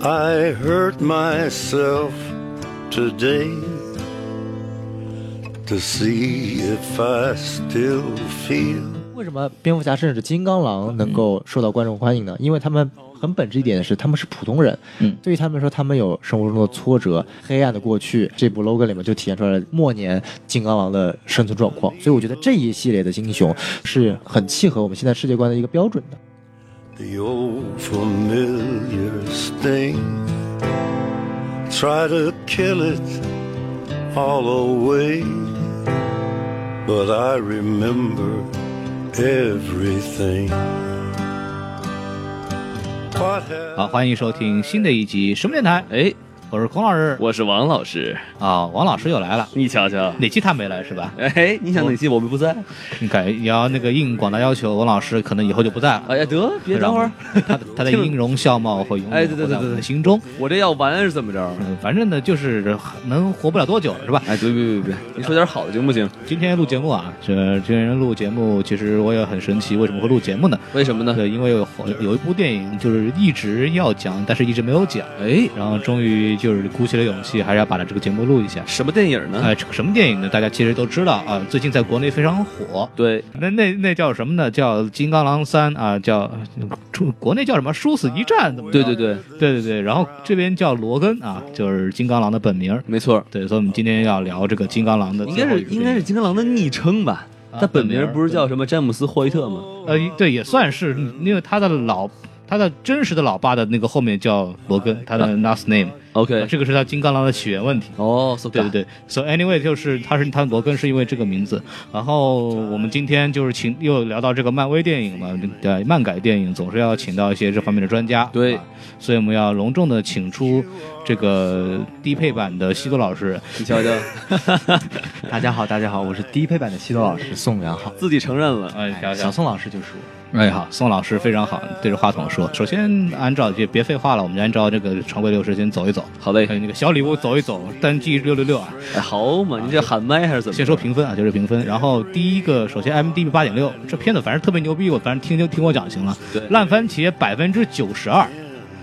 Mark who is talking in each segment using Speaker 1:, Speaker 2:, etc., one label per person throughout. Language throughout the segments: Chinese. Speaker 1: I hurt myself today to see if I still feel.
Speaker 2: 为什么蝙蝠侠甚至金刚狼能够受到观众欢迎呢？因为他们很本质一点的是，他们是普通人。
Speaker 3: 嗯
Speaker 2: 对于他们来说，他们有生活中的挫折、黑暗的过去。这部 logo 里面就体现出来了末年金刚狼的生存状况。所以我觉得这一系列的英雄是很契合我们现在世界观的一个标准的。
Speaker 1: The old familiar sting. Try to kill it all away, but I remember everything. What
Speaker 4: 好，
Speaker 1: happened?
Speaker 4: 欢迎收听新的一集什么电台？哎，我是孔老师，
Speaker 5: 我是王老师，
Speaker 4: 啊，王老师又来了。
Speaker 5: 你瞧瞧，
Speaker 4: 哪期他没来是吧？
Speaker 5: 哎，你想哪期我们不在？
Speaker 4: 你感觉你要那个应广大要求，王老师可能以后就不在了。
Speaker 5: 哎呀，得别等会儿，
Speaker 4: 他的他的音容笑貌会永
Speaker 5: 哎
Speaker 4: 远
Speaker 5: 对
Speaker 4: 活
Speaker 5: 对
Speaker 4: 在
Speaker 5: 对
Speaker 4: 我
Speaker 5: 对
Speaker 4: 们的
Speaker 5: 对
Speaker 4: 心中。
Speaker 5: 我这要完是怎么着？
Speaker 4: 嗯，反正呢，就是能活不了多久是吧？
Speaker 5: 哎，别别别别，你说点好的行不行？
Speaker 4: 今天录节目啊，这今天录节目，其实我也很神奇，为什么会录节目呢？
Speaker 5: 为什么呢？
Speaker 4: 对，因为有有一部电影就是一直要讲，但是一直没有讲，
Speaker 5: 哎，
Speaker 4: 然后终于就是鼓起了勇气，还是要把它这个节目录一下。
Speaker 5: 什么电影呢？
Speaker 4: 呃，什么电影呢？大家其实都知道啊、最近在国内非常火。
Speaker 5: 对，
Speaker 4: 那那那叫什么呢？叫《金刚狼三》啊，叫出国内叫什么？殊死一战怎么着？
Speaker 5: 对对对，
Speaker 4: 对对对。然后这边叫罗根啊，就是金刚狼的本名儿。
Speaker 5: 没错，
Speaker 4: 对，所以我们今天要聊这个金刚狼的
Speaker 5: 应
Speaker 4: 最
Speaker 5: 该
Speaker 4: 后
Speaker 5: 是
Speaker 4: 一部电影，
Speaker 5: 应该是金刚狼的昵称吧？
Speaker 4: 啊
Speaker 5: 他本名不是叫
Speaker 4: 对
Speaker 5: 什么詹姆斯霍伊特吗？
Speaker 4: 呃，对，也算是，因为他的老他的真实的老爸的那个后面叫罗根，他的 last name，、
Speaker 5: ？OK，
Speaker 4: 这个是他金刚狼的起源问题。
Speaker 5: 哦，so
Speaker 4: 对对对，so anyway，就是他是他罗根是因为这个名字，然后我们今天就是请又聊到这个漫威电影嘛，对，漫改电影总是要请到一些这方面的专家，
Speaker 5: 对
Speaker 4: 啊所以我们要隆重的请出这个低配版的西多老师，
Speaker 5: 你瞧 瞧，
Speaker 2: 大家好，大家好，我是低配版的西多老师宋元浩，
Speaker 5: 自己承认了。
Speaker 4: 哎，聊
Speaker 2: 小
Speaker 4: 聊。
Speaker 2: 宋老师就是我。
Speaker 4: 哎，好，宋老师非常好，对着话筒说，首先按照就别废话了，我们就按照这个常规流程先走一走，
Speaker 5: 好嘞
Speaker 4: 还，有那个小礼物走一走，单季六六六啊，
Speaker 5: 哎，好嘛，你这喊麦还是怎么着？
Speaker 4: 先说评分啊，就是评分。然后第一个，首先 m d b 八点六，这片子反正特别牛逼，我反正听就听我讲就行了。
Speaker 5: 对
Speaker 4: 烂番茄百分之九十二，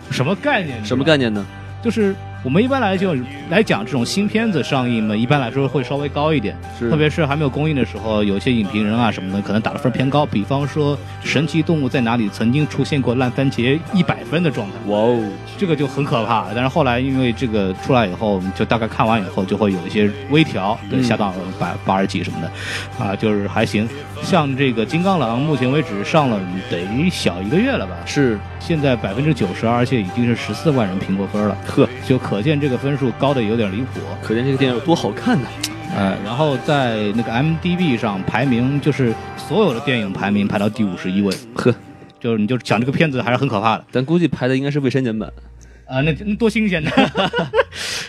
Speaker 4: 什么概念？
Speaker 5: 什么概？念呢？
Speaker 4: 就是我们一般来就来讲这种新片子上映嘛，一般来说会稍微高一点，
Speaker 5: 是
Speaker 4: 特别是还没有公映的时候，有些影评人啊什么的可能打的分偏高。比方说《神奇动物在哪里》曾经出现过烂番茄一百分的状态。
Speaker 5: 哇哦，
Speaker 4: 这个就很可怕。但是后来因为这个出来以后，就大概看完以后就会有一些微调，对，
Speaker 5: 嗯
Speaker 4: 下到百八十几什么的，啊，就是还行。像这个金刚狼，目前为止上了得小一个月了吧？
Speaker 5: 是
Speaker 4: 现在百分之九十二，而且已经是十四万人评过分了，呵，就可见这个分数高的有点离谱。
Speaker 5: 可见这个电影有多好看呢。
Speaker 4: 呃，然后在那个 MDB 上排名，就是所有的电影排名排到第五十一位，
Speaker 5: 呵，
Speaker 4: 就是你就讲这个片子还是很可怕的。
Speaker 5: 咱估计排的应该是未删减版。
Speaker 4: 啊，那那多新鲜呢！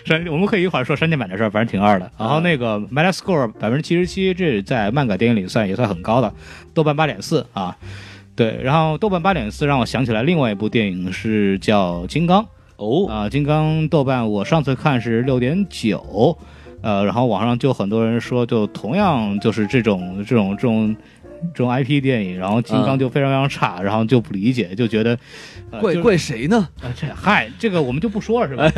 Speaker 4: 删，我们可以一会儿说删减版的事儿，反正挺二的。然后那个 Metascore 百分之七十七，这在漫改电影里算也算很高的，豆瓣八点四啊。对，然后豆瓣八点四让我想起来另外一部电影是叫《金刚》
Speaker 5: 哦，
Speaker 4: 啊，《金刚》豆瓣我上次看是六点九，呃，然后网上就很多人说，就同样就是这种这种这种这种 IP 电影，然后《金刚》
Speaker 5: 嗯
Speaker 4: 就非常非常差，然后就不理解，就觉得、呃、
Speaker 5: 怪
Speaker 4: 就是
Speaker 5: 怪谁呢？
Speaker 4: 啊，这嗨，这个我们就不说了，是吧？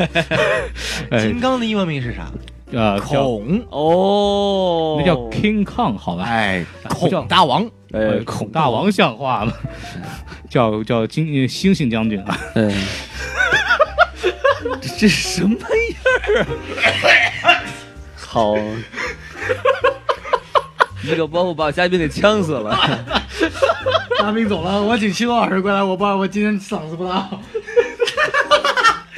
Speaker 4: 哎
Speaker 2: 金，刚的英文名是啥？
Speaker 4: 呃，叫
Speaker 2: 孔，
Speaker 5: 哦，
Speaker 4: 那叫 King Kong 好吧？
Speaker 2: 哎，
Speaker 4: 不叫
Speaker 2: 孔大王。
Speaker 5: 哎
Speaker 4: 呃，孔大王像话吗？ 叫叫金呃猩猩将军啊，
Speaker 5: 哎， 这这什么样儿啊？好，一个包袱把嘉宾给呛死 了。
Speaker 6: 大兵走了，我请西多老师过来，我不然我今天嗓子不大好。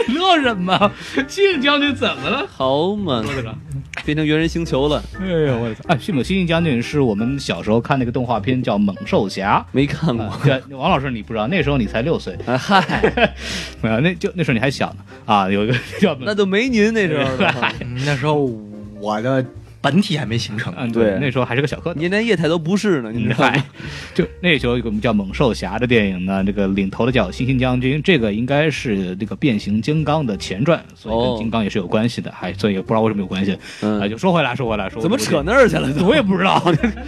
Speaker 4: 乐什么？信将军怎么了？
Speaker 5: 好嘛，
Speaker 4: 说得着。
Speaker 5: 变成猿人星 球了，
Speaker 4: 哎呦我操！哎，迅猛猩猩将军是我们小时候看那个动画片叫《猛兽侠》。
Speaker 5: 没看过。
Speaker 4: 啊对，王老师你不知道，那时候你才六 岁，
Speaker 5: 啊 嗨，
Speaker 4: 没有，那就那时候你还小呢啊。有一个叫
Speaker 5: 那都没您那时候 了，
Speaker 2: 嗯那时候我的本体还没形 成，
Speaker 4: 嗯，
Speaker 5: 对
Speaker 4: 那时候还是个小蝌蚪。
Speaker 5: 您连液态都不是呢，你知道
Speaker 4: 嗨
Speaker 5: 吗？，
Speaker 4: 就那时候有个叫《猛兽侠》的电影呢，这个领头的叫猩猩将军，这个应该是这个变形金刚的前传，所以
Speaker 5: 哦
Speaker 4: 跟金刚也是有关系的，还所以也不知道为什么有关系。啊，
Speaker 5: 嗯，
Speaker 4: 就说回来，说回来，说回来
Speaker 5: 怎么扯那儿去了？
Speaker 4: 我也不知道。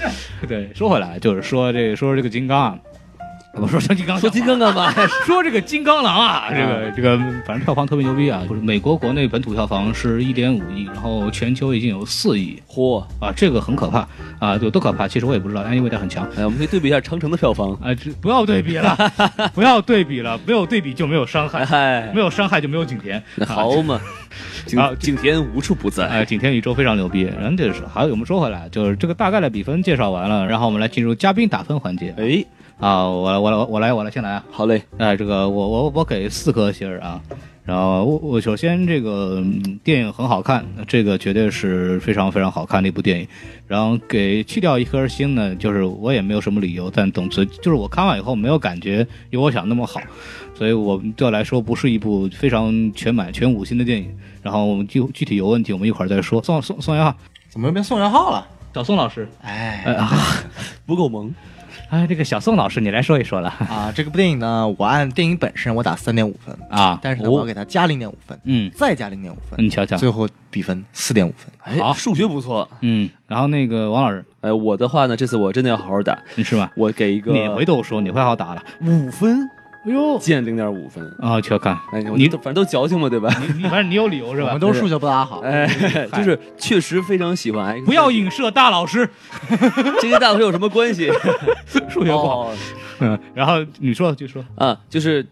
Speaker 4: 对，说回来，就是说这说这个金刚啊，我说说金 刚，
Speaker 5: 说金刚 干嘛呀？
Speaker 4: 哎说这个金刚狼啊，这个这个，反正票房特别牛逼啊！就是美国国内本土票房是一点五亿，然后全球已经有四亿
Speaker 5: 嚯！
Speaker 4: 啊，这个很可怕啊，有多可怕？其实我也不知道，但因为它很强。
Speaker 5: 哎，我们可以对比一下长城的票房。
Speaker 4: 啊，这不要对比 了，不要对比了，没有对比就没有伤害，
Speaker 5: 哎
Speaker 4: 没，有伤害就没有景甜。啊
Speaker 5: 好嘛，景
Speaker 4: 啊
Speaker 5: 景甜无处不在。
Speaker 4: 哎，景天宇宙非常牛逼。然后就是，还有我们说回来，就是这个大概的比分介绍完了，然后我们来进入嘉宾打分环节
Speaker 5: 哎，
Speaker 4: 啊。我来，我来，我来，我来，先来啊。
Speaker 5: 好嘞，
Speaker 4: 哎，这个我我我给四颗星儿啊。然后我我首先这个、嗯电影很好看，这个绝对是非常非常好看的一部电影。然后给去掉一颗星呢，就是我也没有什么理由，但总之就是我看完以后没有感觉有我想那么好，所以我对我来说不是一部非常全满全五星的电影。然后我们具具体有问题我们一会儿再说。宋宋啊宋元浩，
Speaker 2: 怎么又变宋元浩了？
Speaker 4: 小宋老师，
Speaker 2: 哎
Speaker 4: 哎啊，
Speaker 5: 不够萌。
Speaker 4: 哎，这个小宋老师你来说一说了
Speaker 2: 啊，这个部电影呢，我按电影本身我打三点五分，
Speaker 4: 啊，
Speaker 2: 但是呢，
Speaker 4: 哦
Speaker 2: 我要给它加零点五分，
Speaker 4: 嗯
Speaker 2: 再加零点五分，
Speaker 4: 你瞧瞧，
Speaker 2: 最后比分四点五分。
Speaker 5: 哎
Speaker 4: 好
Speaker 5: 数学不错。
Speaker 4: 嗯，然后那个王老师，
Speaker 5: 哎，我的话呢，这次我真的要好好打，
Speaker 4: 你是吧？
Speaker 5: 我给一个
Speaker 4: 每回都说你会好打了。
Speaker 5: 五分，
Speaker 4: 哎呦，
Speaker 5: 见零点五分。
Speaker 4: 啊，瞧看，
Speaker 5: 哎，我
Speaker 4: 你
Speaker 5: 都反正都矫情嘛，对吧？
Speaker 4: 你你反正你有理由是
Speaker 2: 我
Speaker 4: 吧
Speaker 2: 们？都是数学不咋好，
Speaker 5: 哎，就是确实非常喜欢 X。
Speaker 4: 不要影射大老师，
Speaker 5: 这跟大会有什么关系？
Speaker 4: 数学不好。
Speaker 5: 哦
Speaker 4: 嗯， 然后你说就说，
Speaker 5: 啊，就是。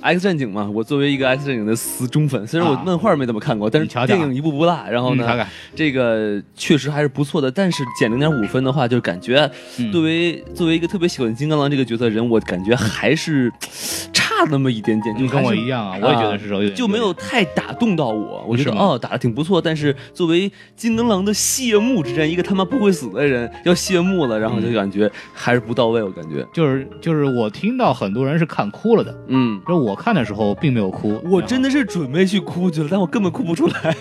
Speaker 5: X 战警嘛，我作为一个 X 战警的死忠粉，虽然我
Speaker 4: 啊
Speaker 5: 漫画没怎么看过，但是
Speaker 4: 你瞧瞧
Speaker 5: 电影一部不落。然后
Speaker 4: 嗯
Speaker 5: 呢，
Speaker 4: 看看，
Speaker 5: 这个确实还是不错的，但是减零点五分的话，就感觉
Speaker 4: 嗯
Speaker 5: 作为、作为一个特别喜欢金刚狼这个角色的人，我感觉还是嘖差那么一点点，就
Speaker 4: 你跟
Speaker 5: 还
Speaker 4: 我
Speaker 5: 是
Speaker 4: 一样啊，我也觉得是有点
Speaker 5: 就没有太打动到我。我觉
Speaker 4: 是
Speaker 5: 得
Speaker 4: 吗
Speaker 5: 哦，打的挺不错，但是作为金刚狼的谢幕之战，一个他妈不会死的人要谢幕了，然后
Speaker 4: 嗯
Speaker 5: 就感觉还是不到位，我感觉，
Speaker 4: 就是就是我听到很多人是看哭了的，
Speaker 5: 嗯。
Speaker 4: 就是我看的时候并没有哭，
Speaker 5: 我真的是准备去哭去了，但我根本哭不出来。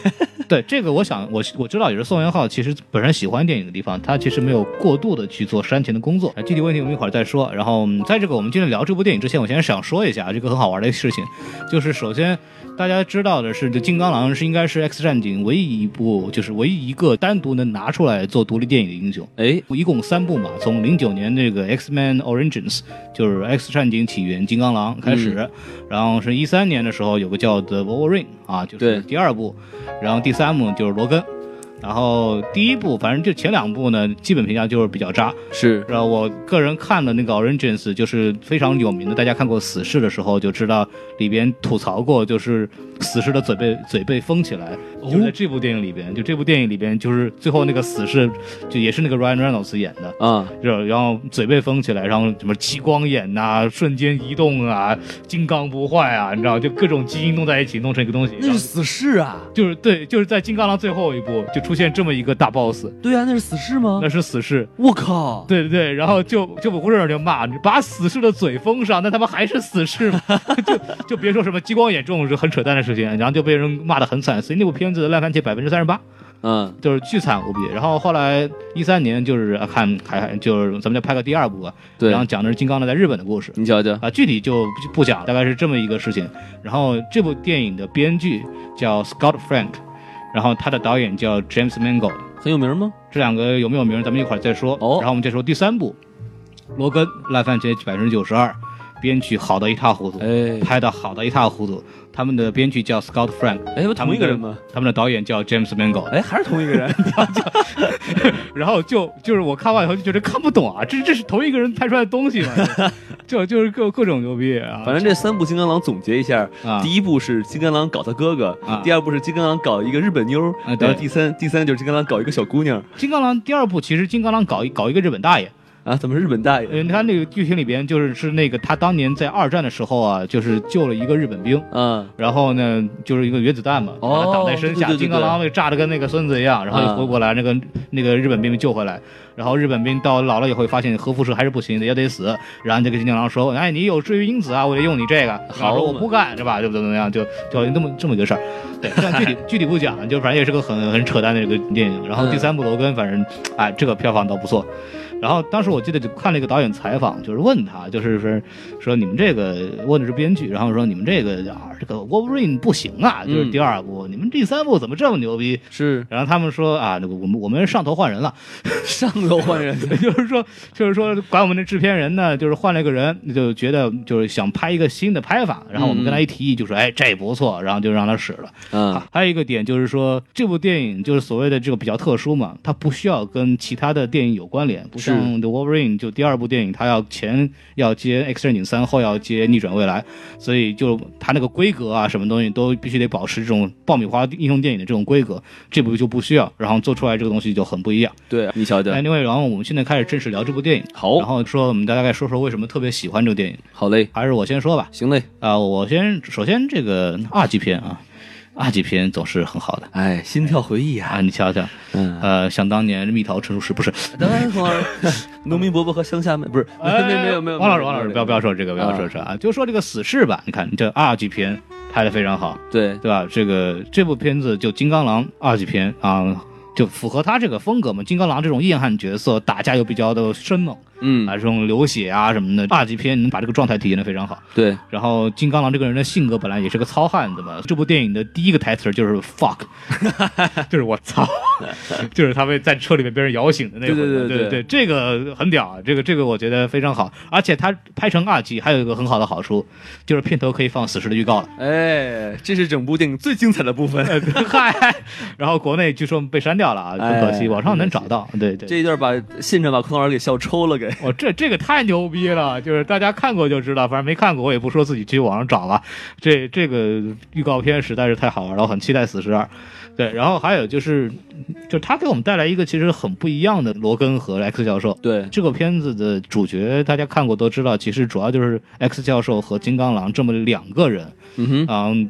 Speaker 4: 对这个，我想我我知道也是宋元浩其实本身喜欢电影的地方，他其实没有过度的去做煽情的工作。啊具体问题我们一会儿再说。然后嗯在这个我们进来聊这部电影之前，我先想说一下这个很好玩的事情，就是首先大家知道的是，这《金刚狼》是应该是 X 战警唯一一部，就是唯一一个单独能拿出来做独立电影的英雄。
Speaker 5: 哎，
Speaker 4: 一共三部嘛，从零九年这个 X Men Origins，就是 X 战警起源金刚狼开始，然后是一三年的时候有个叫 The Wolverine 啊，就是
Speaker 5: 对
Speaker 4: 第二部，然后第三部就是罗根，然后第一部反正就前两部呢，基本评价就是比较渣，
Speaker 5: 是
Speaker 4: 然后我个人看了那个 Origins，就是非常有名的，大家看过《死侍》的时候就知道里边吐槽过，就是死侍的嘴被嘴被封起来，
Speaker 5: 哦
Speaker 4: 就在这部电影里边，就这部电影里边就是最后那个死侍，就也是那个 Ryan Reynolds 演的。
Speaker 5: 啊，
Speaker 4: 然然后嘴被封起来，然后什么激光眼呐、瞬间移动啊、金刚不坏啊，你知道，就各种基因弄在一起弄成一个东西。
Speaker 5: 那
Speaker 4: 然
Speaker 5: 是
Speaker 4: 后
Speaker 5: 死侍啊，
Speaker 4: 就是对，就是在《金刚狼》最后一部就出现这么一个大 boss，
Speaker 5: 对啊，那是死侍吗？
Speaker 4: 那是死侍。
Speaker 5: 我靠，
Speaker 4: 对对对，然后就就我工作人员就骂，你把死士的嘴封上，那他妈还是死士吗？ 就就别说什么激光眼这种是很扯淡的事情，然后就被人骂得很惨，所以那部片子的烂番茄百分之三十八，
Speaker 5: 嗯，
Speaker 4: 就是巨惨无比。然后后来一三年就是啊看还还就是咱们就拍个第二部吧，
Speaker 5: 对
Speaker 4: 然，后讲的是金刚狼在日本的故事。
Speaker 5: 你瞧瞧，
Speaker 4: 啊，具体就不不讲，大概是这么一个事情。然后这部电影的编剧叫 Scott Frank，然后他的导演叫 James Mangold，
Speaker 5: 很有名吗？
Speaker 4: 这两个有没有名，咱们一会儿再说。
Speaker 5: 哦
Speaker 4: 然后我们再说第三部，罗根烂番茄百分之九十二，编曲好的一塌糊涂，
Speaker 5: 哎
Speaker 4: 拍的好的一塌糊涂。他们的编剧叫 Scott Frank，
Speaker 5: 哎，不
Speaker 4: 他
Speaker 5: 同
Speaker 4: 们
Speaker 5: 一个
Speaker 4: 的
Speaker 5: 人吗？？
Speaker 4: 他们的导演叫 James Mangold。
Speaker 5: 哎，还是同一个 人。
Speaker 4: 然后就就是我看完以后就觉得看不懂啊，这这是同一个人拍出来的东西 吗？就就是各各种牛逼啊！
Speaker 5: 反正这三部金刚狼总结一下，
Speaker 4: 啊
Speaker 5: 第一部是金刚狼搞他哥哥，
Speaker 4: 啊
Speaker 5: 第二部是金刚狼搞一个日本妞儿，
Speaker 4: 啊对
Speaker 5: 然后第三第三就是金刚狼搞一个小姑娘。
Speaker 4: 金刚狼第二部其实金刚狼搞一搞一个日本大爷。
Speaker 5: 啊，怎么日本大爷
Speaker 4: 呃，他那个剧情里边就是是那个他当年在二战的时候啊，就是救了一个日本兵，
Speaker 5: 啊？
Speaker 4: 然后呢就是一个原子弹嘛，把
Speaker 5: 哦
Speaker 4: 他挡在身下，
Speaker 5: 对对对对嗯
Speaker 4: 金刚狼被炸得跟那个孙子一样，然后就活过来，那个那个日本兵被救回来，然后日本兵到老了以后发现核辐射还是不行的，也得死，然后就跟金刚狼说，哎，你有至于因子啊，我得用你这个，金刚狼
Speaker 5: 好
Speaker 4: 说我
Speaker 5: 嘛
Speaker 4: 不干是吧？就怎么怎么样，就就那么这么一个事儿，对，但具体具体不讲，就反正也是个很很扯淡的一个电影，然后第
Speaker 5: 嗯
Speaker 4: 三部罗根反正哎这个票房倒不错。然后当时我记得就看了一个导演采访，就是问他，就是说说你们这个问的是编剧，然后说你们这个啊这个 Wolverine 不行啊，就是第二部，你们第三部怎么这么牛逼？
Speaker 5: 是
Speaker 4: 然后他们说啊，那个我们我们上头换人了，
Speaker 5: 上头换人，
Speaker 4: 就是说就是说管我们的制片人呢，就是换了一个人，就觉得就是想拍一个新的拍法，然后我们跟他一提议，就说哎这不错，然后就让他使了。
Speaker 5: 啊，
Speaker 4: 还有一个点就是说，这部电影就是所谓的这个比较特殊嘛，它不需要跟其他的电影有关联，不像
Speaker 5: 是
Speaker 4: 《The Wolverine》就第二部电影，它要前要接《X 战警三》，后要接《逆转未来》，所以就它那个规格啊，什么东西都必须得保持这种爆米花英雄电影的这种规格，这部就不需要，然后做出来这个东西就很不一样。
Speaker 5: 对啊你瞧瞧，
Speaker 4: 哎，另外，然后我们现在开始正式聊这部电影，然
Speaker 5: 好，
Speaker 4: 后说我们大概说说为什么特别喜欢这个电影，
Speaker 5: 好嘞，
Speaker 4: 还是我先说吧。
Speaker 5: 行嘞，
Speaker 4: 啊、我先首先这个二级片啊，二级片总是很好的。
Speaker 5: 哎，心跳回忆啊，
Speaker 4: 啊，你瞧瞧，
Speaker 5: 嗯，
Speaker 4: 呃，想当年蜜桃成熟时不是？
Speaker 5: 等会 儿，农民伯伯和乡下妹不是， 没有没有没有，
Speaker 4: 王老师，王老师，不要不要说这个，不要说这个啊，就说这个死侍吧，你看这二级片拍的非常好，
Speaker 5: 对，
Speaker 4: 对吧？这个这部片子就金刚狼二级片啊。就符合他这个风格嘛，金刚狼这种硬汉角色，打架又比较的生猛
Speaker 5: 嗯
Speaker 4: 啊，，这种流血啊什么的，二级片能把这个状态体现的非常好。
Speaker 5: 对，
Speaker 4: 然后金刚狼这个人的性格本来也是个糙汉子嘛，这部电影的第一个台词就是 fuck，就是我操，就是他被在车里面被人摇醒的那回嘛。
Speaker 5: 对对对
Speaker 4: 对
Speaker 5: 对
Speaker 4: 这个很屌，啊，这个这个我觉得非常好，而且他拍成二级还有一个很好的好处，就是片头可以放死侍的预告了。
Speaker 5: 哎，这是整部电影最精彩的部分，
Speaker 4: 嗨，然后国内据说被删掉了啊，很可惜，
Speaker 5: 哎
Speaker 4: 网上能找到。对对，
Speaker 5: 这一段把现场把孔老师给笑抽了，给，
Speaker 4: 哦，这这个太牛逼了！就是大家看过就知道，反正没看过我也不说自己去网上找了。这这个预告片实在是太好玩了，我很期待《死侍二》。对，然后还有就是，就他给我们带来一个其实很不一样的罗根和 X 教授。
Speaker 5: 对，
Speaker 4: 这个片子的主角大家看过都知道，其实主要就是 X 教授和金刚狼这么两个人。
Speaker 5: 嗯哼，
Speaker 4: 嗯，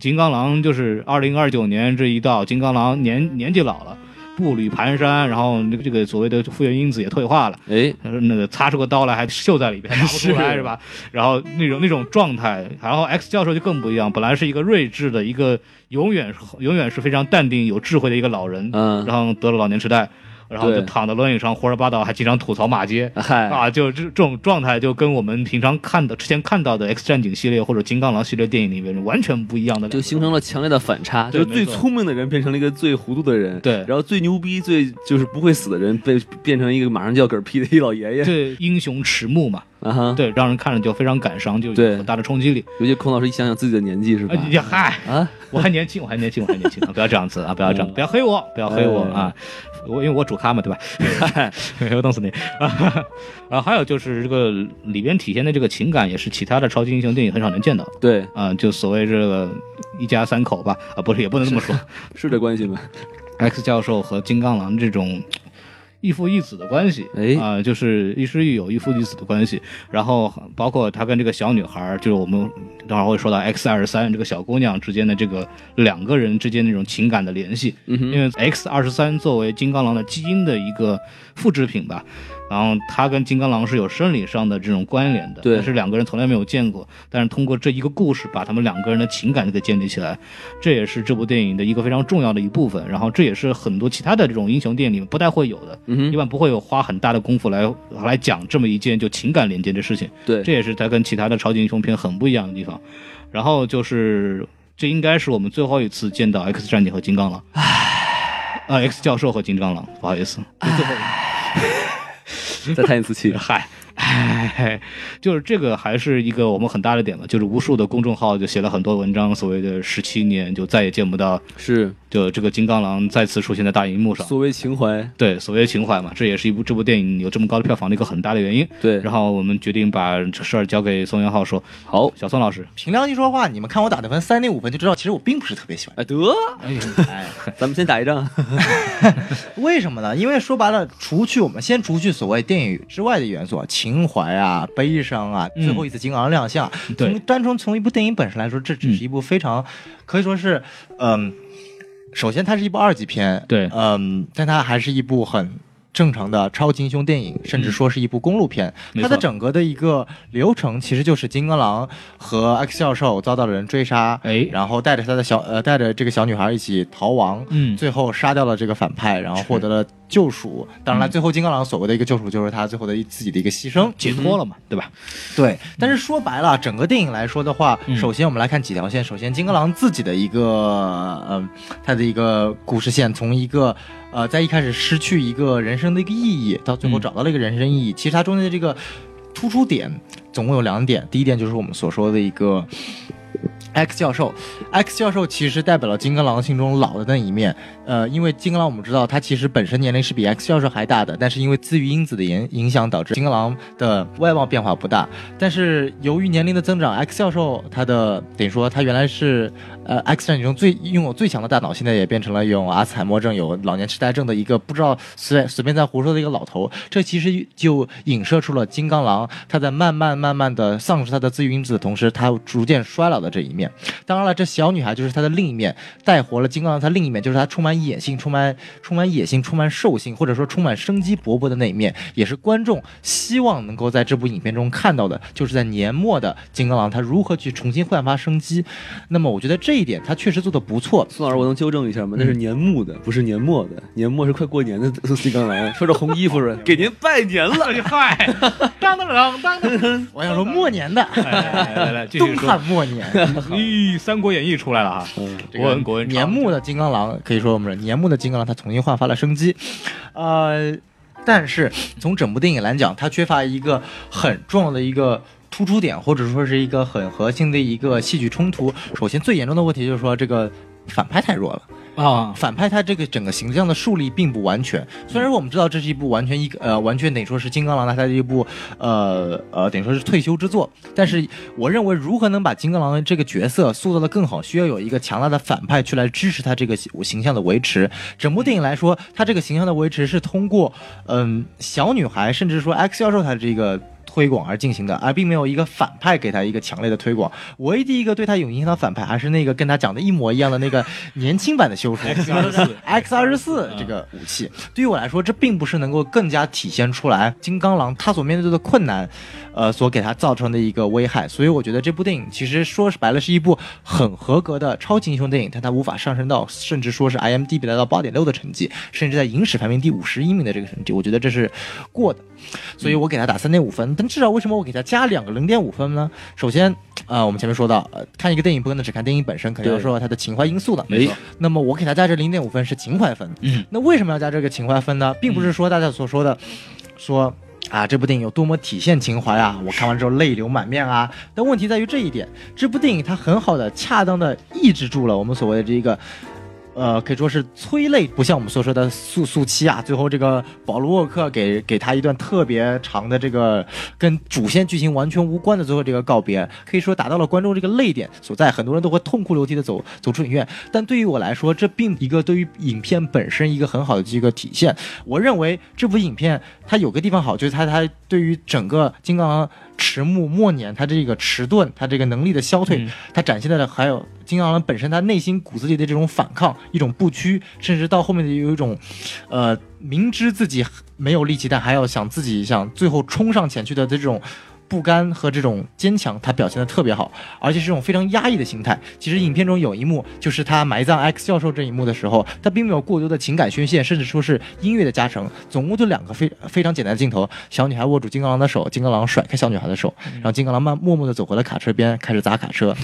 Speaker 4: 金刚狼就是二零二九年这一到，金刚狼年年纪老了，步履蹒跚，然后那个这个所谓的复原因子也退化了。
Speaker 5: 哎，
Speaker 4: 那个擦出个刀来 还锈在里边，拿不出来
Speaker 5: 是
Speaker 4: 是吧？然后那种那种状态，然后 X 教授就更不一样，本来是一个睿智的，一个永远永远是非常淡定有智慧的一个老人，
Speaker 5: 嗯，
Speaker 4: 然后得了老年痴呆，然后
Speaker 5: 对哎
Speaker 4: 就躺在轮椅上胡说八道，还经常吐槽骂街。
Speaker 5: 嗨，
Speaker 4: 啊，就这这种状态，就跟我们平常看的、之前看到的《X 战警》系列或者《金刚狼》系列电影里面完全不一样的两个
Speaker 5: 就
Speaker 4: 人，
Speaker 5: 形成了强烈的反差，
Speaker 4: 对
Speaker 5: 就是最
Speaker 4: 没错
Speaker 5: 聪明的人变成了一个最糊涂的人，
Speaker 4: 对
Speaker 5: 然后最牛逼、最就是不会死的人被变成一个马上就要嗝屁的一老爷爷，
Speaker 4: 对英雄迟暮嘛，
Speaker 5: 啊哈，，
Speaker 4: 对，让人看了就非常感伤，就
Speaker 5: 对
Speaker 4: 有很大的冲击力。
Speaker 5: 尤其孔老师一想想自己的年纪是吧
Speaker 4: 哎？呀，嗨，
Speaker 5: 啊，
Speaker 4: 我还年轻，我还年轻，我还年轻啊！不要这样子啊！不要这样，不要黑我，不要黑我
Speaker 5: 嗯哎
Speaker 4: 啊！我因为我主咖嘛，对吧？ 我弄死你 啊！然后还有就是这个里边体现的这个情感，也是其他的超级英雄电影很少能见到
Speaker 5: 对，
Speaker 4: 啊、就所谓这个一家三口吧，啊，不是，也不能这么说。
Speaker 5: 是这关系吗？
Speaker 4: X 教授和金刚狼这种一父一子的关系，
Speaker 5: 哎
Speaker 4: 啊、就是亦师亦友、一父一子的关系。然后包括他跟这个小女孩儿，就是我们等会儿会说到 X 二十三这个小姑娘之间的这个两个人之间那种情感的联系，
Speaker 5: 嗯哼
Speaker 4: 因为 X 二十三作为金刚狼的基因的一个复制品吧。然后他跟金刚狼是有生理上的这种关联的，
Speaker 5: 对
Speaker 4: 但是两个人从来没有见过，但是通过这一个故事把他们两个人的情感给建立起来，这也是这部电影的一个非常重要的一部分。然后这也是很多其他的这种英雄电影里面不太会有的，
Speaker 5: 嗯哼
Speaker 4: 一般不会有花很大的功夫来来讲这么一件就情感连接的事情。
Speaker 5: 对，
Speaker 4: 这也是它跟其他的超级英雄片很不一样的地方。然后就是，这应该是我们最后一次见到 X 战警和金刚狼。唉，啊，X 教授和金刚狼，不好意思，
Speaker 5: 再叹一次气，
Speaker 4: 嗨，唉唉，就是这个还是一个我们很大的点吧，就是无数的公众号就写了很多文章，所谓的十七年就再也见不到，
Speaker 5: 是
Speaker 4: 就这个金刚狼再次出现在大荧幕上。
Speaker 5: 所谓情怀，
Speaker 4: 对，所谓情怀嘛，这也是一部这部电影有这么高的票房的一个很大的原因。
Speaker 5: 对，
Speaker 4: 然后我们决定把这事儿交给宋元浩说。
Speaker 5: 好，
Speaker 4: 小宋老师，
Speaker 2: 凭良心说话，你们看我打的分三点五分就知道，其实我并不是特别喜欢。
Speaker 5: 哎得，
Speaker 4: 哎呦，哎，
Speaker 5: 咱们先打一仗，
Speaker 2: 为什么呢？因为说白了，除去我们先除去所谓电影之外的元素啊，情怀啊、悲伤啊，
Speaker 4: 嗯
Speaker 2: 最后一次金刚亮相，
Speaker 4: 对
Speaker 2: 从单纯从一部电影本身来说，这只是一部非常、可以说是，嗯，首先它是一部二级片，
Speaker 4: 对
Speaker 2: 嗯，但它还是一部很。正常的超级英雄电影，甚至说是一部公路片，
Speaker 4: 嗯没
Speaker 2: 它
Speaker 4: 错
Speaker 2: 的整个的一个流程其实就是金刚狼和 X 教授遭到了人追杀，
Speaker 4: 哎
Speaker 2: 然后带着他的小呃带着这个小女孩一起逃亡，
Speaker 4: 嗯
Speaker 2: 最后杀掉了这个反派，然后获得了救赎。当然了，最后金刚狼所谓的一个救赎，就是他最后的一自己的一个牺牲。
Speaker 4: 解脱了嘛，对吧？
Speaker 2: 对，但是说白了，整个电影来说的话，
Speaker 4: 嗯
Speaker 2: 首先我们来看几条线。首先，金刚狼自己的一个，嗯、他的一个故事线，从一个，呃，在一开始失去一个人生的一个意义，到最后
Speaker 4: 嗯
Speaker 2: 找到了一个人生意义。其实它中间的这个突出点总共有两点，第一点就是我们所说的一个。X 教授，X 教授其实代表了金刚狼心中老的那一面，呃，因为金刚狼我们知道他其实本身年龄是比 X 教授还大的，但是因为自愈因子的影影响导致金刚狼的外貌变化不大，但是由于年龄的增长，X 教授他的等于说他原来是呃 X 战警中最拥有最强的大脑，现在也变成了有阿兹海默症、有老年痴呆症的一个不知道随随便在胡说的一个老头。这其实就影射出了金刚狼他在慢慢慢慢的丧失他的自愈因子的同时，他逐渐衰老的这一面。当然了，这小女孩就是他的另一面，带活了金刚狼他另一面，就是他充满野性、充满充满野性、充满兽性，或者说充满生机勃勃的那一面，也是观众希望能够在这部影片中看到的，就是在年末的金刚狼他如何去重新焕发生机。那么我觉得这一点他确实做得不错。
Speaker 5: 宋老师，我能纠正一下吗？那是年暮的，不是年末的，年末是快过年的金刚狼， 穿着红衣服说给您拜年了，
Speaker 4: 嗨，当当当当当，
Speaker 2: 我想说末年的，
Speaker 4: 来来来来，继续
Speaker 2: 东
Speaker 4: 说
Speaker 2: 汉。末年。
Speaker 4: 咦，《三国演义》出来了哈，国文国文
Speaker 2: 年暮的金刚狼，可以说我们是年暮的金刚狼，它重新焕发了生机，呃，但是从整部电影来讲，它缺乏一个很重要的一个。突出点，或者说是一个很核心的一个戏剧冲突。首先，最严重的问题就是说，这个反派太弱了。
Speaker 4: 啊，
Speaker 2: 反派他这个整个形象的树立并不完全。虽然说我们知道这是一部完全一个呃完全等于说是金刚狼他的一部呃呃等于说是退休之作，但是我认为如何能把金刚狼这个角色塑造的更好，需要有一个强大的反派去来支持他这个形形象的维持。整部电影来说，他这个形象的维持是通过嗯、小女孩甚至说 X 教授他这个。推广而进行的，而并没有一个反派给他一个强烈的推广。唯一第一个对他有影响的反派，还是那个跟他讲的一模一样的那个年轻版的修复
Speaker 4: X 二十四
Speaker 2: X 二十四这个武器。对于我来说，这并不是能够更加体现出来金刚狼他所面对的困难，呃，所给他造成的一个危害。所以我觉得这部电影其实说白了是一部很合格的超级英雄电影，但它无法上升到甚至说是 IMDB 来到八点六的成绩，甚至在影史排名第五十一名的这个成绩，我觉得这是过的。所以我给他打三点五分。但至少为什么我给他加两个零点五分呢？首先，呃，我们前面说到，呃、看一个电影不可能只看电影本身，肯定要
Speaker 5: 对
Speaker 2: 说到它的情怀因素的。
Speaker 5: 没错
Speaker 4: 哎
Speaker 2: 那么我给他加这零点五分是情怀分。
Speaker 4: 嗯，
Speaker 2: 那为什么要加这个情怀分呢？并不是说大家所说的、说。啊，这部电影有多么体现情怀啊！我看完之后泪流满面啊！但问题在于这一点，这部电影它很好的、恰当的抑制住了我们所谓的这个呃，可以说是催泪，不像我们所说的速速七啊。最后这个保罗沃克给给他一段特别长的这个呃跟主线剧情完全无关的最后这个告别，可以说达到了观众这个泪点所在，很多人都会痛哭流涕的走走出影院。但对于我来说，这并一个对于影片本身一个很好的一个体现。我认为这部影片它有个地方好，就是它它对于整个金刚狼迟暮末年，它这个迟钝，它这个能力的消退，
Speaker 4: 嗯
Speaker 2: 它展现的还有金刚狼本身他内心骨子里的这种反抗、一种不屈，甚至到后面的有一种，呃，明知自己没有力气，但还要想自己想最后冲上前去的这种不甘和这种坚强，他表现的特别好，而且是这种非常压抑的心态。其实影片中有一幕，就是他埋葬 X 教授这一幕的时候，他并没有过多的情感宣泄，甚至说是音乐的加成。总共就两个非非常简单的镜头：小女孩握住金刚狼的手，金刚狼甩开小女孩的手，然后金刚狼慢默默的走回了卡车边，开始砸卡车。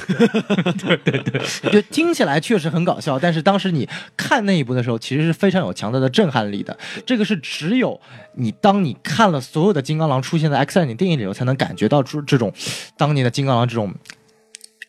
Speaker 2: 就听起来确实很搞笑，但是当时你看那一部的时候，其实是非常有强大的震撼力的。这个是只有你当你看了所有的金刚狼出现在 X 战警电影里头，才能感觉到出这种当年的金刚狼这种。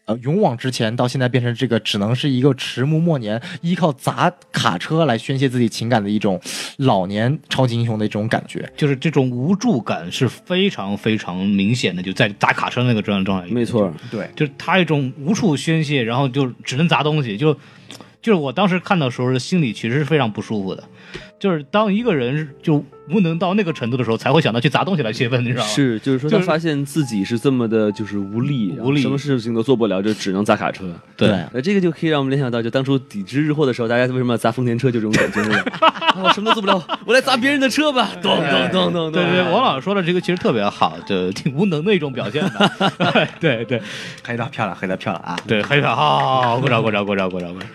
Speaker 2: 呃，勇往直前，到现在变成这个，只能是一个迟暮末年，依靠砸卡车来宣泄自己情感的一种老年超级英雄的一种感觉。
Speaker 4: 就是这种无助感是非常非常明显的，就在砸卡车那个状状态里，
Speaker 5: 没错，
Speaker 2: 对，
Speaker 4: 就是他一种无处宣泄，然后就只能砸东西，就就是我当时看的时候，心里其实是非常不舒服的。就是当一个人就无能到那个程度的时候，才会想到去砸东西来泄愤，你知道吗？
Speaker 5: 是就是说
Speaker 4: 就
Speaker 5: 他
Speaker 4: 是
Speaker 5: 发现自己是这么的，就是无力，
Speaker 4: 无力
Speaker 5: 什么事情都做不了，就只能砸卡车。
Speaker 4: 对
Speaker 2: 对
Speaker 5: 那这个就可以让我们联想到，就当初抵制日货的时候，大家为什么要砸丰田车，就这种感觉。是吧哦我什么都做不了，我来砸别人的车吧，咚咚咚咚咚。
Speaker 4: 对对，王老师说的这个其实特别好，就挺无能的一种表现吧。对对对
Speaker 2: 黑到漂亮，黑到漂亮啊！
Speaker 4: 对，很好，好，鼓掌鼓掌鼓掌鼓掌鼓掌。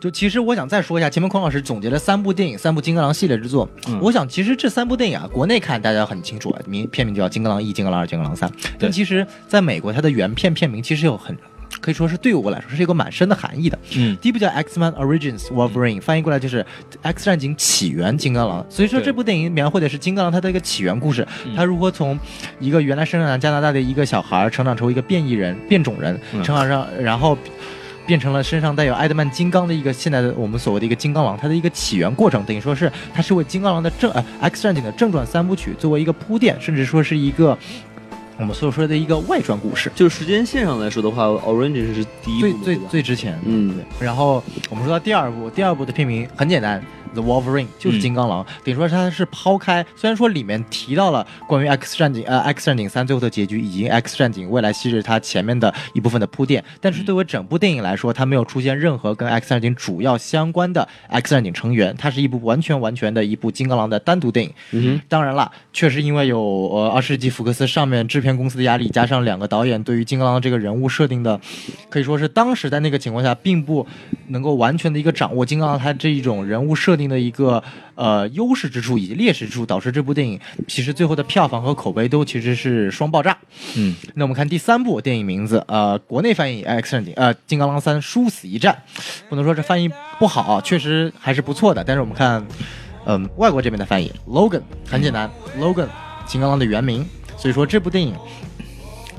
Speaker 2: 就其实我想再说一下，前面匡老师总结了三部电影、三部金刚狼系列之作。我想其实这三部电影啊，国内看大家很清楚，啊，名片名就叫《金刚狼一》《金刚狼二》《金刚狼三》，但其实在美国它的原片片名其实有很。可以说是对我来说是有个蛮深的含义的。
Speaker 4: 嗯
Speaker 2: 第一部叫《X-Men Origins Wolverine》，翻译过来就是《X 战警起源金刚狼》。所以说
Speaker 4: 对
Speaker 2: 这部电影描绘的是金刚狼它的一个起源故事，他如何从一个原来生长在加拿大的一个小孩儿成长成为一个变异人、变种人，成长上然后变成了身上带有埃德曼金刚的一个现在的我们所谓的一个金刚狼，它的一个起源过程，等于说是它是为金刚狼的正呃 X 战警的正传三部曲作为一个铺垫，甚至说是一个我们所说的一个外传故事。
Speaker 5: 就是时间线上来说的话，Orange 是第一
Speaker 2: 最
Speaker 5: 部嘛
Speaker 2: 最
Speaker 5: 对吧
Speaker 2: 最之前，
Speaker 5: 嗯
Speaker 2: 对。然后我们说到第二部，第二部的片名很简单，The Wolverine 就是金刚狼，等于说它是抛开，虽然说里面提到了关于 X 战警呃 X 战警三最后的结局以及 X 战警未来昔日它前面的一部分的铺垫，但是对于整部电影来说，它没有出现任何跟 X 战警主要相关的 X 战警成员，它是一部完全完全的一部金刚狼的单独电影。当然了，确实因为有呃二十世纪福克斯上面制片公司的压力，加上两个导演对于金刚狼这个人物设定的，可以说是当时在那个情况下，并不能够完全的一个掌握金刚狼他这一种人物设定的一个呃优势之处以及劣势之处，导致这部电影其实最后的票房和口碑都其实是双爆炸。
Speaker 4: 嗯，
Speaker 2: 那我们看第三部电影名字，呃，国内翻译《X 战警》，呃，《金刚狼三：殊死一战》，不能说这翻译不好啊，确实还是不错的。但是我们看，嗯，外国这边的翻译，Logan 很简单，Logan 金刚狼的原名，所以说这部电影。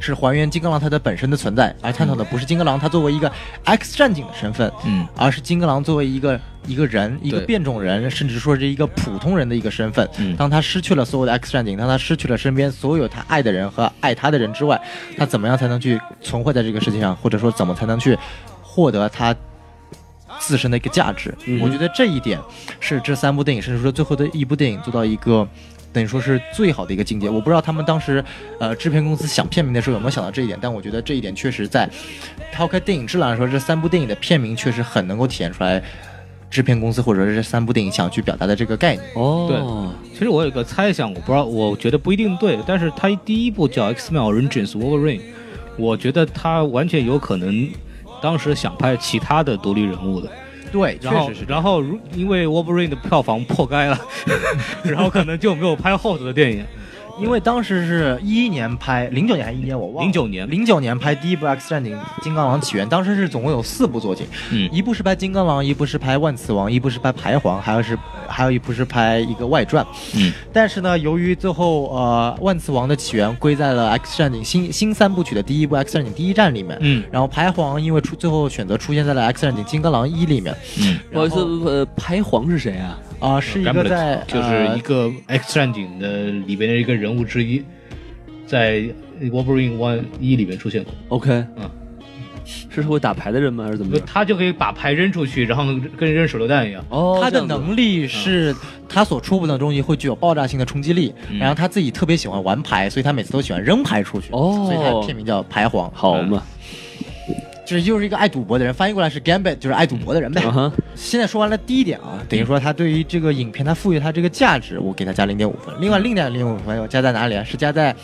Speaker 2: 是还原金刚狼它的本身的存在，而探讨的不是金刚狼它作为一个 X 战警的身份，
Speaker 4: 嗯，
Speaker 2: 而是金刚狼作为一个一个人，一个
Speaker 4: 对
Speaker 2: 变种人，甚至说是一个普通人的一个身份。
Speaker 4: 嗯
Speaker 2: 当他失去了所有的 X 战警，当他失去了身边所有他爱的人和爱他的人之外，他怎么样才能去存活在这个世界上，或者说怎么才能去获得他自身的一个价值？
Speaker 4: 嗯
Speaker 2: 我觉得这一点是这三部电影，甚至说最后的一部电影做到一个。等于说是最好的一个境界。我不知道他们当时，呃，制片公司想片名的时候有没有想到这一点，但我觉得这一点确实在抛开电影质量来说，这三部电影的片名确实很能够体现出来制片公司或者是这三部电影想去表达的这个概念。
Speaker 5: 哦，
Speaker 4: 其实我有个猜想，我不知道，我觉得不一定对，但是他第一部叫《X-Men Origins Wolverine》，我觉得他完全有可能当时想拍其他的独立人物的。
Speaker 2: 对，
Speaker 4: 然后，然后如因为 Wolverine 的票房破该了， 然后可能就没有拍后头的电影。
Speaker 2: 因为当时是一一年拍，零九年还是一年我忘了。
Speaker 4: 09年嗯
Speaker 2: 零九年拍第一部《X 战警：金刚狼起源》，当时是总共有四部作品，
Speaker 4: 嗯
Speaker 2: 一部是拍金刚狼，一部是拍万磁王，一部是拍排皇，还有是还有一部是拍一个外传。
Speaker 4: 嗯，
Speaker 2: 但是呢，由于最后呃万磁王的起源归在了《X 战警》新新三部曲的第一部《X 战警：第一战》里面，
Speaker 4: 嗯
Speaker 2: 然后排皇因为出最后选择出现在了《X 战警：金刚狼一》里面，嗯，
Speaker 5: 不好意思，呃，排皇是谁啊？
Speaker 2: 啊、是一个
Speaker 4: Gambit，
Speaker 2: 在
Speaker 4: 就是
Speaker 2: 呃
Speaker 4: 一个 X 战警的里边的一个人物之一，在 Wolverine One 一里面出现过，
Speaker 5: OK，
Speaker 4: 嗯，
Speaker 5: 是会打牌的人吗？还是怎么
Speaker 4: 就
Speaker 5: 着？
Speaker 4: 他就可以把牌扔出去，然后跟扔手榴弹一样。
Speaker 5: 哦，
Speaker 2: 他
Speaker 5: 这
Speaker 2: 的
Speaker 5: 哦样子嗯
Speaker 2: 能力是他所出布的东西会具有爆炸性的冲击力，然后他自己特别喜欢玩牌，所以他每次都喜欢扔牌出去，
Speaker 5: 哦
Speaker 2: 所以他的片名叫牌皇。
Speaker 5: 好嘛？
Speaker 2: 这又是一个爱赌博的人，翻译过来是 gambit，就是爱赌博的人呗。
Speaker 5: 啊哈，
Speaker 2: 现在说完了第一点
Speaker 4: 嗯
Speaker 2: 啊，等于说他对于这个影片它赋予它这个价值，我给他加零点五分。
Speaker 4: 嗯
Speaker 2: 另外另点零五分要加在哪里啊？是加在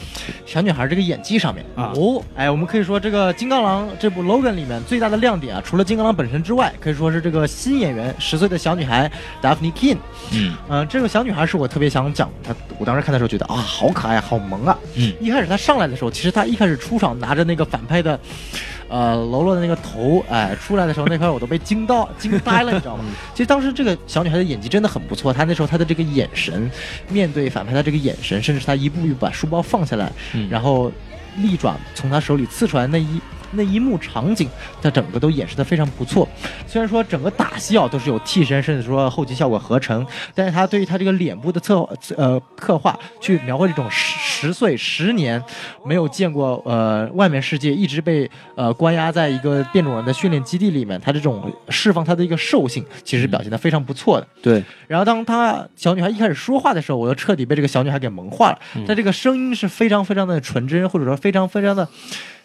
Speaker 2: 小女孩这个演技上面
Speaker 4: 啊
Speaker 2: 哦，哎，我们可以说这个《金刚狼》这部 Logan 里面最大的亮点啊，除了金刚狼本身之外，可以说是这个新演员十岁的小女孩 Daphne King。
Speaker 4: 嗯
Speaker 2: 嗯、这个小女孩是我特别想讲的，她我当时看的时候觉得啊，好可爱，好萌啊。
Speaker 4: 嗯
Speaker 2: 一开始她上来的时候，其实她一开始出场拿着那个反派的，呃，喽啰的那个头，哎，出来的时候那块我都被惊到惊呆了，你知道吗？其实当时这个小女孩的演技真的很不错，她那时候她的这个眼神，面对反派她这个眼神，甚至她一步一步把书包放下来，
Speaker 4: 嗯
Speaker 2: 然后利爪从她手里刺出来那一。那一幕场景，她整个都演示的非常不错。虽然说整个打戏啊都是有替身，甚至说后期效果合成，但是他对于他这个脸部的侧呃刻画，去描绘这种十十岁十年没有见过呃外面世界，一直被呃关押在一个变种人的训练基地里面，他这种释放他的一个兽性，其实表现的非常不错的。
Speaker 5: 对，
Speaker 2: 然后当她小女孩一开始说话的时候，我又彻底被这个小女孩给萌化了。
Speaker 4: 嗯
Speaker 2: 她这个声音是非常非常的纯真，或者说非常非常的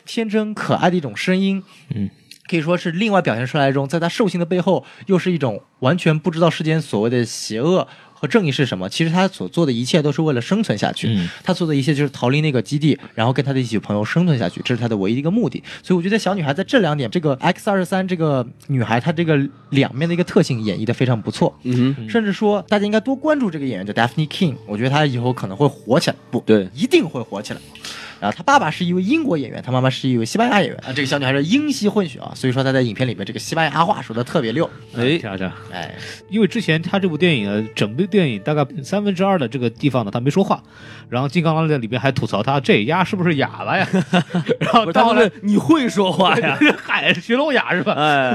Speaker 2: 天真可爱的一种声音。
Speaker 4: 嗯。
Speaker 2: 可以说是另外表现出来中，在她兽性的背后，又是一种完全不知道世间所谓的邪恶和正义是什么。其实她所做的一切都是为了生存下去，
Speaker 4: 嗯
Speaker 2: 她做的一切就是逃离那个基地，然后跟她的一起朋友生存下去，这是她的唯一一个目的。所以我觉得小女孩在这两点，这个 X 二十三这个女孩她这个两面的一个特性演绎的非常不错。
Speaker 5: 嗯哼，
Speaker 2: 甚至说大家应该多关注这个演员叫 Daphne King，我觉得他以后可能会火起来，不，
Speaker 5: 对
Speaker 2: 一定会火起来。然后他爸爸是一位英国演员，他妈妈是一位西班牙演员啊。这个小女孩是英西混血啊，所以说她在影片里面这个西班牙话说的特别溜。
Speaker 5: 哎，
Speaker 4: 瞧瞧，
Speaker 2: 哎，
Speaker 4: 因为之前他这部电影呢，整部电影大概三分之二的这个地方呢，他没说话，然后金刚狼在里边还吐槽他这丫是不是哑 了呀？然后
Speaker 5: 不是
Speaker 4: 到
Speaker 5: 他
Speaker 4: 后来
Speaker 5: 问你会说话呀？
Speaker 4: 嗨，学聋哑是吧？
Speaker 5: 哎，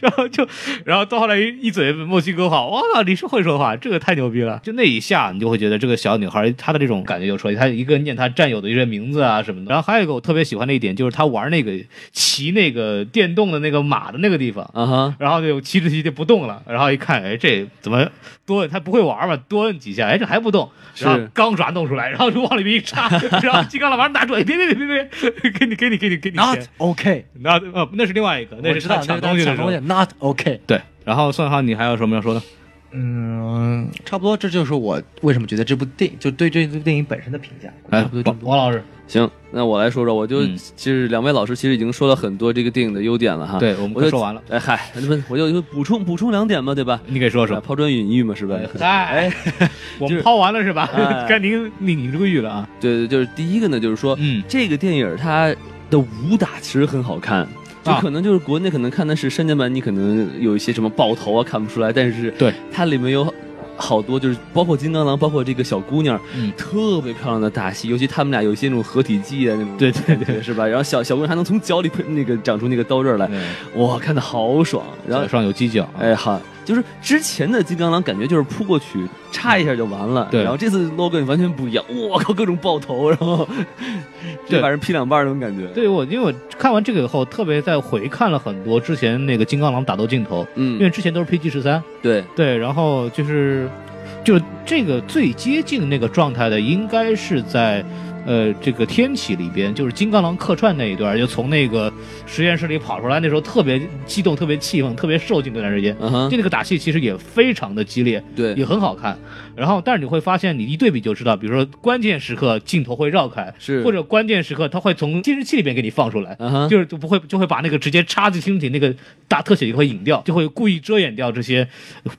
Speaker 4: 然后 就，然后到后来一一嘴墨西哥话，哇，你是会说话，这个太牛逼了！就那一下，你就会觉得这个小女孩她的这种感觉就出来，她一个念她战友的一些名字啊什么的。然后还有一个我特别喜欢的一点就是她玩那个骑那个电动的那个马的那个地方。
Speaker 5: 啊哈，
Speaker 4: 然后就骑着骑着不动了，然后一看，哎，这怎么多摁？他不会玩嘛，多摁几下，哎，这还不动，然后
Speaker 5: 是
Speaker 4: 钢爪弄出来，然后就往里面一 插，然后金刚狼马上拿出来，哎别别别别别，给你给你给你给你
Speaker 2: Not
Speaker 4: 钱
Speaker 2: OK，
Speaker 4: 那呃那是另外一个，那
Speaker 2: 我
Speaker 4: 是
Speaker 2: 知
Speaker 4: 他
Speaker 2: 道，那
Speaker 4: 抢
Speaker 2: 是
Speaker 4: 东西的
Speaker 2: 抢
Speaker 4: 时候
Speaker 2: 东西。Not OK。
Speaker 4: 对，然后宋浩，你还有什么要说的？
Speaker 2: 嗯，差不多，这就是我为什么觉得这部电影就对这部电影本身的评价。
Speaker 4: 哎
Speaker 2: 差不多，这
Speaker 4: 王
Speaker 2: 么多。
Speaker 4: 王老师，
Speaker 5: 行，那我来说说，我就、
Speaker 4: 嗯
Speaker 5: 其实两位老师其实已经说了很多这个电影的优点了哈。
Speaker 4: 对我们
Speaker 5: 我就
Speaker 4: 快说完了。
Speaker 5: 哎嗨，那么我就就补充补充两点嘛，对吧？
Speaker 4: 你给说
Speaker 5: 啊
Speaker 4: 说。
Speaker 5: 抛砖引玉嘛，是吧？
Speaker 4: 哎， 我
Speaker 5: 就
Speaker 4: 们
Speaker 5: 是
Speaker 4: 抛完了是吧
Speaker 5: 哎？
Speaker 4: 该您您您这个玉了啊。
Speaker 5: 对对，就是第一个呢，就是说、
Speaker 4: 嗯
Speaker 5: 这个电影它的武打其实很好看。就
Speaker 4: 啊
Speaker 5: 可能就是国内可能看的是删减版，你可能有一些什么爆头啊看不出来，但是
Speaker 4: 对
Speaker 5: 它里面有好多就是包括金刚狼，包括这个小姑娘，
Speaker 4: 嗯，
Speaker 5: 特别漂亮的打戏，尤其他们俩有一些那种合体技啊那种，
Speaker 4: 对对对，
Speaker 5: 对是吧？然后小小姑娘还能从脚里喷那个长出那个刀刃来，哇，看的好爽。然
Speaker 4: 脚
Speaker 5: 后
Speaker 4: 哎上有犄角。啊
Speaker 5: 哎，好，就是之前的金刚狼感觉就是扑过去插一下就完了，
Speaker 4: 对
Speaker 5: 然后这次 Logan 完全不一样，我靠，各种爆头，然后
Speaker 4: 对
Speaker 5: 这把人劈两半儿那种感觉。，
Speaker 4: 对我，因为我看完这个以后，特别在回看了很多之前那个金刚狼打斗镜头，因为
Speaker 5: 嗯，
Speaker 4: 之前都是 PG 十三，
Speaker 5: 对，
Speaker 4: 对，然后就是，就这个最接近那个状态的，应该是在，呃，这个天启里边，就是金刚狼客串那一段，就从那个实验室里跑出来，那时候特别激动，特别气愤，特别受尽那段时间。
Speaker 5: 嗯哼
Speaker 4: 就，那个打戏其实也非常的激烈，也
Speaker 5: 对，
Speaker 4: 很好看。然后，但是你会发现，你一对比就知道，比如说关键时刻镜头会绕开，
Speaker 5: 是
Speaker 4: 或者关键时刻它会从监视器里边给你放出来，
Speaker 5: 嗯哼，
Speaker 4: 就是就不会就会把那个直接插进身体那个大特写就会隐掉，就会故意遮掩掉这些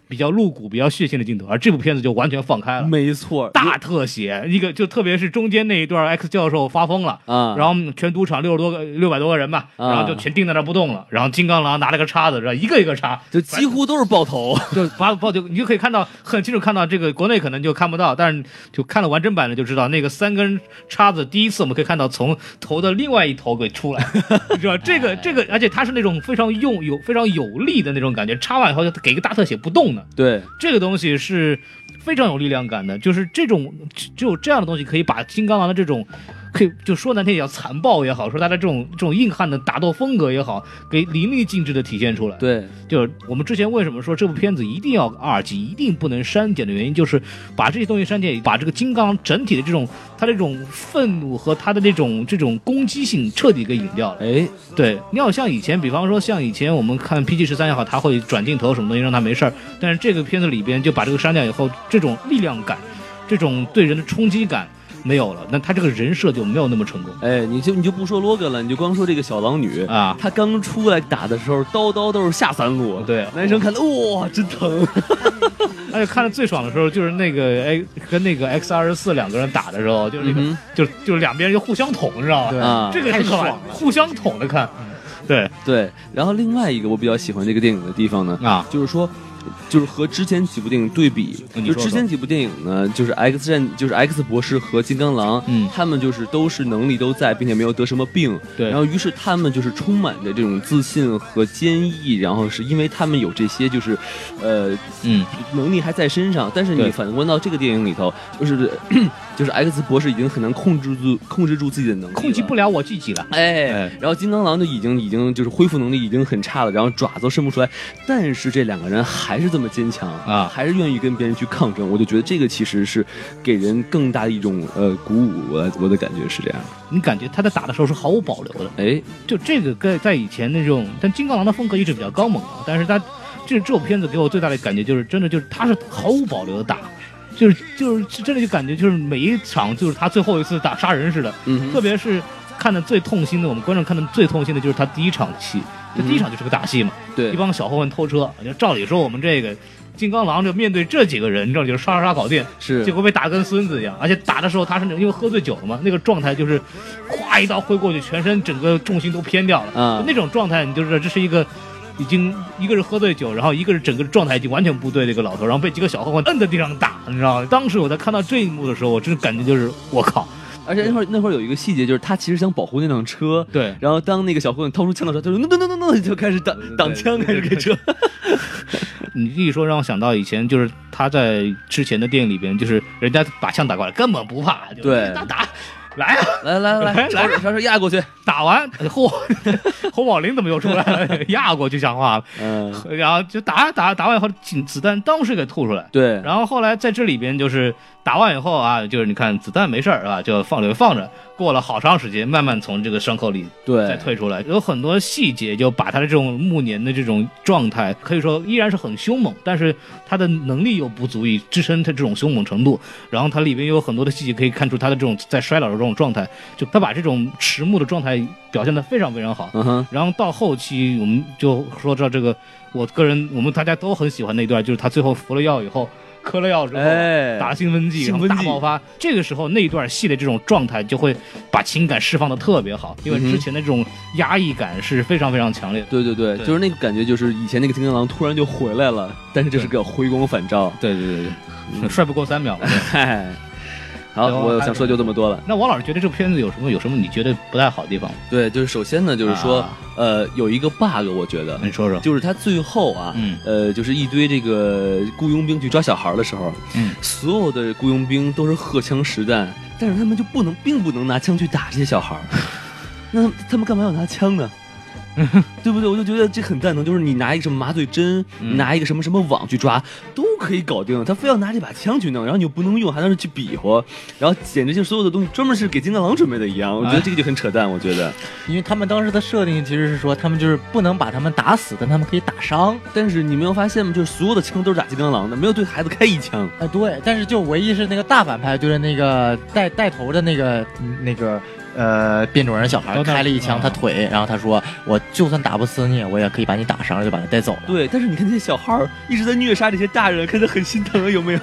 Speaker 4: 比较露骨、比较血腥的镜头，而这部片子就完全放开了。
Speaker 5: 没错，
Speaker 4: 大特写，一个就特别是中间那一段，X 教授发疯了，
Speaker 5: 啊，
Speaker 4: 然后全赌场六十多个、六百多个人吧，
Speaker 5: 啊
Speaker 4: 然后就全定在那儿不动了，然后金刚狼拿了个叉子，然后一个一个叉，
Speaker 5: 就几乎都是爆头，
Speaker 4: 就把把就你就可以看到很清楚看到这个国内可能就看不到，但是就看了完整版的就知道那个三根叉子，第一次我们可以看到从头的另外一头给出来，你知道这个这个，而且它是那种非常用有非常有力的那种感觉，插完以后就给一个大特写不动的，
Speaker 5: 对，
Speaker 4: 这个东西是非常有力量感的，就是这种只只有这样的东西可以把金刚狼的这种。可以就说难听也叫残暴也好，说他的这种这种硬汉的打斗风格也好，给淋漓尽致的体现出来。，
Speaker 5: 对，
Speaker 4: 就是我们之前为什么说这部片子一定要二级，一定不能删减的原因，就是把这些东西删减，把这个金刚整体的这种他这种愤怒和他的这种这种攻击性彻底给隐掉了。
Speaker 5: 哎，
Speaker 4: 对，你要像以前，比方说像以前我们看 PG 十三也好，他会转镜头什么东西让他没事儿，但是这个片子里边就把这个删掉以后，这种力量感，这种对人的冲击感没有了，那他这个人设就没有那么成功
Speaker 5: 哎，你就你就不说罗格了，你就光说这个小狼女，
Speaker 4: 啊。
Speaker 5: 她刚出来打的时候，刀刀都是下三路，
Speaker 4: 对
Speaker 5: 男生看到哇，真疼，
Speaker 4: 而且看的最爽的时候，就是那个哎跟那个 X 二十四两个人打的时候，就是那个、
Speaker 5: 嗯
Speaker 4: 就就两边就互相捅，你知道
Speaker 2: 对
Speaker 4: 吧？
Speaker 5: 啊
Speaker 4: 这个太爽了，嗯互相捅着看。对
Speaker 5: 对。然后另外一个我比较喜欢这个电影的地方呢，
Speaker 4: 啊，
Speaker 5: 就是说。就是和之前几部电影对比，
Speaker 4: 嗯你
Speaker 5: 就
Speaker 4: 说
Speaker 5: 之前几部电影呢，就是 X 战，就是 X 博士和金刚狼，
Speaker 4: 嗯
Speaker 5: 他们就是都是能力都在，并且没有得什么病，
Speaker 4: 对
Speaker 5: 然后于是他们就是充满着这种自信和坚毅，然后是因为他们有这些就是，呃，
Speaker 4: 嗯，
Speaker 5: 能力还在身上，但是你
Speaker 4: 对
Speaker 5: 反观到这个电影里头，就是 就是 X 博士已经很难控制住控制住自己的能力，
Speaker 4: 控制不
Speaker 5: 了。
Speaker 4: 了我自己了。
Speaker 5: 哎，
Speaker 4: 哎
Speaker 5: 然后金刚狼就已经已经就是恢复能力已经很差了，然后爪子都伸不出来，但是这两个人还是这么坚强
Speaker 4: 啊
Speaker 5: 还是愿意跟别人去抗争。我就觉得这个其实是给人更大的一种呃鼓舞，我我的感觉是这样。
Speaker 4: 你感觉他在打的时候是毫无保留的。
Speaker 5: 哎，
Speaker 4: 就这个跟在以前那种，但金刚狼的风格一直比较刚猛啊，但是他这这部片子给我最大的感觉就是，真的就是他是毫无保留的打，就是就是真的就感觉就是每一场就是他最后一次打杀人似的，
Speaker 5: 嗯
Speaker 4: 特
Speaker 5: 哼，
Speaker 4: 别是看的最痛心的，我们观众看的最痛心的就是他第一场戏，这第一场就是个打戏嘛，
Speaker 5: 嗯对
Speaker 4: 一，帮小混混偷车，就照理说我们这个金刚狼就面对这几个人，这就是刷刷刷搞定，
Speaker 5: 是
Speaker 4: 结果被打跟孙子一样，而且打的时候他是那种因为喝醉酒了嘛，那个状态就是，咵一刀挥过去，全身整个重心都偏掉了，
Speaker 5: 啊
Speaker 4: 那种状态你就知道这是一个。已经一个是喝醉酒，然后一个是整个状态已经完全不对的一个老头，然后被几个小混混摁在地上打，你知道吗？当时我在看到这一幕的时候，我真的感觉就是我靠，
Speaker 5: 而且那会儿那会儿有一个细节，就是他其实想保护那辆车，
Speaker 4: 对，
Speaker 5: 然后当那个小混混掏出枪的时候，他说 no no no no no，就开始挡挡枪，开始给车。
Speaker 4: 你一说让我想到以前，就是他在之前的电影里边，就是人家把枪打过来根本不怕，就是
Speaker 5: 对
Speaker 4: 打打来啊，
Speaker 5: 来 来来来，
Speaker 4: 来
Speaker 5: 朝着朝着压过去。
Speaker 4: 打完哎 嚯，侯宝林怎么又出来了？压过去讲话了，
Speaker 5: 嗯，
Speaker 4: 然后就打打打完以后，子子弹当时给吐出来。
Speaker 5: 对，
Speaker 4: 然后后来在这里边就是打完以后啊，就是你看子弹没事儿啊，就放着放着，过了好长时间，慢慢从这个伤口里
Speaker 5: 对
Speaker 4: 再退出来，有很多细节就把他的这种暮年的这种状态，可以说依然是很凶猛，但是他的能力又不足以支撑他这种凶猛程度。然后它里边有很多的细节可以看出他的这种在衰老的这种状态，就他把这种迟暮的状态表现得非常非常好。
Speaker 5: 嗯哼，
Speaker 4: 然后到后期，我们就说到这个，我个人我们大家都很喜欢那段，就是他最后服了药以后，嗑了药之后，
Speaker 5: 哎，
Speaker 4: 打兴奋剂，
Speaker 5: 兴
Speaker 4: 然
Speaker 5: 奋
Speaker 4: 后
Speaker 5: 剂
Speaker 4: 大爆发。这个时候那一段戏的这种状态就会把情感释放的特别好，因为
Speaker 5: 嗯哼
Speaker 4: 之前的这种压抑感是非常非常强烈的。
Speaker 5: 对对对，
Speaker 4: 对
Speaker 5: 就是那个感觉，就是以前那个金刚狼突然就回来了，但是这是个回光返照。
Speaker 4: 对对对对， 帅不过三
Speaker 5: 嗯
Speaker 4: 秒。
Speaker 5: 嗨，好，
Speaker 4: 然后
Speaker 5: 我
Speaker 4: 还有
Speaker 5: 想说就这么多了。
Speaker 4: 那王老师觉得这片子有什么有什么你觉得不太好的地方？
Speaker 5: 对，就是首先呢，就是说
Speaker 4: 啊，
Speaker 5: 呃，有一个 bug，我觉得
Speaker 4: 你说说。
Speaker 5: 就是他最后啊，
Speaker 4: 嗯
Speaker 5: 呃，就是一堆这个雇佣兵去抓小孩的时候，
Speaker 4: 嗯
Speaker 5: 所有的雇佣兵都是荷枪实弹，但是他们就不能，并不能拿枪去打这些小孩儿。那他们干嘛要拿枪呢？ 对不对？我就觉得这很蛋疼，就是你拿一个什么麻醉针，
Speaker 4: 嗯
Speaker 5: 拿一个什么什么网去抓，都可以搞定，他非要拿这把枪去弄，然后你又不能用，还在那去比划，然后简直就是所有的东西专门是给金刚狼准备的一样，我觉得
Speaker 4: 哎
Speaker 5: 这个就很扯淡，我觉得。
Speaker 2: 因为他们当时的设定其实是说，他们就是不能把他们打死，但他们可以打伤。
Speaker 5: 但是你没有发现吗？就是所有的枪都是打金刚狼的，没有对孩子开一枪。
Speaker 2: 啊，对，但是就唯一是那个大反派对着那个带带头的那个嗯那个呃变种人小孩
Speaker 4: 高大
Speaker 2: 开了一枪
Speaker 4: 啊
Speaker 2: 他腿，然后他说我就算打不死你，我也可以把你打伤，就把他带走了。
Speaker 5: 对，但是你看这些小孩儿一直在虐杀这些大人，看着很心疼，有没有？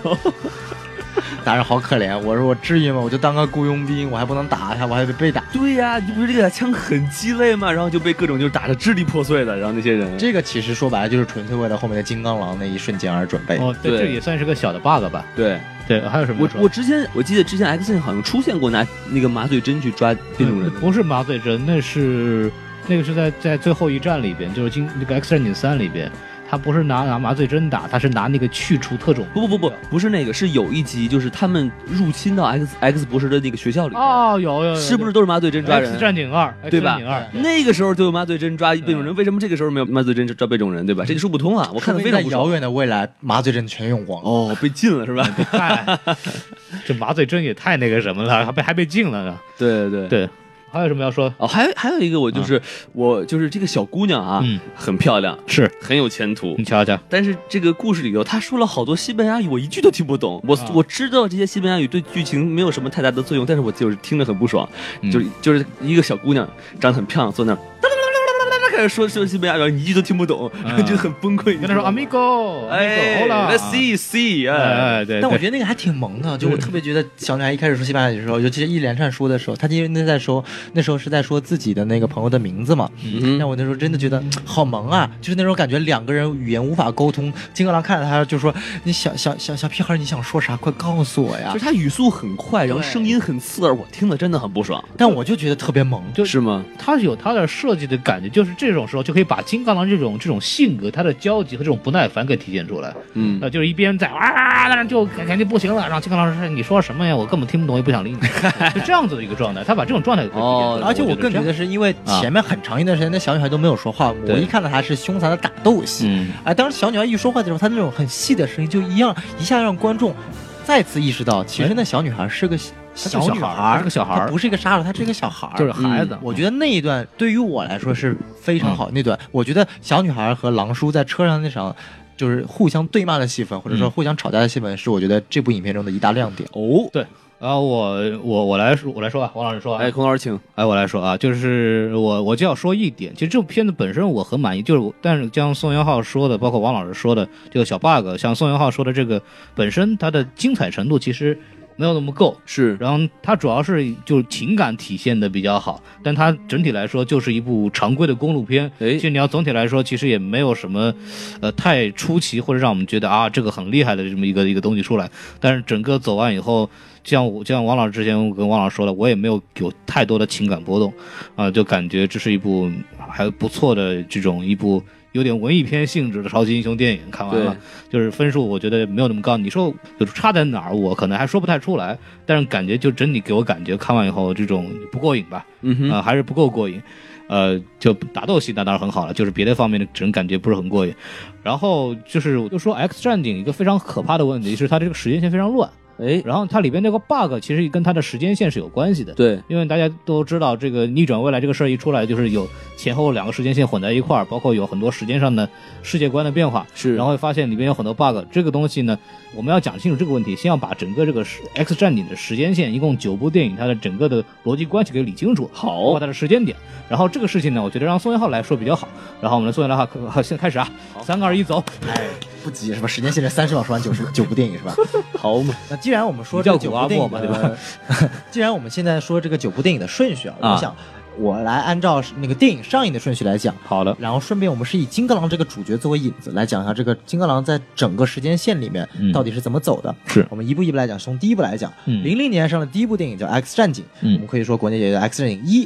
Speaker 2: 打人好可怜，我说我至于吗？我就当个雇佣兵，我还不能打他，我还得被打。
Speaker 5: 对呀、你不是这个枪很鸡肋吗？然后就被各种就是打得支离破碎的，然后那些人，
Speaker 2: 这个其实说白了就是纯粹为了后面的金刚狼那一瞬间而准备。
Speaker 4: 哦，对，
Speaker 5: 对
Speaker 4: 这也算是个小的 bug 吧。
Speaker 5: 对
Speaker 4: 对，还有什么
Speaker 5: 我
Speaker 4: 要说？
Speaker 5: 我之前我记得之前 X 线好像出现过拿那个麻醉针去抓变种人 的，
Speaker 4: 不是麻醉针，那是那个是在在最后一战里边，就是经那个 X 战警三里边，他不是拿拿麻醉针打，他是拿那个去除特种。
Speaker 5: 不不不不，不是那个，是有一集就是他们入侵到 X X 博士的那个学校里，
Speaker 4: 哦，有有有，
Speaker 5: 是不是都是麻醉针抓人
Speaker 4: X？战警二，
Speaker 5: 对吧哎
Speaker 4: X 战警二，
Speaker 5: 那个时候就有麻醉针抓被
Speaker 4: 嗯
Speaker 5: 种人，为什么这个时候没有麻醉针抓被种人？对吧？这就说不通啊！我看
Speaker 2: 看
Speaker 5: 的非
Speaker 2: 非常
Speaker 5: 常不
Speaker 2: 遥
Speaker 5: 爽。
Speaker 2: 远的未来，麻醉针全用光了。
Speaker 5: 哦，被禁了是吧？
Speaker 4: 太，这麻醉针也太那个什么了，还被还被禁了呢。
Speaker 5: 对对。
Speaker 4: 对，还有什么要说？
Speaker 5: 哦，还有还有一个，我就是、我就是这个小姑娘啊，
Speaker 4: 嗯
Speaker 5: 很漂亮，
Speaker 4: 是
Speaker 5: 很有前途
Speaker 4: 你。瞧瞧，
Speaker 5: 但是这个故事里头，她说了好多西班牙语，我一句都听不懂。我、
Speaker 4: 啊
Speaker 5: 我知道这些西班牙语对剧情没有什么太大的作用，但是我就是听着很不爽。
Speaker 4: 嗯
Speaker 5: 就是就是一个小姑娘，长得很漂亮，坐那儿。哒哒哒哒哒哒哒开始说说西班牙语，你一句都听不懂，
Speaker 4: 嗯
Speaker 5: 就很崩溃。
Speaker 4: 跟他说啊
Speaker 5: 阿米，
Speaker 4: amigo，
Speaker 5: 哎，Let's see see，哎，
Speaker 4: 啊哎对，
Speaker 2: 但我
Speaker 4: 对
Speaker 2: 觉得那个还挺萌的，就我特别觉得小女孩一开始说西班牙语的时候，尤其是一连串说的时候，她因为那在说那时候是在说自己的那个朋友的名字嘛，
Speaker 5: 嗯
Speaker 2: 让我那时候真的觉得好萌啊，就是那种感觉两个人语言无法沟通，金刚狼看着她就说：“你小小小小屁孩，你想说啥？快告诉我呀
Speaker 5: 就是她语速很快，然后
Speaker 2: 对
Speaker 5: 声音很刺耳，我听了真的很不爽，！”
Speaker 2: 但我就觉得特别萌，
Speaker 4: 就是
Speaker 5: 吗？
Speaker 4: 他有他的设计的感觉，就是这种时候就可以把金刚狼这种这种性格、他的焦急和这种不耐烦给体现出来。
Speaker 5: 嗯
Speaker 4: 呃，就是一边在啊，那就肯肯定不行了，然后金刚狼说你说什么呀，我根本听不懂，也不想理你，就这样子的一个状态。他把这种状态给体现出
Speaker 5: 哦
Speaker 4: 来，
Speaker 2: 而且我
Speaker 4: 我
Speaker 2: 更觉
Speaker 4: 是
Speaker 2: 得是因为前面很长一段时间，那小女孩都没有说话，我
Speaker 5: 对
Speaker 2: 一看到她是凶残的打斗
Speaker 4: 这
Speaker 2: 戏，
Speaker 4: 样，嗯，
Speaker 2: 哎，当时小女孩一说话的时候，她那种很细的声音，就一样一下让观众再次意识到，其实那小女孩是个小
Speaker 4: 小
Speaker 2: 女
Speaker 4: 孩儿
Speaker 2: 孩，
Speaker 4: 哎是个小孩儿嗯
Speaker 2: 她不是一个杀手，她是一个小孩儿。嗯
Speaker 4: 就是孩子。嗯
Speaker 2: 我觉得那一段对于我来说是非常好。那段我觉得小女孩和狼叔在车上那场。就是互相对骂的戏份，或者说
Speaker 4: 嗯
Speaker 2: 互相吵架的戏份，是我觉得这部影片中的一大亮点。
Speaker 5: 哦，
Speaker 4: 对，然后啊我我我来说，我来说吧，王老师说啊，
Speaker 5: 哎，孔老师请，
Speaker 4: 哎，我来说啊，就是我我就要说一点，其实这部片子本身我很满意，就是我但是像宋元浩说的，包括王老师说的这个小 bug，像宋元浩说的这个本身它的精彩程度其实没有那么够，
Speaker 5: 是
Speaker 4: 然后它主要是就是情感体现的比较好，但它整体来说就是一部常规的公路片。
Speaker 5: 哎
Speaker 4: 其实你要总体来说，其实也没有什么，呃，太出奇或者让我们觉得啊这个很厉害的这么一个一个东西出来。但是整个走完以后，就像我就像王老师之前我跟王老师说了，我也没有有太多的情感波动，啊、就感觉这是一部还不错的这种一部。有点文艺片性质的超级英雄电影，看完了，就是分数我觉得没有那么高。你说有差在哪儿，我可能还说不太出来。但是感觉就整体给我感觉看完以后这种不过瘾吧，
Speaker 5: 嗯哼，
Speaker 4: 啊、还是不够过瘾。呃，就打斗戏那当然很好了，就是别的方面的整感觉不是很过瘾。然后就是我就说《X 战警》一个非常可怕的问 题是它这个时间线非常乱，
Speaker 5: 哎，
Speaker 4: 然后它里边那个 bug 其实跟它的时间线是有关系的。
Speaker 5: 对，
Speaker 4: 因为大家都知道，这个逆转未来这个事儿一出来，就是有前后两个时间线混在一块儿，包括有很多时间上的世界观的变化。
Speaker 5: 是
Speaker 4: 然后会发现里面有很多 bug。这个东西呢，我们要讲清楚这个问题，先要把整个这个时 X 战警的时间线，一共九部电影，它的整个的逻辑关系给理清楚，
Speaker 5: 好
Speaker 4: 包括它的时间点。然后这个事情呢，我觉得让宋元浩来说比较好。然后我们来宋元浩，好，现在开始啊，三个二一走，
Speaker 2: 哎，不急是吧？时间限制三十秒说完九 十九部电影是吧？
Speaker 5: 好嘛，
Speaker 2: 那既然我们说
Speaker 4: 你叫
Speaker 2: 这九
Speaker 4: 古阿
Speaker 2: 部电
Speaker 4: 莫
Speaker 2: 影
Speaker 4: 吧
Speaker 2: 的，
Speaker 4: 对吧
Speaker 2: 既然我们现在说这个九部电影的顺序啊，
Speaker 5: 啊
Speaker 2: 我想我来按照那个电影上映的顺序来讲。
Speaker 4: 好的，
Speaker 2: 然后顺便，我们是以金刚狼这个主角作为引子来讲一下这个金刚狼在整个时间线里面
Speaker 4: 嗯
Speaker 2: 到底是怎么走的。
Speaker 4: 是
Speaker 2: 我们一步一步来讲。从第一部来讲，
Speaker 4: 嗯
Speaker 2: 零零、年上的第一部电影叫《X 战警》，
Speaker 4: 嗯
Speaker 2: 我们可以说国内也叫《X 战警一》。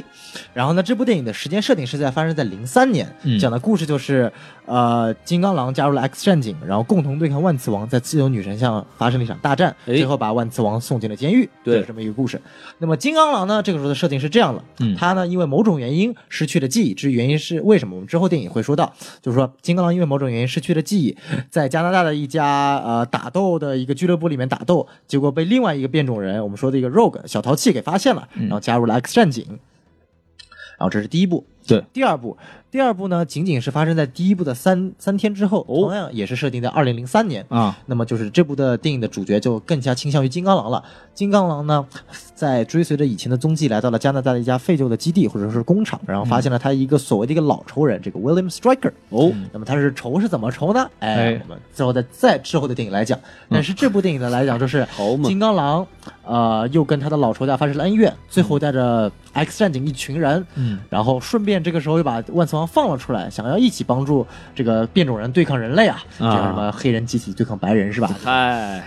Speaker 2: 然后呢，这部电影的时间设定是在发生在零三年，
Speaker 4: 嗯
Speaker 2: 讲的故事就是呃，金刚狼加入了 X 战警，然后共同对抗万磁王，在自由女神像发生了一场大战，
Speaker 5: 哎
Speaker 2: 最后把万磁王送进了监狱，
Speaker 5: 对
Speaker 2: 就是这么一个故事。那么金刚狼呢，这个时候的设定是这样的，
Speaker 4: 嗯
Speaker 2: 他呢因为某种原因失去了记忆，至于原因是为什么，我们之后电影会说到，就是说金刚狼因为某种原因失去了记忆，在加拿大的一家呃打斗的一个俱乐部里面打斗，结果被另外一个变种人，我们说的一个 Rogue 小淘气给发现了，然后加入了 X 战警。然后这是第一部，
Speaker 4: 对，
Speaker 2: 第二部，第二部呢，仅仅是发生在第一部的三三天之后，同样也是设定在二零零三年。
Speaker 4: 啊，
Speaker 2: 那么就是这部的电影的主角就更加倾向于金刚狼了。金刚狼呢，在追随着以前的踪迹来到了加拿大的一家废旧的基地或者是工厂，然后发现了他一个所谓的一个老仇人，这个 William Striker。
Speaker 5: 嗯哦，
Speaker 2: 那么他是仇是怎么仇呢？
Speaker 4: 哎
Speaker 2: 哎，我们最后再再之后的电影来讲，但是这部电影的来讲就是
Speaker 5: 嗯 好嘛，
Speaker 2: 金刚狼，呃，又跟他的老仇家发生了恩怨，最后带着 X 战警一群人，
Speaker 4: 嗯，
Speaker 2: 然后顺便这个时候又把万磁王放了出来，想要一起帮助这个变种人对抗人类啊，这
Speaker 5: 啊
Speaker 2: 样什么黑人集体对抗白人是吧？
Speaker 5: 嗨，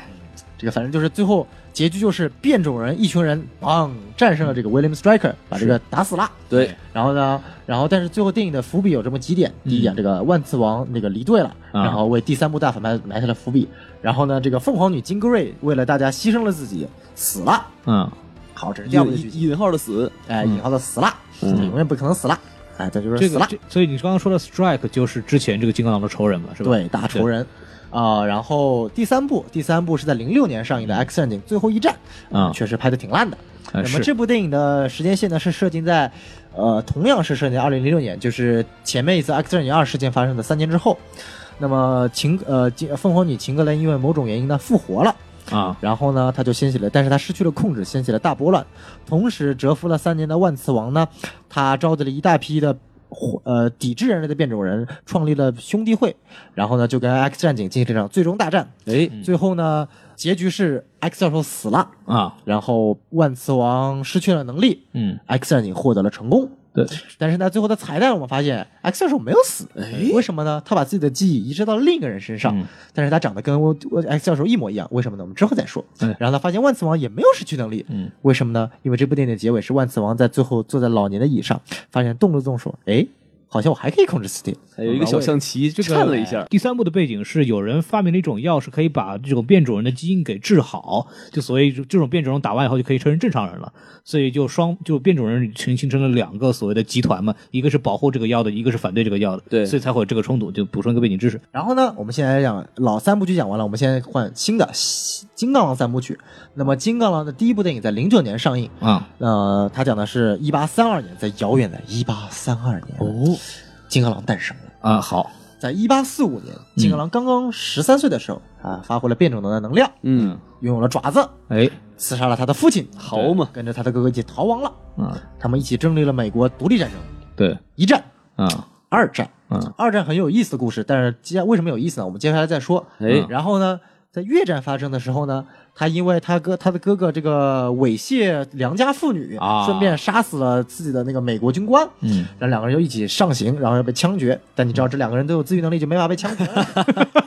Speaker 2: 这个反正就是最后结局就是变种人一群人砰战胜了这个 William Striker，把这个打死了。
Speaker 5: 对，
Speaker 2: 然后呢，然后但是最后电影的伏笔有这么几点：第一点，这个万磁王那个离队了，
Speaker 5: 嗯啊
Speaker 2: 然后为第三部大反派埋下了伏笔；然后呢，这个凤凰女金戈瑞为了大家牺牲了自己，死了。
Speaker 5: 嗯，
Speaker 2: 好，这是第二部的剧
Speaker 5: 引
Speaker 2: 情。
Speaker 5: 引号的死，
Speaker 2: 哎，引号的死了，
Speaker 5: 嗯
Speaker 2: 永远不可能死了。哎，这就是
Speaker 4: 这
Speaker 2: 死
Speaker 4: 个
Speaker 2: 了，
Speaker 4: 这，所以你刚刚说的 Strike 就是之前这个金刚狼的仇人嘛，是吧？
Speaker 2: 对，大仇人。啊、然后第三部，第三部是在零六年上映的《X 战警：最后一战》
Speaker 5: 啊
Speaker 2: 确实拍的挺烂的。
Speaker 5: 哎
Speaker 2: 那么
Speaker 5: 是
Speaker 2: 这部电影的时间线呢，是设定在，呃，同样是设定在二零零六年，就是前面一次《X 战警二》事件发生的三年之后。那么秦呃金凤凰女秦格雷因为某种原因呢复活了，
Speaker 5: 啊，
Speaker 2: 然后呢她就掀起了，但是她失去了控制，掀起了大波乱。同时蛰伏了三年的万磁王呢，他召集了一大批的。呃，抵制人类的变种人创立了兄弟会，然后呢，就跟 X 战警进行了一场最终大战。
Speaker 5: 哎
Speaker 2: 最后呢，结局是 X 教授死了，
Speaker 5: 啊，
Speaker 2: 然后万磁王失去了能力，
Speaker 5: 嗯，
Speaker 2: X 战警获得了成功。
Speaker 5: 对，
Speaker 2: 但是呢，最后的彩蛋我们发现 X 教授没有死，
Speaker 5: 哎
Speaker 2: 为什么呢？他把自己的记忆移植到另一个人身上，
Speaker 5: 嗯
Speaker 2: 但是他长得跟我我 X 教授一模一样，为什么呢？我们之后再说。
Speaker 5: 嗯
Speaker 2: 然后他发现万磁王也没有失去能力，
Speaker 5: 嗯
Speaker 2: 为什么呢？因为这部电影的结尾是万磁王在最后坐在老年的椅上，发现动了动手，哎，好像我还可以控制死体。
Speaker 5: 还有一个小象棋
Speaker 4: 啊这个哎
Speaker 5: 颤了一下，
Speaker 4: 第三部的背景是有人发明了一种药，是可以把这种变种人的基因给治好，就所以这种变种人打完以后就可以成为正常人了。所以就双就变种人形形成了两个所谓的集团嘛，一个是保护这个药的，一个是反对这个药的，
Speaker 5: 对
Speaker 4: 所以才会有这个冲突。就补充一个背景知识，
Speaker 2: 然后呢，我们现在讲老三部曲讲完了，我们现在换新的新金刚狼三部曲。那么金刚狼的第一部电影在零九年上映，
Speaker 4: 啊、
Speaker 2: 呃，他讲的是一八三二年，在遥远的一八三二年，哦，金刚狼诞生了。
Speaker 4: 啊，好，
Speaker 2: 在一八四五年，
Speaker 5: 嗯
Speaker 2: 金刚狼刚刚十三岁的时候、啊，发挥了变种人的能量，
Speaker 5: 嗯，
Speaker 2: 拥有了爪子，
Speaker 4: 哎，
Speaker 2: 刺杀了他的父亲，
Speaker 5: 好嘛，
Speaker 2: 跟着他的哥哥一起逃亡了。
Speaker 5: 啊，
Speaker 2: 他们一起经历了美国独立战争，
Speaker 5: 对，
Speaker 2: 一战、
Speaker 5: 啊，
Speaker 2: 二战。
Speaker 5: 嗯，
Speaker 2: 二战很有意思的故事，但是接为什么有意思呢？我们接下来再说。嗯
Speaker 5: 哎
Speaker 2: 然后呢，在越战发生的时候呢，他因为他哥他的哥哥这个猥亵良家妇女，
Speaker 5: 啊
Speaker 2: 顺便杀死了自己的那个美国军官，
Speaker 5: 嗯，
Speaker 2: 然后两个人就一起上刑，然后要被枪决。但你知道这两个人都有自愈能力，就没法被枪决了，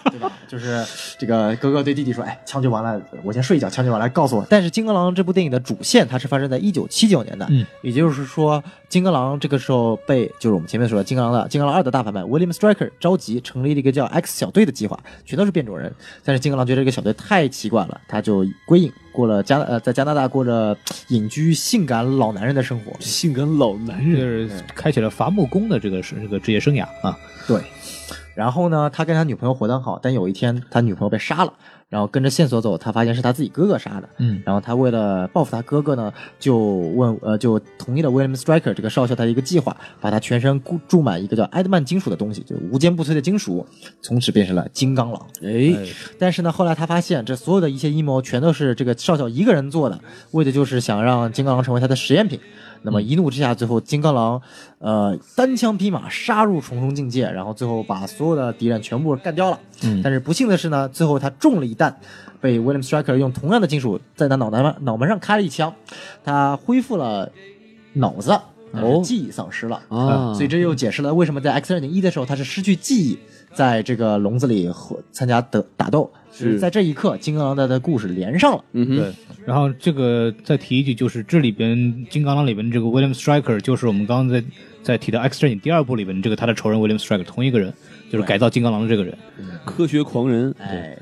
Speaker 2: 对吧？就是这个哥哥对弟弟说：“哎，枪决完了，我先睡一觉，枪决完了告诉我。”但是《金刚狼》这部电影的主线它是发生在一九七九年的，
Speaker 4: 嗯
Speaker 2: 也就是说，金刚狼这个时候被就是我们前面说的金刚狼的金刚狼二的大反派 William Striker 召集，成立了一个叫 X 小队的计划，全都是变种人。但是金刚狼觉得这个小队太奇怪了，他就归隐，过了加呃在加拿大过着隐居性感老男人的生活。
Speaker 5: 性感老男
Speaker 4: 就
Speaker 5: 人，
Speaker 4: 是开启了伐木工的这个是这个职业生涯啊，
Speaker 2: 对，然后呢，他跟他女朋友活得很好，但有一天他女朋友被杀了，然后跟着线索走，他发现是他自己哥哥杀的。
Speaker 4: 嗯
Speaker 2: 然后他为了报复他哥哥呢，就问呃就同意了 William Striker 这个少校他的一个计划，把他全身固注满一个叫埃德曼金属的东西，就是无坚不摧的金属，从此变成了金刚狼。
Speaker 5: 哎，
Speaker 2: 但是呢，后来他发现这所有的一切阴谋全都是这个少校一个人做的，为的就是想让金刚狼成为他的实验品。那么一怒之下，最后金刚狼，呃，单枪匹马杀入重重境界，然后最后把所有的敌人全部干掉了。
Speaker 5: 嗯
Speaker 2: 但是不幸的是呢，最后他中了一弹，被 William Striker 用同样的金属在他脑袋脑门上开了一枪，他恢复了脑子，但是
Speaker 5: 哦
Speaker 2: 记忆丧失了。
Speaker 5: 啊，
Speaker 2: 所以这又解释了为什么在 X 战警一的时候他是失去记忆，在这个笼子里和参加的打斗，
Speaker 5: 是
Speaker 2: 在这一刻金刚狼的的故事连上了。
Speaker 5: 嗯哼，
Speaker 4: 对，然后这个再提一句，就是这里边金刚狼里边这个 William Striker，就是我们刚刚在在提到 X 战警第二部里边这个他的仇人 William Striker，同一个人，就是改造金刚狼的这个人。
Speaker 5: 科学狂人，
Speaker 2: 哎，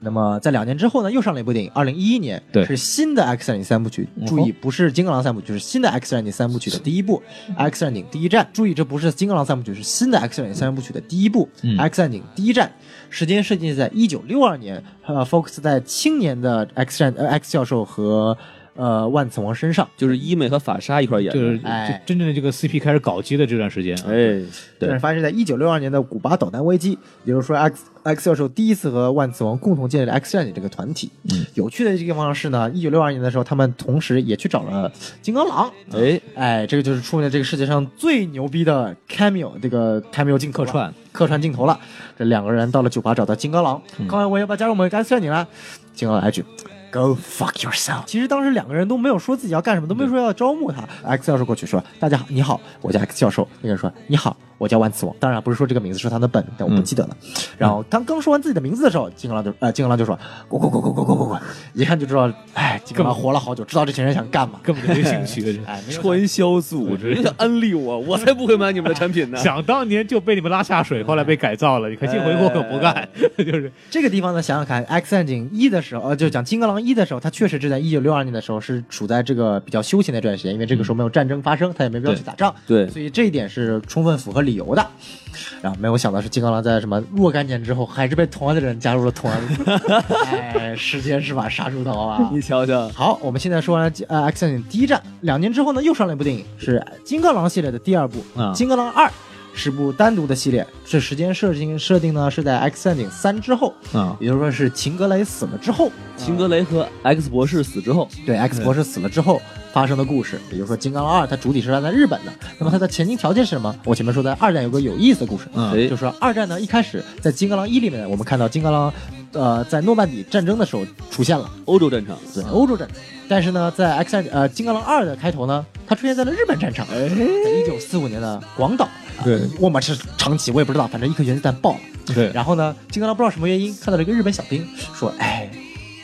Speaker 2: 那么在两年之后呢，又上了一部电影，二零一一年，
Speaker 4: 对
Speaker 2: 是新的 X 战警三部曲。
Speaker 4: 嗯哼
Speaker 2: 注意，不是金刚狼三部曲，是新的 X 战警三部曲的第一部，《X 战警第一战》。注意，这不是金刚狼三部曲，是新的 X 战警三部曲的第一部，
Speaker 4: 嗯
Speaker 2: X 战警第一战》。时间设定在一九六二年，呃，focus 在青年的 X 战呃 X 教授和呃万磁王身上。
Speaker 5: 就是医美和法莎一块儿演的，
Speaker 4: 就是
Speaker 2: 哎
Speaker 4: 就真正的这个 CP 开始搞基的这段时间啊，
Speaker 5: 哎，
Speaker 2: 但
Speaker 5: 对
Speaker 2: 是，发生在一九六二年的古巴导弹危机，也就是说 X X 教授第一次和万磁王共同建立了 X 战警这个团体。嗯、有趣的地方是呢，一九六二年的时候，他们同时也去找了金刚狼。
Speaker 4: 嗯
Speaker 5: 哎，
Speaker 2: 哎，这个就是出现了这个世界上最牛逼的 cameo 这个 cameo 镜头
Speaker 4: 客
Speaker 2: 了
Speaker 4: 串
Speaker 2: 客串镜头了。这两个人到了酒吧找到金刚狼，刚才我要不要加入我们 X 战警了？金刚狼来一句 Go fuck yourself！其实当时两个人都没有说自己要干什么，都没有说要招募他。X 教授过去说：“大家好，你好，我叫 X 教授。”那个人说：“你好，我叫万磁王。当然不是说这个名字是他的本，但我不记得了。然后他刚说完自己的名字的时候，金刚狼就呃金刚狼就说滚滚滚滚滚滚滚滚，一看就知道，哎，金刚狼活了好久，知道这群人想干嘛。
Speaker 4: 根本就没兴趣。
Speaker 2: 哎，没有
Speaker 5: 传销组织，你想哎安利我，我才不会买你们的产 品呢。
Speaker 4: 想当年就被你们拉下水，后来被改造了。你看这回我可不干， 就是
Speaker 2: 这个地方呢，想想看，《X 战警一》的时候，呃，就讲《金刚狼一》的时候，它确实是在一九六二年的时候是处在这个比较休闲的一段时间，因为这个时候没有战争发生，他也没必要去打仗，
Speaker 5: 对对
Speaker 2: 所以这一点是充分符合理由的。然后没有想到是金刚狼在什么若干年之后，还是被同样的人加入了同样的，哎，时间是把杀猪刀啊！
Speaker 5: 你瞧
Speaker 4: 嗯
Speaker 5: 瞧，
Speaker 2: 好，我们现在说完了呃《X 战警》第一站，两年之后呢，又上了一部电影，是《金刚狼》系列的第二部，
Speaker 5: 啊
Speaker 2: 《金刚狼二》是部单独的系列，这时间设定设定呢是在《X 战警三》之后，
Speaker 5: 啊，
Speaker 2: 也就是说是秦格雷死了之后，
Speaker 5: 辛格雷和 X 博士死之后，
Speaker 2: 对 X 博士死了之后发生的故事。也就是说，《金刚狼二》它主体是发生在日本的，那么它的前提条件是什么？我前面说在二战有个有意思的故事，
Speaker 5: 嗯
Speaker 2: 就是说二战呢一开始在《金刚狼一》里面，我们看到金刚狼。呃，在诺曼底战争的时候出现了，
Speaker 5: 欧洲战场，
Speaker 2: 对欧洲战场。但是呢，在 X 战呃《金刚狼二》的开头呢，它出现在了日本战场，在一九四五年的广岛。
Speaker 4: 对
Speaker 2: 我们是长崎，我也不知道，反正一颗原子弹爆了。
Speaker 4: 对
Speaker 2: 然后呢，金刚狼不知道什么原因看到了一个日本小兵，说：“哎，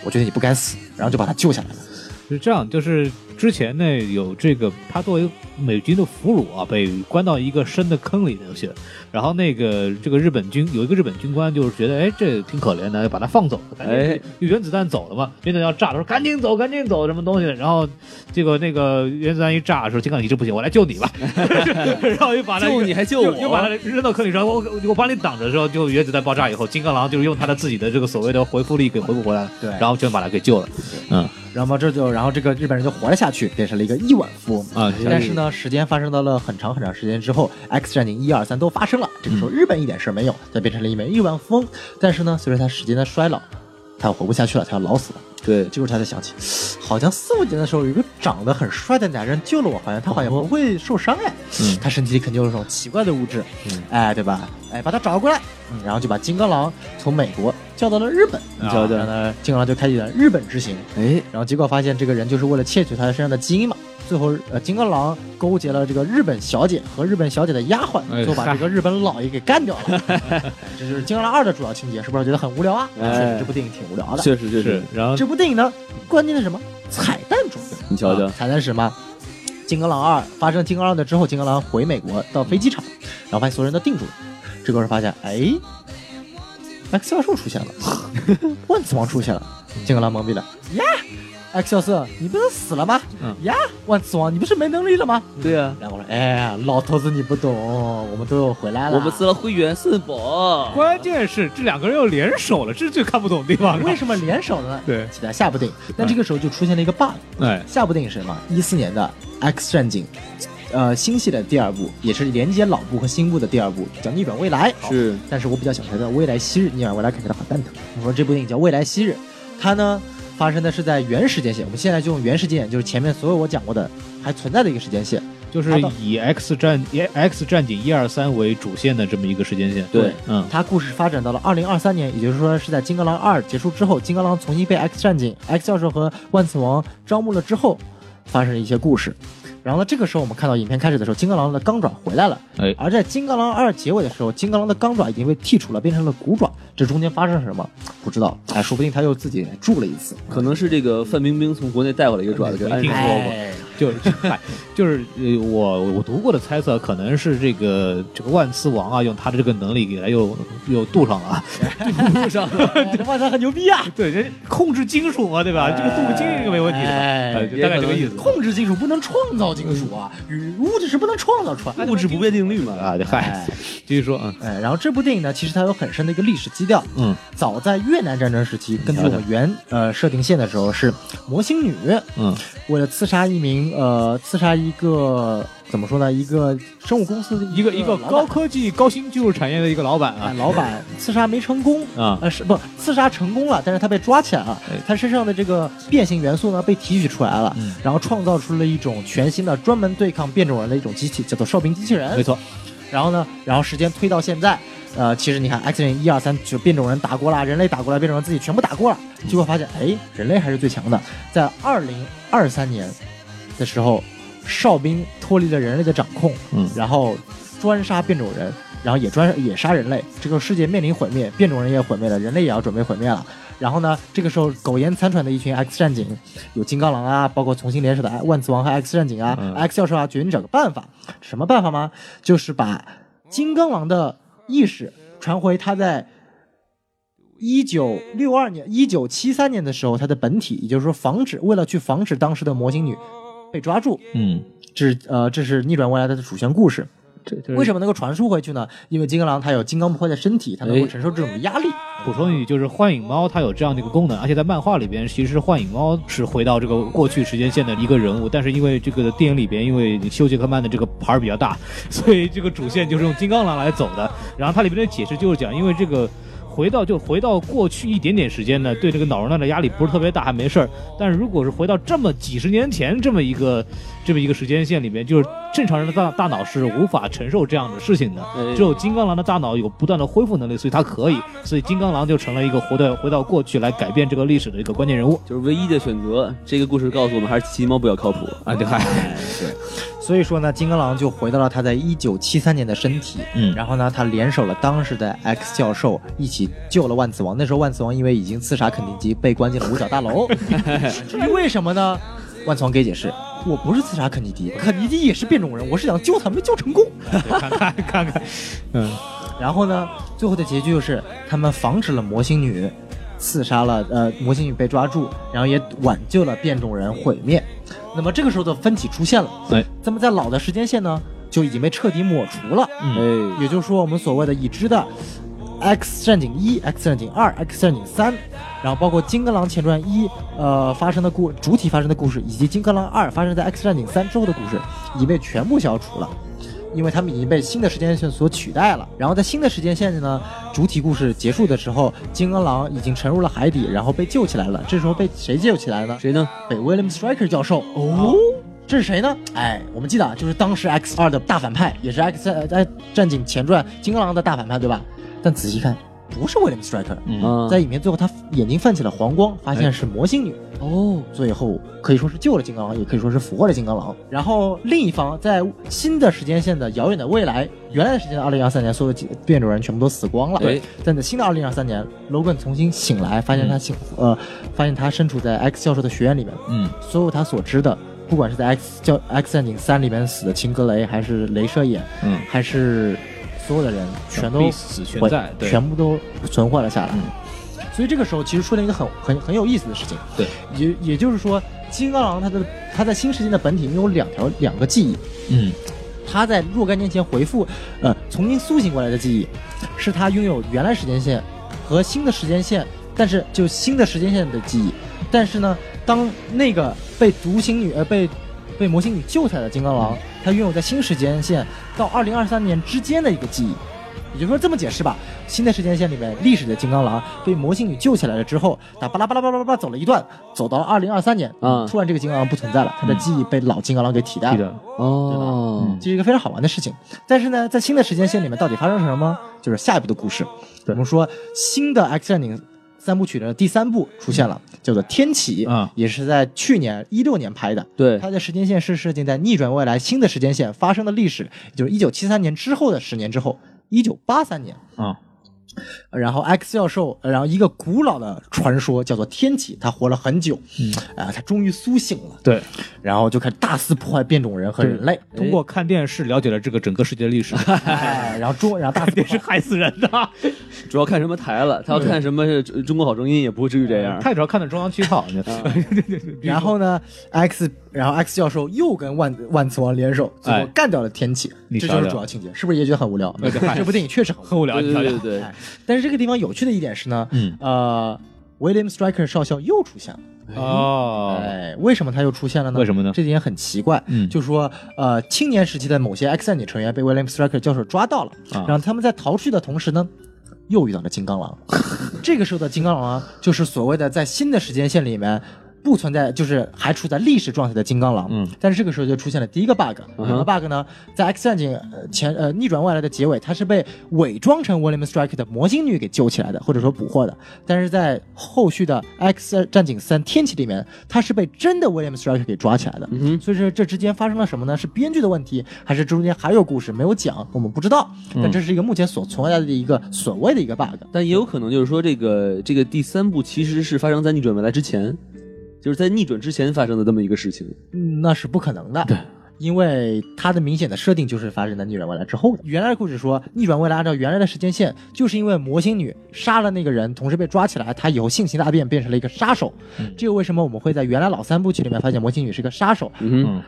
Speaker 2: 我觉得你不该死。”然后就把他救下来了。
Speaker 4: 是这样。就是之前呢，有这个他作为美军的俘虏啊，被关到一个深的坑里头去。然后那个这个日本军有一个日本军官，就是觉得哎这挺可怜的，把他放走了，赶紧
Speaker 5: 哎，
Speaker 4: 原子弹走了嘛，原子弹要炸，他说赶紧走，赶紧走，什么东西？然后结果那个原子弹一炸的时候，金刚一直不行，我来救你吧， 然后又把他
Speaker 5: 救你还救
Speaker 4: 又又把他
Speaker 5: 我，
Speaker 4: 扔到坑里说，我我我帮你挡着的时候，就原子弹爆炸以后，金刚狼就是用他的自己的这个所谓的回复力给回复回来了，
Speaker 2: 对
Speaker 4: 然后就把他给救了
Speaker 2: 然后这就，然后这个日本人就活了下去，变成了一个亿万富翁。
Speaker 4: 啊。
Speaker 2: 但是呢，时间发生到了很长很长时间之后，《X 战警》一二三都发生了，这个时候日本一点事儿没有，他变成了一名亿万富翁。但是呢，随着他时间的衰老，他活不下去了，他要老死了。
Speaker 5: 对，
Speaker 2: 这时候他才想起，好像四五年的时候有一个长得很帅的男人救了我，好像他好像不会受伤哎，
Speaker 5: 嗯
Speaker 2: 他身体里肯定有一种奇怪的物质，
Speaker 5: 嗯
Speaker 2: 哎，对吧？哎，把他找过来，然后就把金刚狼从美国叫到了日本，
Speaker 5: 你瞧
Speaker 2: 然后
Speaker 5: 瞧，
Speaker 2: 呢，金刚狼就开启了日本之行，
Speaker 5: 啊哎，
Speaker 2: 然后结果发现这个人就是为了窃取他身上的基因嘛。最后，呃，金刚狼勾结了这个日本小姐和日本小姐的丫鬟
Speaker 4: 哎，
Speaker 2: 就把这个日本老爷给干掉 了。哎这就是《金刚狼二》的主要情节，是不是觉得很无聊啊？确
Speaker 5: 哎
Speaker 2: 实，这部电影挺无聊的。
Speaker 5: 确实
Speaker 4: 是
Speaker 5: 确实，，
Speaker 4: 然后
Speaker 2: 这部电影呢，关键的是什么？彩蛋重要。
Speaker 5: 你瞧瞧，
Speaker 2: 彩蛋是什么？金刚狼二发生金刚狼的之后，金刚狼回美国到飞机场，然后发现所有人都定住了。这个时候发现，哎，X 教授出现了， 万磁王出现了，金刚狼懵逼了呀！X 教授，你不是死了吗？
Speaker 5: 嗯
Speaker 2: 呀，万磁王，你不是没能力了吗？
Speaker 5: 对啊呀，
Speaker 2: 然后我说，哎呀，老头子你不懂，我们都回来了。
Speaker 5: 我们撕了会员是否？
Speaker 4: 关键是这两个人又联手了，这是最看不懂的地方。
Speaker 2: 为什么联手呢？
Speaker 4: 对
Speaker 2: 期待下部电影。但这个时候就出现了一个 bug，
Speaker 4: 哎，
Speaker 2: 下部电影是什么？一四年的《X 战警》，呃，新系列的第二部，也是连接老部和新部的第二部，叫《逆转未来》。哦
Speaker 5: 是，
Speaker 2: 但是我比较喜欢它的《未来昔日》，《逆转未来》看起来很蛋疼。我说这部电影叫《未来昔日》，它呢发生的是在原时间线，我们现在就用原时间线，就是前面所有我讲过的还存在的一个时间线。
Speaker 4: 就是以 X 战以 X 战警一二三为主线的这么一个时间线。
Speaker 5: 对，
Speaker 4: 嗯，
Speaker 2: 它故事发展到了二零二三年，也就是说是在《金刚狼二》结束之后，金刚狼重新被 X 战警、X 教授和万磁王招募了之后，发生了一些故事。然后呢，这个时候我们看到影片开始的时候，金刚狼的钢爪回来了。
Speaker 4: 哎
Speaker 2: 而在《金刚狼二》结尾的时候，金刚狼的钢爪已经被剔除了，变成了骨爪。这中间发生了什么？不知道。哎，说不定他又自己铸了一次。
Speaker 5: 可能是这个范冰冰从国内带回来一个爪子给安
Speaker 4: 听
Speaker 5: 上哎
Speaker 4: 说
Speaker 5: 了。
Speaker 4: 过
Speaker 2: 哎
Speaker 4: 就是嗨，就是呃，我我读过的猜测，可能是这个这个万磁王啊，用他的这个能力给他又又镀上了啊，镀上了。
Speaker 2: 哇，他很牛逼啊！
Speaker 4: 对，人控制金属嘛，对吧？这个镀金这个没问题的，
Speaker 2: 哎
Speaker 4: 呃就大概这个意思。
Speaker 2: 控制金属不能创造金属啊，与物质是不能创造出来的。
Speaker 5: 物质不变定律嘛，
Speaker 4: 啊，对嗨，
Speaker 2: 哎
Speaker 4: 继续说啊，
Speaker 2: 哎，然后这部电影呢，其实它有很深的一个历史基调。
Speaker 4: 嗯，
Speaker 2: 早在越南战争时期，根据我们原呃设定线的时候，是魔星女，
Speaker 4: 嗯，
Speaker 2: 为了刺杀一名呃刺杀一个怎么说呢，一个生物公司的
Speaker 4: 一个一个
Speaker 2: 老板
Speaker 4: 高科技高新技术产业的一个老板
Speaker 2: 哎
Speaker 4: 啊
Speaker 2: 老板 刺杀没成功。
Speaker 4: 啊，
Speaker 2: 呃，是不刺杀成功了，但是他被抓起来了
Speaker 4: 哎。
Speaker 2: 他身上的这个变形元素呢，被提取出来了，
Speaker 4: 嗯
Speaker 2: 然后创造出了一种全新的专门对抗变种人的一种机器，叫做哨兵机器人。
Speaker 4: 没错，
Speaker 2: 然后呢，然后时间推到现在，呃，其实你看，X 战警一二三就变种人打过了，人类打过了，变种人自己全部打过了，结果发现，哎，人类还是最强的。在二零二三年的时候，哨兵脱离了人类的掌控，
Speaker 4: 嗯
Speaker 2: 然后专杀变种人，然后也专也杀人类，这个世界面临毁灭，变种人也毁灭了，人类也要准备毁灭了。然后呢，这个时候苟延残喘的一群 X 战警，有金刚狼啊，包括重新联手的万磁王和 X 战警啊、x 教授啊，决定找个办法，什么办法吗？就是把金刚狼的意识传回他在一九六二年、一九七三年的时候，它的本体，也就是说，防止为了去防止当时的魔形女被抓住，
Speaker 4: 嗯，
Speaker 2: 这是呃，这是逆转未来的主旋故事。
Speaker 4: 这
Speaker 2: 为什么能够传输回去呢？因为金刚狼它有金刚不坏的身体，它能够承受这种压力。
Speaker 4: 补充一句，就是幻影猫它有这样的一个功能，而且在漫画里边，其实幻影猫是回到这个过去时间线的一个人物，但是因为这个电影里边，因为休杰克曼的这个牌儿比较大， 所以这个主线就是用金刚狼来走的。然后它里边的解释就是讲，因为这个。回到就回到过去一点点时间呢，对这个脑容量的压力不是特别大，还没事儿。但是如果是回到这么几十年前这么一个这么一个时间线里面，就是正常人的大大脑是无法承受这样的事情的。
Speaker 2: 哎
Speaker 4: 只有金刚狼的大脑有不断的恢复能力，所以它可以，所以金刚狼就成了一个回到回到过去来改变这个历史的一个关 键人物。
Speaker 5: 就是唯一的选择。这个故事告诉我们，还是骑猫比较靠谱
Speaker 4: 哎
Speaker 5: 啊！对，
Speaker 2: 所以说呢，金刚狼就回到了他在一九七三年的身体，
Speaker 4: 嗯
Speaker 2: 然后呢，他联手了当时的 X 教授一起救了万磁王。那时候万磁王因为已经刺杀肯尼基，被关进了五角大 楼。至于为什么呢？万磁王给解释：我不是刺杀肯尼基，肯尼基也是变种人，我是想救他，没救成功。
Speaker 4: 对看看看看，嗯，
Speaker 2: 然后呢，最后的结局就是他们防止了魔形女刺杀了，呃，魔形女被抓住，然后也挽救了变种人毁灭。那么这个时候的分歧出现了，
Speaker 4: 对，
Speaker 2: 那么在老的时间线呢，就已经被彻底抹除了。
Speaker 5: 哎，
Speaker 2: 也就是说，我们所谓的已知的 X 战警一、X 战警二、X 战警三，然后包括《金刚狼前传一》呃发生的故主体发生的故事，以及《金刚狼二》发生在 X 战警三之后的故事，已被全部消除了。因为他们已经被新的时间线所取代了。然后在新的时间线呢，主体故事结束的时候，金刚狼已经沉入了海底，然后被救起来了。这时候被谁救起来呢？
Speaker 5: 谁呢？
Speaker 2: 被 William Striker 教授哦。这是谁呢？哎，我们记得啊，就是当时 X 二的大反派，也是 X 呃在战警前传金刚狼的大反派，对吧？但仔细看，不是 William Striker，、
Speaker 5: 啊，
Speaker 2: 在影片最后他眼睛泛起了黄光，发现是魔星女。
Speaker 5: 哦，
Speaker 2: 最后可以说是救了金刚狼，也可以说是俘获了金刚狼。然后另一方在新的时间线的遥远的未来，原来的时间二零二三年，所有的变种人全部都死光了。
Speaker 5: 对，
Speaker 2: 但在新的二零二三年，Logan 重新醒来，发现他醒、呃，发现他身处在 X 教授的学院里面，
Speaker 4: 嗯，
Speaker 2: 所有他所知的。不管是在 X 教 X 战警三里面死的秦格雷，还是镭射眼，
Speaker 4: 嗯
Speaker 2: 还是所有的人，全都
Speaker 4: 必死全在，对，
Speaker 2: 全部都存活了下来。所以这个时候其实出现一个很很很有意思的事情，
Speaker 4: 对，
Speaker 2: 也也就是说，金刚狼它的它在新世界的本体拥有两条两个记忆，
Speaker 4: 嗯，
Speaker 2: 它在若干年前回复呃重新苏醒过来的记忆，是它拥有原来时间线和新的时间线，但是就新的时间线的记忆，但是呢，当那个被独行女呃被被魔形女救起来的金刚狼，它拥有在新时间线到二零二三年之间的一个记忆。也就是说，这么解释吧，新的时间线里面，历史的金刚狼被魔形女救起来了之后，打巴拉巴拉巴拉巴拉走了一段，走到了二零二三年，
Speaker 5: 嗯
Speaker 2: 突然这个金刚狼不存在了，他的记忆被老金刚狼给替代
Speaker 4: 记
Speaker 2: 了，
Speaker 4: 得，
Speaker 5: 哦，
Speaker 2: 这是一个非常好玩的事情。但是呢，在新的时间线里面，到底发生了什么？就是下一步的故事。我们说，新的 X 战警三部曲的第三部出现了，叫做《天启》，
Speaker 4: 嗯
Speaker 2: 也是在去年一六年拍的，
Speaker 5: 对，
Speaker 2: 它的时间线是设定在逆转未来新的时间线发生的历史，也就是一九七三年之后的十年之后，一九八三年。
Speaker 4: 嗯
Speaker 2: 然后 X 教授，然后一个古老的传说叫做天启，他活了很久，
Speaker 4: 嗯
Speaker 2: 啊、他终于苏醒了，
Speaker 4: 对，
Speaker 2: 然后就开始大肆破坏变种人和人类，
Speaker 4: 通过看电视了解了这个整个世界 的历史，
Speaker 2: 哎，然后中，然后大肆破
Speaker 4: 电视
Speaker 2: 坏。
Speaker 4: 害死人的。
Speaker 5: 主要看什么台了，他要看什么是《中国好声音》，也不会至于 这样。
Speaker 4: 他主要看的中央七套，
Speaker 2: 嗯 然后呢，X，然后 X 教授又跟万万磁王联手，最后
Speaker 4: 哎
Speaker 2: 干掉了天启，
Speaker 4: 你
Speaker 2: 这
Speaker 4: 瞧
Speaker 2: 就是
Speaker 4: 瞧
Speaker 2: 主要情节，是不是也觉得很无聊？
Speaker 4: 对对
Speaker 2: 这部电影确实很无聊。
Speaker 4: 很无聊，
Speaker 5: 对
Speaker 4: 你
Speaker 5: 对
Speaker 4: 瞧
Speaker 5: 对
Speaker 4: 瞧
Speaker 5: 对，对，
Speaker 2: 哎，但是这个地方有趣的一点是呢，
Speaker 4: 嗯，
Speaker 2: 呃，William Striker 少校又出现了。
Speaker 4: 哦，
Speaker 2: 哎，为什么他又出现了呢？
Speaker 4: 为什么呢
Speaker 2: 这点很奇怪。
Speaker 4: 嗯
Speaker 2: 就说呃，青年时期的某些 X 战警成员被 William Striker 教授抓到了，
Speaker 4: 啊
Speaker 2: 然后他们在逃去的同时呢， 又遇到了金刚狼。这个时候的金刚狼啊，就是所谓的在新的时间线里面。不存在，就是还处在历史状态的金刚狼。
Speaker 5: 嗯，
Speaker 2: 但是这个时候就出现了第一个 bug，
Speaker 5: 嗯哼
Speaker 2: 什么 bug 呢？在《X 战警》呃前呃逆转未来的结尾，他是被伪装成 William Strike 的魔星女给救起来的，或者说捕获的。但是在后续的《X 战警三：天启》里面，他是被真的 William Strike 给抓起来的。
Speaker 5: 嗯
Speaker 2: 所以说这之间发生了什么呢？是编剧的问题，还是中间还有故事没有讲？我们不知道。
Speaker 5: 嗯
Speaker 2: 但这是一个目前所存在的一个所谓的一个 bug。
Speaker 5: 但也有可能就是说，这个这个第三部其实是发生在逆转未来之前，就是在逆转之前发生的这么一个事情。
Speaker 2: 嗯那是不可能的。
Speaker 5: 对。
Speaker 2: 因为它的明显的设定就是发生在逆转未来之后的。原来的故事说，逆转未来按照原来的时间线，就是因为魔星女杀了那个人，同时被抓起来，她以后性情大变，变成了一个杀手。
Speaker 5: 嗯
Speaker 2: 这个为什么我们会在原来老三部曲里面发现魔星女是个杀手？
Speaker 5: 嗯哼，
Speaker 4: 嗯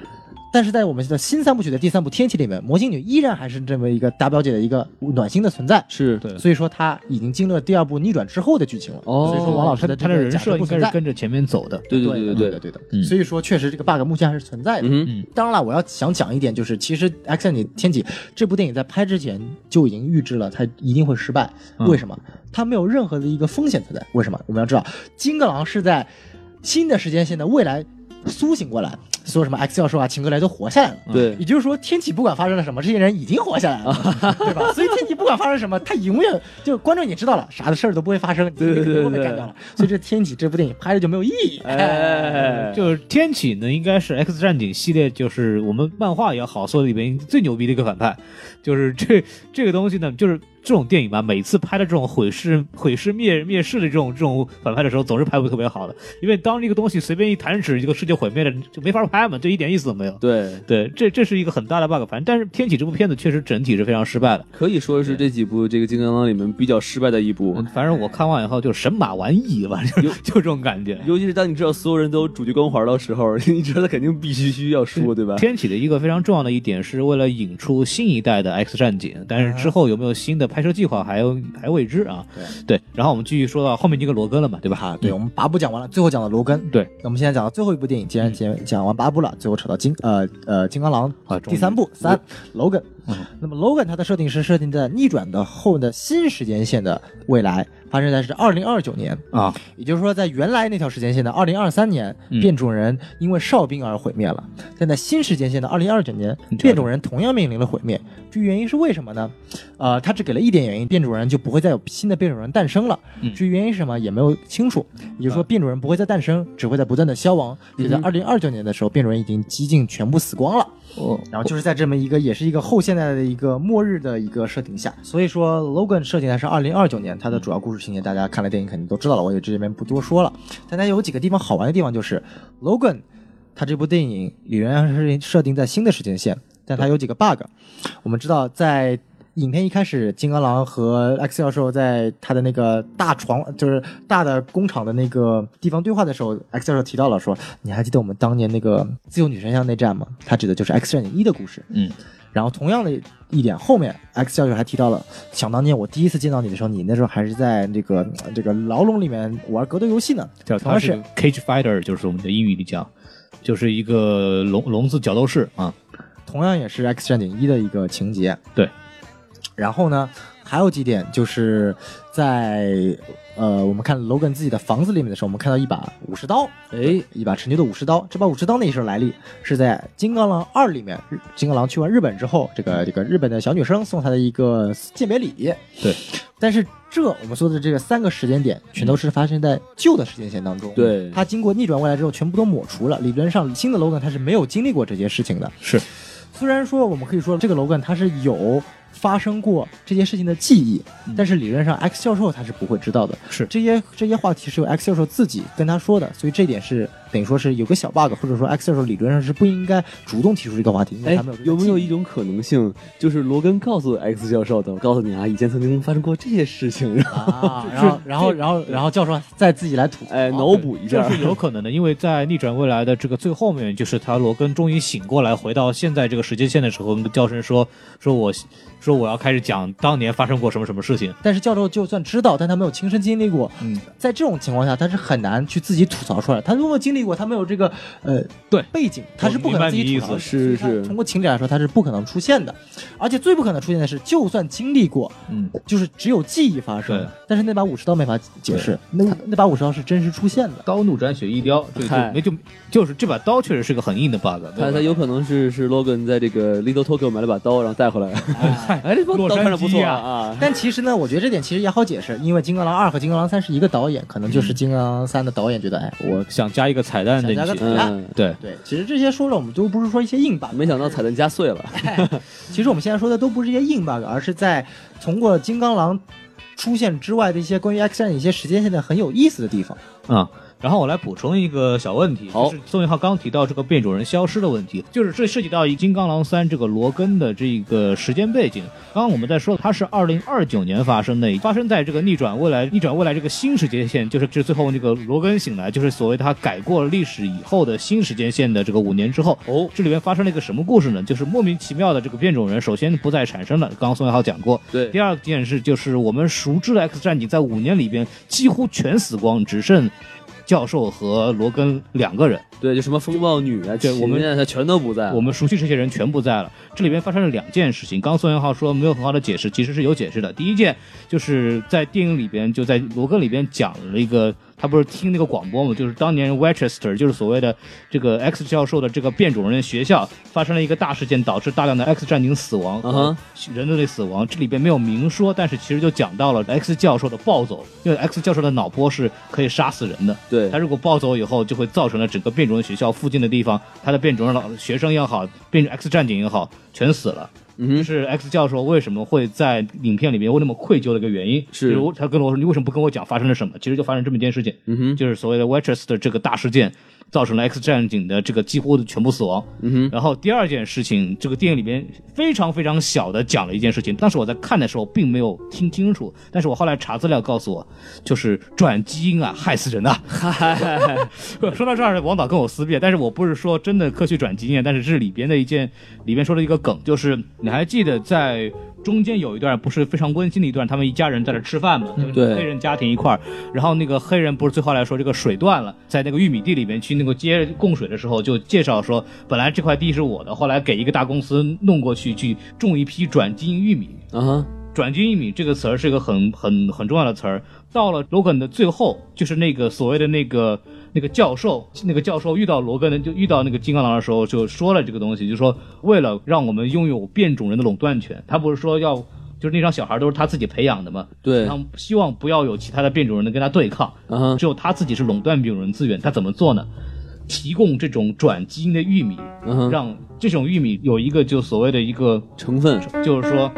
Speaker 2: 但是在我们的新三部曲的第三部《天气》里面，魔星女依然还是这么一个大表姐的一个暖心的存在。
Speaker 5: 是
Speaker 4: 对
Speaker 2: 所以说，她已经经历了第二部逆转之后的剧情了。
Speaker 5: 哦
Speaker 2: 所以说王老师
Speaker 4: 他
Speaker 2: 的
Speaker 4: 他
Speaker 2: 这
Speaker 4: 的
Speaker 2: 个
Speaker 4: 人
Speaker 2: 假
Speaker 4: 设
Speaker 2: 设
Speaker 4: 应
Speaker 2: 不
Speaker 4: 该
Speaker 2: 存
Speaker 4: 是
Speaker 2: 在。
Speaker 4: 跟着前面走的，
Speaker 5: 对对
Speaker 2: 对
Speaker 5: 对对，
Speaker 2: 的，对的。
Speaker 4: 嗯
Speaker 2: 所以说，确实这个 bug 目前还是存在的。
Speaker 5: 嗯哼，
Speaker 2: 当然了，我要想讲一点，就是其实《X 战警：天启》这部电影在拍之前就已经预知了它一定会失败。
Speaker 5: 嗯
Speaker 2: 为什么？它没有任何的一个风险存在。为什么？我们要知道，金刚狼是在新的时间线的未来苏醒过来，所有什么 X 教授啊、秦格雷都活下来了。
Speaker 5: 嗯对
Speaker 2: 也就是说，天启不管发生了什么，这些人已经活下来了，对吧？所以天启不管发生什么，他永远就观众已经知道了，啥的事儿都不会发生，
Speaker 5: 对对对
Speaker 2: 都被干掉了。所以这天启这部电影拍的就没有意义。
Speaker 5: 哎，
Speaker 4: 就是天启呢，应该是 X 战警系列，就是我们漫画也好，所有里面最牛逼的一个反派。就是这 这个东西呢，就是这种电影吧，每次拍的这种毁尸、 毁尸灭灭世的这种这种反派的时候，总是拍不特别好的。因为当这个东西随便一弹指，这个世界毁灭了，就没法拍嘛，就一点意思都没有。
Speaker 5: 对，
Speaker 4: 对，这这是一个很大的 bug。反正，但是《天启》这部片子确实整体是非常失败的。
Speaker 5: 可以说是这几部这个金刚狼里面比较失败的一
Speaker 2: 嗯
Speaker 5: 部。
Speaker 4: 反正我看完以后就神马玩意，反正就 就这种感觉。
Speaker 5: 尤其是当你知道所有人都有主角光环的时候， 你知道他肯定必须需要
Speaker 2: 嗯
Speaker 5: 输，对吧？ 哎
Speaker 4: 天启的一个非常重要的一点是为了引出新一代的 X 战警，但是之后有没有新的拍摄计划还有还未知啊。对，然后我们继续说到后面这个罗根了嘛，对吧？
Speaker 2: 啊，对，我们八部讲完了，最后讲了罗根。
Speaker 4: 对，嗯
Speaker 2: 那我们现在讲到最后一部电影，既然讲讲完八部了，最后扯到金呃呃金刚狼
Speaker 4: 啊终于嗯
Speaker 2: 第三部三 Logan。那 么 Logan 它的设定是设定在逆转的后的新时间线的未来，发生在是二零二九年，
Speaker 4: 啊，
Speaker 2: 也就是说在原来那条时间线的二零二三年，
Speaker 4: 嗯
Speaker 2: 变种人因为哨兵而毁灭了，但在新时间线的二零二九年，变种人同样面临了毁灭。至于原因是为什么呢？呃，他只给了一点原因，变种人就不会再有新的变种人诞生了。
Speaker 4: 嗯
Speaker 2: 至于原因是什么也没有清楚，也就是说变种人不会再诞生，只会在不断的消亡。所以在二零二九年的时候，变种人已经几近全部死光了。
Speaker 5: 哦，
Speaker 2: 然后就是在这么一个，也是一个后现代的一个末日的一个设定下，所以说 Logan 设定的是二零二九年，它的主要故事情节大家看了电影肯定都知道了，我也这边不多说了。但它有几个地方好玩的地方就是 Logan，它这部电影仍然是设定在新的时间线，但它有几个 bug。我们知道在。影片一开始，金刚狼和 X 教授在他的那个大床，就是大的工厂的那个地方对话的时候，X 教授提到了说：“你还记得我们当年那个自由女神像内战吗？”他指的就是《X 战警一》的故事。然后同样的一点，后面 X 教授还提到了，想当年我第一次见到你的时候，你那时候还是在这个呃这个牢笼里面玩格斗游戏呢。
Speaker 4: 叫
Speaker 2: 同
Speaker 4: 他
Speaker 2: 样
Speaker 4: 是
Speaker 2: 是
Speaker 4: Cage Fighter，就是我们的英语里讲，就是一个笼笼子角斗士啊。
Speaker 2: 同样也是 X 战警一的一个情节。
Speaker 4: 对。
Speaker 2: 然后呢，还有几点就是在呃，我们看 Logan 自己的房子里面的时候，我们看到一把武士刀，
Speaker 5: 哎，
Speaker 2: 一把陈旧的武士刀。这把武士刀那时候来历是在《金刚狼二》里面，日金刚狼去完日本之后，这个这个日本的小女生送他的一个鉴别礼。
Speaker 4: 对，
Speaker 2: 但是这我们说的这个三个时间点，全都是发生在旧的时间线当中。
Speaker 5: 对
Speaker 2: 它经过逆转未来之后，全部都抹除了。理论上，新的 Logan 他是没有经历过这些事情的。
Speaker 4: 是，
Speaker 2: 虽然说我们可以说这个 Logan 他是有发生过这些事情的记忆，
Speaker 5: 嗯
Speaker 2: 但是理论上 X 教授他是不会知道的。
Speaker 4: 是
Speaker 2: 这些这些话题是由 X 教授自己跟他说的，所以这点是等于说是有个小 bug，或者说 X 教授理论上是不应该主动提出这个话题，因为
Speaker 5: 哎
Speaker 2: 他没有，这个
Speaker 5: 有没有
Speaker 2: 记忆
Speaker 5: 一种可能性，就是罗根告诉 X 教授的，我告诉你啊，以前曾经发生过这些事情，然后
Speaker 2: 啊？然后然后然后然后教授再自己来吐槽，
Speaker 5: 哎脑补一下
Speaker 4: 这，是有可能的，因为在逆转未来的这个最后面，就是他罗根终于醒过来，回到现在这个时间线的时候，那个教授说：“说我说我要开始讲当年发生过什么什么事情。
Speaker 2: 但是教授就算知道，但他没有亲身经历过，
Speaker 4: 嗯，
Speaker 2: 在这种情况下，他是很难去自己吐槽出来。他如果经历过，他没有这个呃
Speaker 4: 对
Speaker 2: 背景，他是不可能自己吐槽的。
Speaker 4: 我明白你意
Speaker 5: 思是
Speaker 2: 所以
Speaker 5: 是
Speaker 2: 他通过情理来说，他是不可能出现的。而且最不可能出现的是，就算经历过，
Speaker 4: 嗯，
Speaker 2: 就是只有记忆发生
Speaker 4: 对，
Speaker 2: 但是那把武士刀没法解释，那那把武士刀是真实出现的。
Speaker 4: 刀怒斩雪一雕，这个就
Speaker 5: 嗨
Speaker 4: 没就就是这把刀确实是个很硬的 bug，
Speaker 5: 他他有可能是是 Logan 在这个 Little Tokyo 买了把刀，然后带回来。 哎，这把刀看着不错啊！啊
Speaker 2: 但其实呢，我觉得这点其实也好解释，因为《金刚狼二》和《金刚狼三》是一个导演，可能
Speaker 4: 嗯
Speaker 2: 就是《金刚狼三》的导演觉得，哎，我
Speaker 4: 我想加一个彩蛋
Speaker 2: 想
Speaker 4: 进
Speaker 2: 加个
Speaker 4: 去，
Speaker 2: 彩蛋。
Speaker 5: 嗯，
Speaker 4: 对，
Speaker 2: 对，其实这些说了，我们都不是说一些硬 bug，
Speaker 5: 没想到彩蛋加碎了。
Speaker 2: 其实我们现在说的都不是一些硬 bug，而是在通过金刚狼出现之外的一些关于 X 战警一些时间线的很有意思的地方。
Speaker 4: 啊、然后我来补充一个小问题，
Speaker 5: 好
Speaker 4: 就是宋元浩刚提到这个变种人消失的问题，就是这涉及到《金刚狼三》这个罗根的这个时间背景。刚刚我们在说，它是二零二九年发生的，发生在这个逆转未来、逆转未来这个新时间线，就是这最后那个罗根醒来，就是所谓他改过历史以后的新时间线的这个五年之后。
Speaker 5: 哦，
Speaker 4: 这里面发生了一个什么故事呢？就是莫名其妙的这个变种人首先不再产生了，刚刚宋元浩讲过，
Speaker 5: 对
Speaker 4: 第，二件事就是我们熟知的 X 战警在五年里边几乎全死光，只剩教授和罗根两个人。
Speaker 5: 对，就什么风暴女啊，
Speaker 4: 对我们
Speaker 5: 现在全都不在了。
Speaker 4: 我们熟悉这些人全不在了。这里边发生了两件事情，刚宋元浩说没有很好的解释，其实是有解释的。第一件就是在电影里边，就在罗根里边讲了一个，他不是听那个广播嘛，就是当年 Westchester，就是所谓的这个 X 教授的这个变种人学校发生了一个大事件，导致大量的 X 战警死亡
Speaker 5: 嗯哼
Speaker 4: 和人类的死亡。这里边没有明说，但是其实就讲到了 X 教授的暴走，因为 X 教授的脑波是可以杀死人的。
Speaker 5: 对
Speaker 4: 他，如果暴走以后，就会造成了整个变种人学校附近的地方，他的变种人老学生也好，变种 X 战警也好，全死了。
Speaker 5: 嗯
Speaker 4: 这
Speaker 5: 哼，
Speaker 4: 是 X 教授为什么会在影片里面会那么愧疚的一个原因。
Speaker 5: 是
Speaker 4: 比如他跟我说：“你为什么不跟我讲发生了什么？”其实就发生这么一件事情，
Speaker 5: 嗯哼，
Speaker 4: 就是所谓的 w e t c h e s 的这个大事件，造成了 X 战警的这个几乎的全部死亡。
Speaker 5: 嗯哼，
Speaker 4: 然后第二件事情，这个电影里边非常非常小的讲了一件事情，当时我在看的时候并没有听清楚，但是我后来查资料告诉我，就是转基因啊，害死人 啊。说到这儿，王导跟我撕逼，但是我不是说真的科学转基因，但是是里边的一件，里边说的一个梗，就是你还记得在。中间有一段不是非常温馨的一段，他们一家人在这吃饭嘛，就是
Speaker 5: 对
Speaker 4: 黑人家庭一块儿，然后那个黑人不是最后来说这个水断了，在那个玉米地里面去那个接供水的时候，就介绍说本来这块地是我的，后来给一个大公司弄过去去种一批转基因玉米，
Speaker 5: 啊哈，
Speaker 4: 转基因玉米这个词儿是一个很很很重要的词儿。到了罗根的最后，就是那个所谓的那个那个教授，那个教授遇到罗根的就遇到那个金刚狼的时候，就说了这个东西，就说为了让我们拥有变种人的垄断权，他不是说要就是那张小孩都是他自己培养的嘛，
Speaker 5: 对，
Speaker 4: 他希望不要有其他的变种人能跟他对抗，
Speaker 5: 啊哈，
Speaker 4: 只有他自己是垄断变种人资源，他怎么做呢？提供这种转基因的玉米，
Speaker 5: 嗯哼，
Speaker 4: 让这种玉米有一个就所谓的一个
Speaker 5: 成分
Speaker 4: 就是说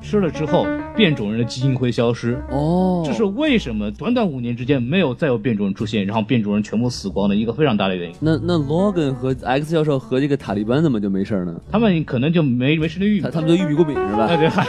Speaker 4: 吃了之后变种人的基因会消失。
Speaker 5: 哦，
Speaker 4: 这是为什么短短五年之间没有再有变种人出现，然后变种人全部死光的一个非常大的原因。
Speaker 5: 那那 Logan 和 X 教授和这个塔利班怎么就没事儿呢？
Speaker 4: 他们可能就没没吃那玉米
Speaker 5: 他。他们就玉米过敏是吧
Speaker 4: 哎？ 对，嗨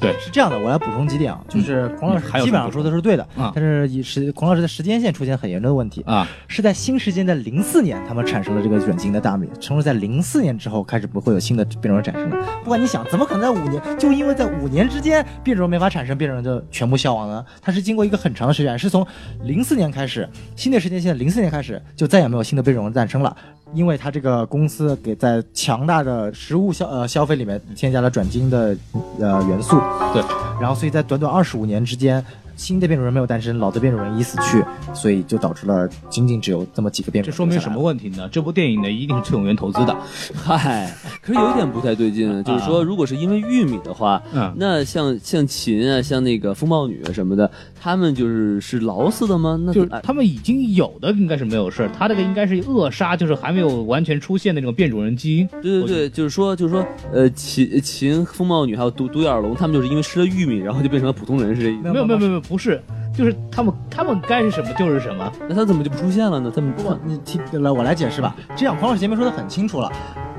Speaker 4: 对，
Speaker 2: 是这样的，我来补充几点啊，就是孔老师
Speaker 4: 嗯还有
Speaker 2: 基
Speaker 4: 什么
Speaker 2: 本上说的是对的
Speaker 4: 啊，
Speaker 2: 但是以时孔老师的时间线出现很严重的问题，
Speaker 4: 啊，
Speaker 2: 是在新时间的零四年，他们产生了这个软基因的大米，从而在零四年之后开始不会有新的变种人产生了。不管你想，怎么可能在五年？就因为在五年之间变种人没法产生，变种人就全部消亡呢？它是经过一个很长的时间，是从零四年开始，新的时间线零四年开始就再也没有新的变种人诞生了。因为它这个公司给在强大的食物消呃消费里面添加了转基因的呃元素，
Speaker 4: 对，
Speaker 2: 然后所以在短短二十五年之间，新的变种人没有诞生，老的变种人已死去，所以就导致了仅仅只有这么几个变种
Speaker 4: 这
Speaker 2: 人。
Speaker 4: 说明什么？问题呢？这部电影呢，一定是崔永元投资的。
Speaker 5: 嗨，可是有一点不太对劲，啊就是
Speaker 4: 啊
Speaker 5: 说，如果是因为玉米的话，
Speaker 4: 嗯，
Speaker 5: 那像像秦啊，像那个风暴女啊什么的，他们就是是劳斯的吗？那
Speaker 4: 就是
Speaker 5: 哎
Speaker 4: 他们已经有的应该是没有事儿，他这个应该是扼杀，就是还没有完全出现的那种变种人基因。
Speaker 5: 对对对，就是说就是说，呃，秦秦、风暴女还有独独眼龙，他们就是因为吃了玉米，然后就变成了普通人，是这意思？
Speaker 4: 没有没有没有没有，不是，就是他们他们该是什么就是什么。
Speaker 5: 那他怎么就不出现了呢？他们
Speaker 2: 不，你听来我来解释吧。这样，黄老师前面说的很清楚了，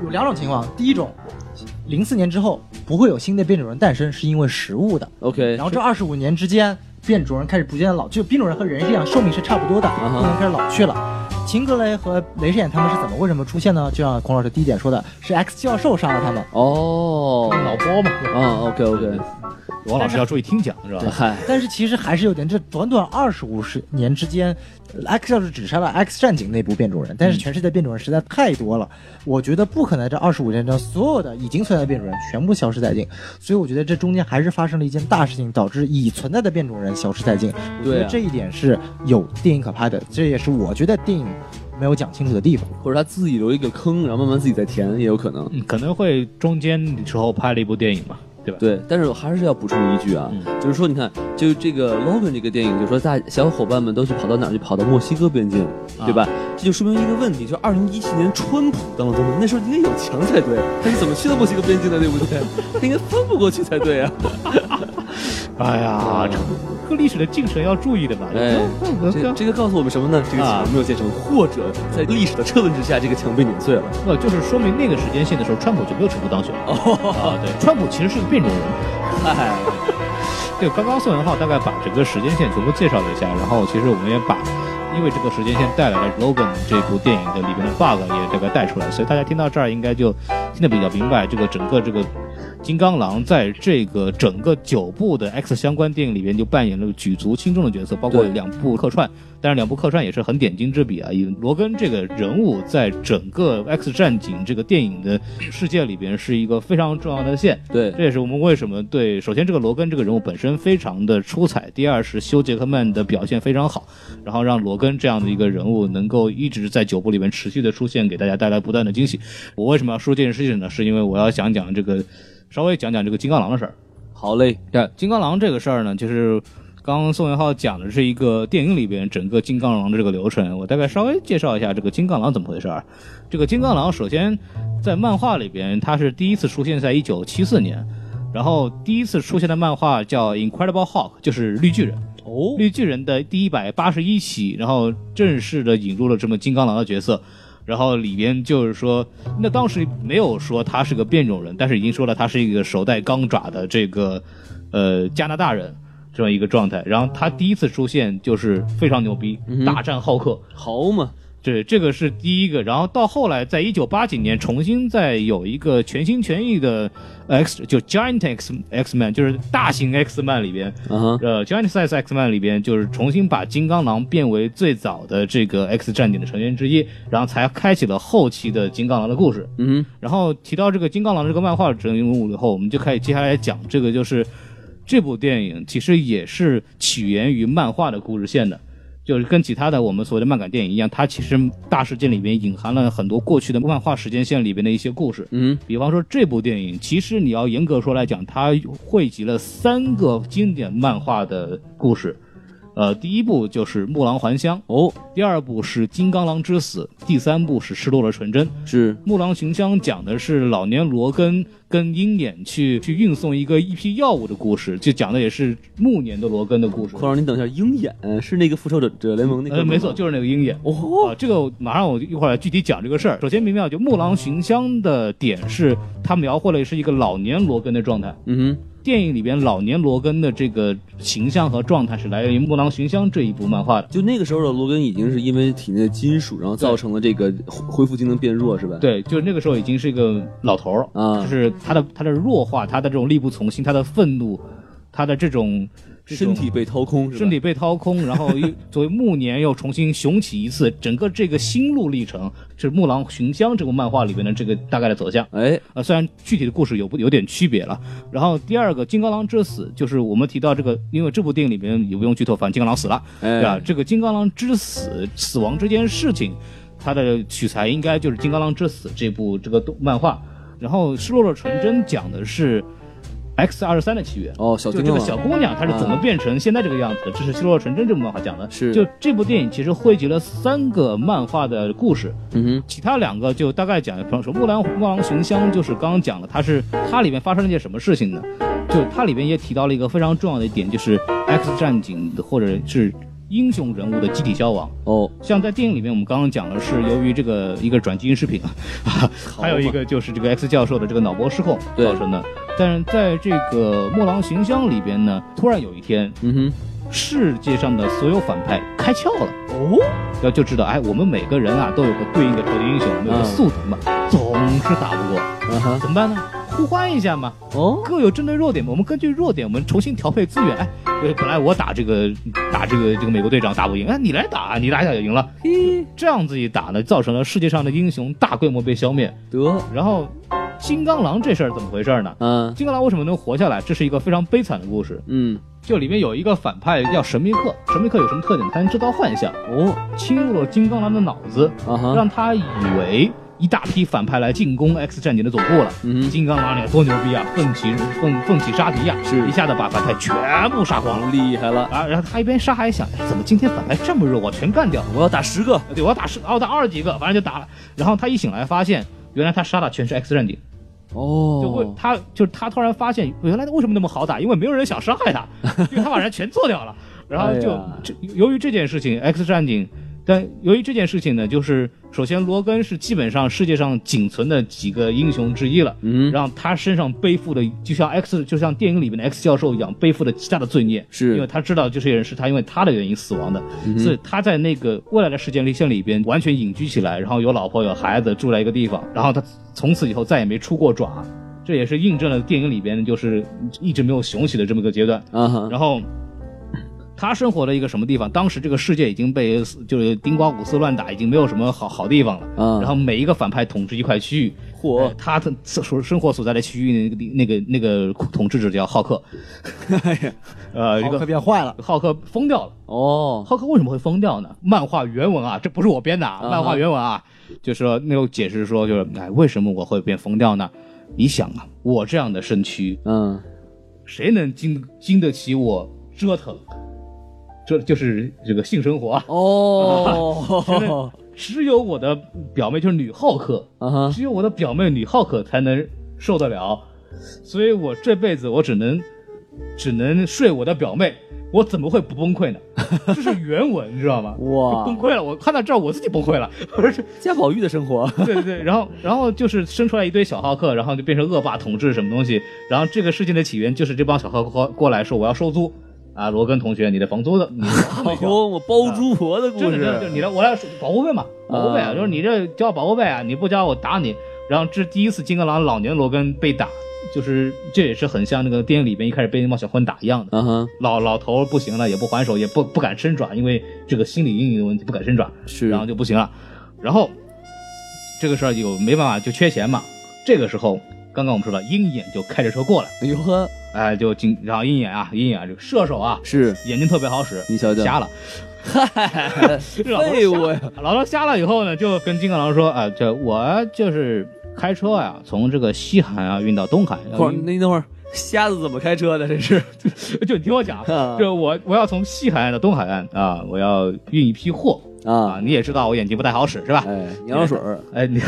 Speaker 2: 有两种情况。第一种，零四年之后不会有新的变种人诞生，是因为食物的。
Speaker 5: OK，
Speaker 2: 然后这二十五年之间，变种人开始逐渐地老，就变种人和人是一样，寿命是差不多的，
Speaker 5: 哼
Speaker 2: 变种人开始老去了。秦格雷和雷神眼他们是怎么为什么出现呢？就像孔老师第一点说的，是 X 教授杀了他们。
Speaker 5: 哦，
Speaker 4: 脑包嘛，
Speaker 5: 啊，OK OK，
Speaker 4: 王老师要注意听讲，知道
Speaker 5: 对，
Speaker 4: 吧？
Speaker 5: 嗨，
Speaker 2: 但是其实还是有点，这短短二十五十年之间呃，X 教授只杀了 X 战警内部变种人，
Speaker 5: 嗯
Speaker 2: 但是全世界变种人实在太多了，我觉得不可能这二十五年中所有的已经存在的变种人全部消失殆尽，所以我觉得这中间还是发生了一件大事情，导致已存在的变种人消失殆尽。我觉
Speaker 5: 对
Speaker 2: 得
Speaker 5: 啊
Speaker 2: 这一点是有电影可拍的，这也是我觉得电影没有讲清楚的地方。
Speaker 5: 或者他自己留一个坑，然后慢慢自己再填也有可能。
Speaker 4: 嗯，可能会中间的时候拍了一部电影嘛，对吧？
Speaker 5: 对，但是我还是要补充一句啊，
Speaker 2: 嗯
Speaker 5: 就是说，你看，就是这个《Logan》这个电影，就是说大小伙伴们都去跑到哪儿去？跑到墨西哥边境，
Speaker 2: 啊
Speaker 5: 对吧？这就说明一个问题，就是二零一七年川普当了总统，那时候应该有墙才对， 他是怎么去到墨西哥边境的，对不对？他应该翻不过去才对啊！
Speaker 4: 哎呀，这个历史的进程要注意的嘛。
Speaker 5: 哎，这这个告诉我们什么呢？这个
Speaker 4: 啊
Speaker 5: 墙没有建成，或者在历史的车轮之下，这个墙被碾碎了。
Speaker 4: 不呃就是说明那个时间线的时候，川普就没有成功当选。啊，对，川普其实是个变种人。
Speaker 5: 哦 嗨，
Speaker 4: 对，刚刚宋元浩大概把整个时间线全部介绍了一下，然后其实我们也把因为这个时间线带来了《Logan》这部电影的里边的 bug 也这个带出来，所以大家听到这儿应该就听得比较明白，这个整个这个金刚狼在这个整个九部的 X 相关电影里边就扮演了举足轻重的角色，包括
Speaker 5: 对
Speaker 4: 两部客串，但是两部客串也是很点睛之笔啊。以罗根这个人物在整个 X 战警这个电影的世界里边是一个非常重要的线，
Speaker 5: 对
Speaker 4: 这也是我们为什么对，首先这个罗根这个人物本身非常的出彩，第二是休杰克曼的表现非常好，然后让罗根这样的一个人物能够一直在九部里面持续的出现，给大家带来不断的惊喜。我为什么要说这件事情呢？是因为我要讲讲这个，稍微讲讲这个金刚狼的事儿。
Speaker 5: 好嘞，
Speaker 4: 对，金刚狼这个事儿呢，就是刚刚宋元浩讲的是一个电影里边整个金刚狼的这个流程，我大概稍微介绍一下这个金刚狼怎么回事儿。这个金刚狼首先在漫画里边，它是第一次出现在一九七四年，然后第一次出现的漫画叫《Incredible Hulk》，就是绿巨人。
Speaker 5: 哦
Speaker 4: 绿巨人的第一百八十一期，然后正式的引入了这么金刚狼的角色。然后里边就是说，那当时没有说他是个变种人，但是已经说了他是一个手带钢爪的这个，呃，加拿大人这么一个状态。然后他第一次出现就是非常牛逼，
Speaker 5: 嗯哼
Speaker 4: 大战浩克，
Speaker 5: 好嘛，
Speaker 4: 对，这个是第一个。然后到后来，在一九八几年重新再有一个全心全意的呃 X，就 Giant X X Man，就是大型 X Man 里边，
Speaker 5: 啊哈，
Speaker 4: 呃，Giant Size X Man 里边就是重新把金刚狼变为最早的这个 X 战警的成员之一，然后才开启了后期的金刚狼的故事。
Speaker 5: 嗯哼，
Speaker 4: 然后提到这个金刚狼这个漫画人物以后，我们就开始接下来讲这个就是这部电影其实也是起源于漫画的故事线的。就是跟其他的我们所谓的漫改电影一样，它其实大事件里面隐含了很多过去的漫画时间线里边的一些故事。
Speaker 5: 嗯
Speaker 4: 比方说这部电影，其实你要严格说来讲，它汇集了三个经典漫画的故事。呃，第一部就是《木狼还乡》，
Speaker 5: 哦，
Speaker 4: 第二部是《金刚狼之死》，第三部是《失落的纯真》。
Speaker 5: 是
Speaker 4: 《木狼寻香》讲的是老年罗根跟鹰眼去去运送一个一批药物的故事，就讲的也是暮年的罗根的故事。
Speaker 5: 括号，您等一下，鹰眼是那个复仇者者联盟那个，
Speaker 4: 呃，没错，。就是那个鹰眼。
Speaker 5: 哦
Speaker 4: 啊，这个马上我一会儿具体讲这个事儿。首先明妙，就木狼寻香的点是，它描绘了是一个老年罗根的状态。
Speaker 5: 嗯
Speaker 4: 电影里边老年罗根的这个形象和状态是来源于《木狼寻香》这一部漫画的。
Speaker 5: 哼，就那个时候的罗根已经是因为体内的金属，然后造成了这个恢复机能变弱，是吧？，
Speaker 4: 对，就是那个时候已经是一个老头儿，
Speaker 5: 啊
Speaker 4: 就是他的他的弱化，他的这种力不从心，他的愤怒，他的这种这种
Speaker 5: 身体被掏空，是吧
Speaker 4: 身体被掏空，然后又作为暮年又重新雄起一次，整个这个心路历程是《木狼寻香》这部漫画里边的这个大概的走向。
Speaker 5: 哎，
Speaker 4: 呃，虽然具体的故事有不有点区别了。然后第二个《金刚狼之死》，就是我们提到这个，因为这部电影里面也不用剧透，反正金刚狼死了，
Speaker 5: 哎
Speaker 4: 对吧？这个金刚狼之死，死亡这件事情，它的取材应该就是《金刚狼之死》这部这个动漫画。然后《失落的纯真》讲的是 X 二十三的起源。
Speaker 5: 哦，小
Speaker 4: 就
Speaker 5: 金
Speaker 4: 这
Speaker 5: 刚
Speaker 4: 个
Speaker 5: 狼
Speaker 4: 小姑娘，她是怎么变成现在这个样子的？这是《失落的纯真》这部漫画讲的。
Speaker 5: 嗯是
Speaker 4: 就这部电影其实汇集了三个漫画的故事，
Speaker 5: 嗯
Speaker 4: 其他两个就大概讲，比方说《木兰木狼寻香》，就是刚刚讲了，它是它里面发生了一些什么事情呢？就它里面也提到了一个非常重要的一点，就是 X 战警的或者是英雄人物的集体消亡。
Speaker 5: 哼，哦，
Speaker 4: 像在电影里面，我们刚刚讲的是由于这个一个转基因食品啊， 还有一个就是这个 X 教授的这个脑波失控
Speaker 5: 对
Speaker 4: 造成的。但是在这个《木狼寻香》里边呢，突然有一天，
Speaker 5: 嗯哼，
Speaker 4: 世界上的所有反派开窍了，
Speaker 5: 哦，
Speaker 4: 要就知道，哎，我们每个人啊都有个对应的超级英雄，我们有个
Speaker 5: 嗯
Speaker 4: 速成嘛，总是打不过，
Speaker 5: 啊哈，
Speaker 4: 怎么办呢？互换一下嘛，
Speaker 5: 哦，
Speaker 4: 各有针对弱点嘛，我们根据弱点，我们重新调配资源。哎，呃本来我打这个打这个这个美国队长打不赢，哎，你来打，你打一下就赢了。
Speaker 5: 嘿，
Speaker 4: 这样子一打呢，造成了世界上的英雄大规模被消灭。
Speaker 5: 得，
Speaker 4: 然后，金刚狼这事儿怎么回事呢？
Speaker 5: 嗯
Speaker 4: 金刚狼为什么能活下来？这是一个非常悲惨的故事。
Speaker 5: 嗯，
Speaker 4: 就里面有一个反派叫神秘客，神秘客有什么特点？他能制造幻象，
Speaker 5: 哦，
Speaker 4: 侵入了金刚狼的脑子，
Speaker 5: 啊哈，
Speaker 4: 让他以为一大批反派来进攻 X 战警的总部了。
Speaker 5: 嗯，
Speaker 4: 金刚狼有多牛逼啊！奋起奋奋起杀敌呀、
Speaker 5: 是
Speaker 4: 一下子把反派全部杀光了
Speaker 5: 厉害了，
Speaker 4: 啊！然后他一边杀还想，哎，怎么今天反派这么弱，我全干掉。
Speaker 5: 我要打十个，
Speaker 4: 对，我要打十，哦，打二十几个，反正就打了。然后他一醒来发现，原来他杀的全是 X 战警，
Speaker 5: 哦，
Speaker 4: 就会、他就是他突然发现，原来为什么那么好打，因为没有人想伤害 他，因为他把人全做掉了。然后就、
Speaker 5: 哎呀
Speaker 4: 这由于这件事情，X 战警。但由于这件事情呢，就是首先罗根是基本上世界上仅存的几个英雄之一了，
Speaker 5: 嗯，
Speaker 4: 让他身上背负的，就像 X，就像电影里面的 X 教授一样，背负的极大的罪孽，
Speaker 5: 是嗯
Speaker 4: 因为他知道这些人是他因为他的原因死亡的，所以他在那个未来的时间线里边完全隐居起来，然后有老婆有孩子，住在一个地方，然后他从此以后再也没出过爪，这也是印证了电影里边就是一直没有雄起的这么个阶段。
Speaker 5: 啊哈，
Speaker 4: 然后他生活的一个什么地方？当时这个世界已经被就是丁瓜五四乱打，已经没有什么好好地方了。
Speaker 5: 啊
Speaker 4: 然后每一个反派统治一块区域，
Speaker 5: 嚯
Speaker 4: 呃他的所生活所在的区域那个地那个那个统治者叫浩克，呃，这
Speaker 2: 快
Speaker 4: 个
Speaker 2: 变坏了，
Speaker 4: 浩克疯掉了。
Speaker 5: 哦，
Speaker 4: 浩克为什么会疯掉呢？漫画原文啊，这不是我编的啊，
Speaker 5: 嗯哼
Speaker 4: 漫画原文啊，就是说那种解释说，就是哎，为什么我会变疯掉呢？你想啊，我这样的身躯，
Speaker 5: 嗯，
Speaker 4: 谁能经经得起我折腾？这就是这个性生活啊！
Speaker 5: 哦，
Speaker 4: 只有我的表妹就是女浩克，
Speaker 5: 啊哈，
Speaker 4: 只有我的表妹女浩克才能受得了，所以我这辈子我只能只能睡我的表妹，我怎么会不崩溃呢？这是原文，你知道吗？
Speaker 5: 哇
Speaker 4: 崩溃了！我看到这儿我自己崩溃了。
Speaker 5: 贾宝玉的生活，
Speaker 4: 对对对，然后然后就是生出来一堆小浩克，然后就变成恶霸统治什么东西。然后这个事情的起源就是这帮小浩克过来说我要收租啊，罗根同学，你的房租的，你的房租没交
Speaker 5: 哦，我包租婆的故
Speaker 4: 真的
Speaker 5: 事
Speaker 4: 真的就是你的我来保护费嘛，保护费啊，
Speaker 5: 啊
Speaker 4: 就是你这交保护费啊，你不交我打你。然后这是第一次金刚狼老年罗根被打，就是这也是很像那个电影里边一开始被那帮小混打一样的。
Speaker 5: 啊哈，
Speaker 4: 老老头儿不行了，也不还手，也不不敢伸爪，因为这个心理阴影的问题不敢伸爪。
Speaker 5: 是
Speaker 4: 然后就不行了。然后这个事儿有没办法，就缺钱嘛。这个时候，刚刚我们说了，鹰眼就开着车过来，
Speaker 5: 哎呦呵，
Speaker 4: 哎、就进，然后鹰眼啊，鹰眼啊，这个射手啊，
Speaker 5: 是
Speaker 4: 眼睛特别好使，
Speaker 5: 你瞧瞧
Speaker 4: 瞎 了，老头
Speaker 5: 废物呀，
Speaker 4: 老头瞎了以后呢，就跟金刚狼说，啊、这我就是开车呀、从这个西海啊运到东海，要
Speaker 5: 不是
Speaker 4: 运
Speaker 5: 那等会儿瞎子怎么开车的？这是
Speaker 4: 就你听我讲，
Speaker 5: 啊
Speaker 4: 就我我要从西海岸到东海岸啊，我要运一批货啊，
Speaker 5: 啊，
Speaker 4: 你也知道我眼睛不太好使是吧？
Speaker 5: 哎，娘水儿
Speaker 4: 哎，你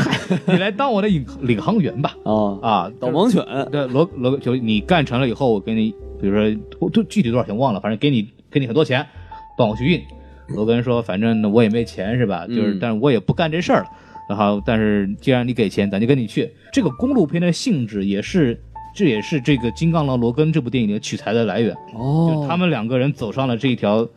Speaker 4: 你来当我的领领航员吧，
Speaker 5: 啊，
Speaker 4: 啊，
Speaker 5: 导盲犬，
Speaker 4: 对，罗罗就你干成了以后，我给你，比如说我都具体多少钱忘了，反正给你给你很多钱，帮我去运。罗根说，反正呢我也没钱是吧？就是，
Speaker 5: 嗯
Speaker 4: 但是我也不干这事儿了。然后，但是既然你给钱，咱就跟你去。这个公路片的性质也是，这也是这个《金刚狼罗根》这部电影的取材的来源。就
Speaker 5: 哦，
Speaker 4: 他们两个人走上了这一条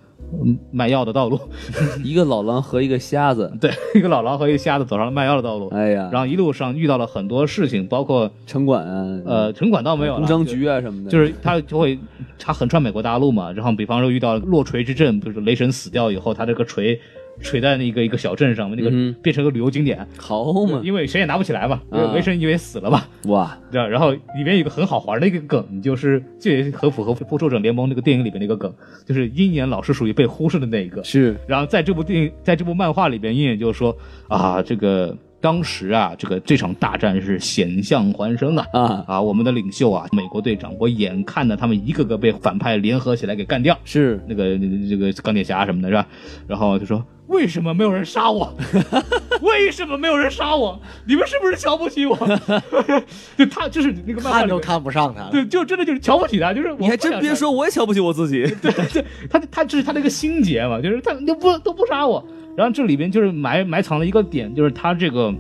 Speaker 4: 嗯卖药的道路，
Speaker 5: 一个老狼和一个瞎子，
Speaker 4: 对，一个老狼和一个瞎子走上了卖药的道路。
Speaker 5: 哎呀，
Speaker 4: 嗯然后一路上遇到了很多事情，包括
Speaker 5: 城管啊，
Speaker 4: 呃，城管倒没有了，
Speaker 5: 工商
Speaker 4: 就
Speaker 5: 局啊什么的，
Speaker 4: 就是他就会他横穿美国大陆嘛，然后比方说遇到落锤之阵，比如说雷神死掉以后，他这个锤锤在那个一个小镇上面，那个
Speaker 5: 嗯
Speaker 4: 变成个旅游景点，
Speaker 5: 好嘛，
Speaker 4: 因为谁也拿不起来嘛，因为
Speaker 5: 啊
Speaker 4: 雷神以为死了嘛，
Speaker 5: 哇，
Speaker 4: 对吧？然后里面有一个很好玩的一个梗，就是这也很符合《复仇者联盟》那个电影里面那个梗，就是鹰眼老是属于被忽视的那一个，
Speaker 5: 是
Speaker 4: 然后在这部电影，在这部漫画里边，鹰眼就说啊，这个当时啊，这个这场大战是险象环生啊
Speaker 5: 啊，
Speaker 4: 啊，我们的领袖啊，美国队长，我眼看着他们一个个被反派联合起来给干掉，
Speaker 5: 是
Speaker 4: 那个这个钢铁侠什么的，是吧？然后就说。为什么没有人杀我？ 为什么没有人杀我？你们是不是瞧不起我？ 就他就是那个漫画
Speaker 2: 看
Speaker 4: 里
Speaker 2: 都
Speaker 4: 面，
Speaker 2: 看不上他了。
Speaker 4: 对，就真的就是瞧不起他，就是我
Speaker 5: 你还
Speaker 4: 不想
Speaker 5: 真别
Speaker 4: 杀
Speaker 5: 说，我也瞧不起我自己。对，
Speaker 4: 他他这是他的一个心结嘛，就是他都不都不杀我。然后这里边就是埋埋藏了一个点，就是他这个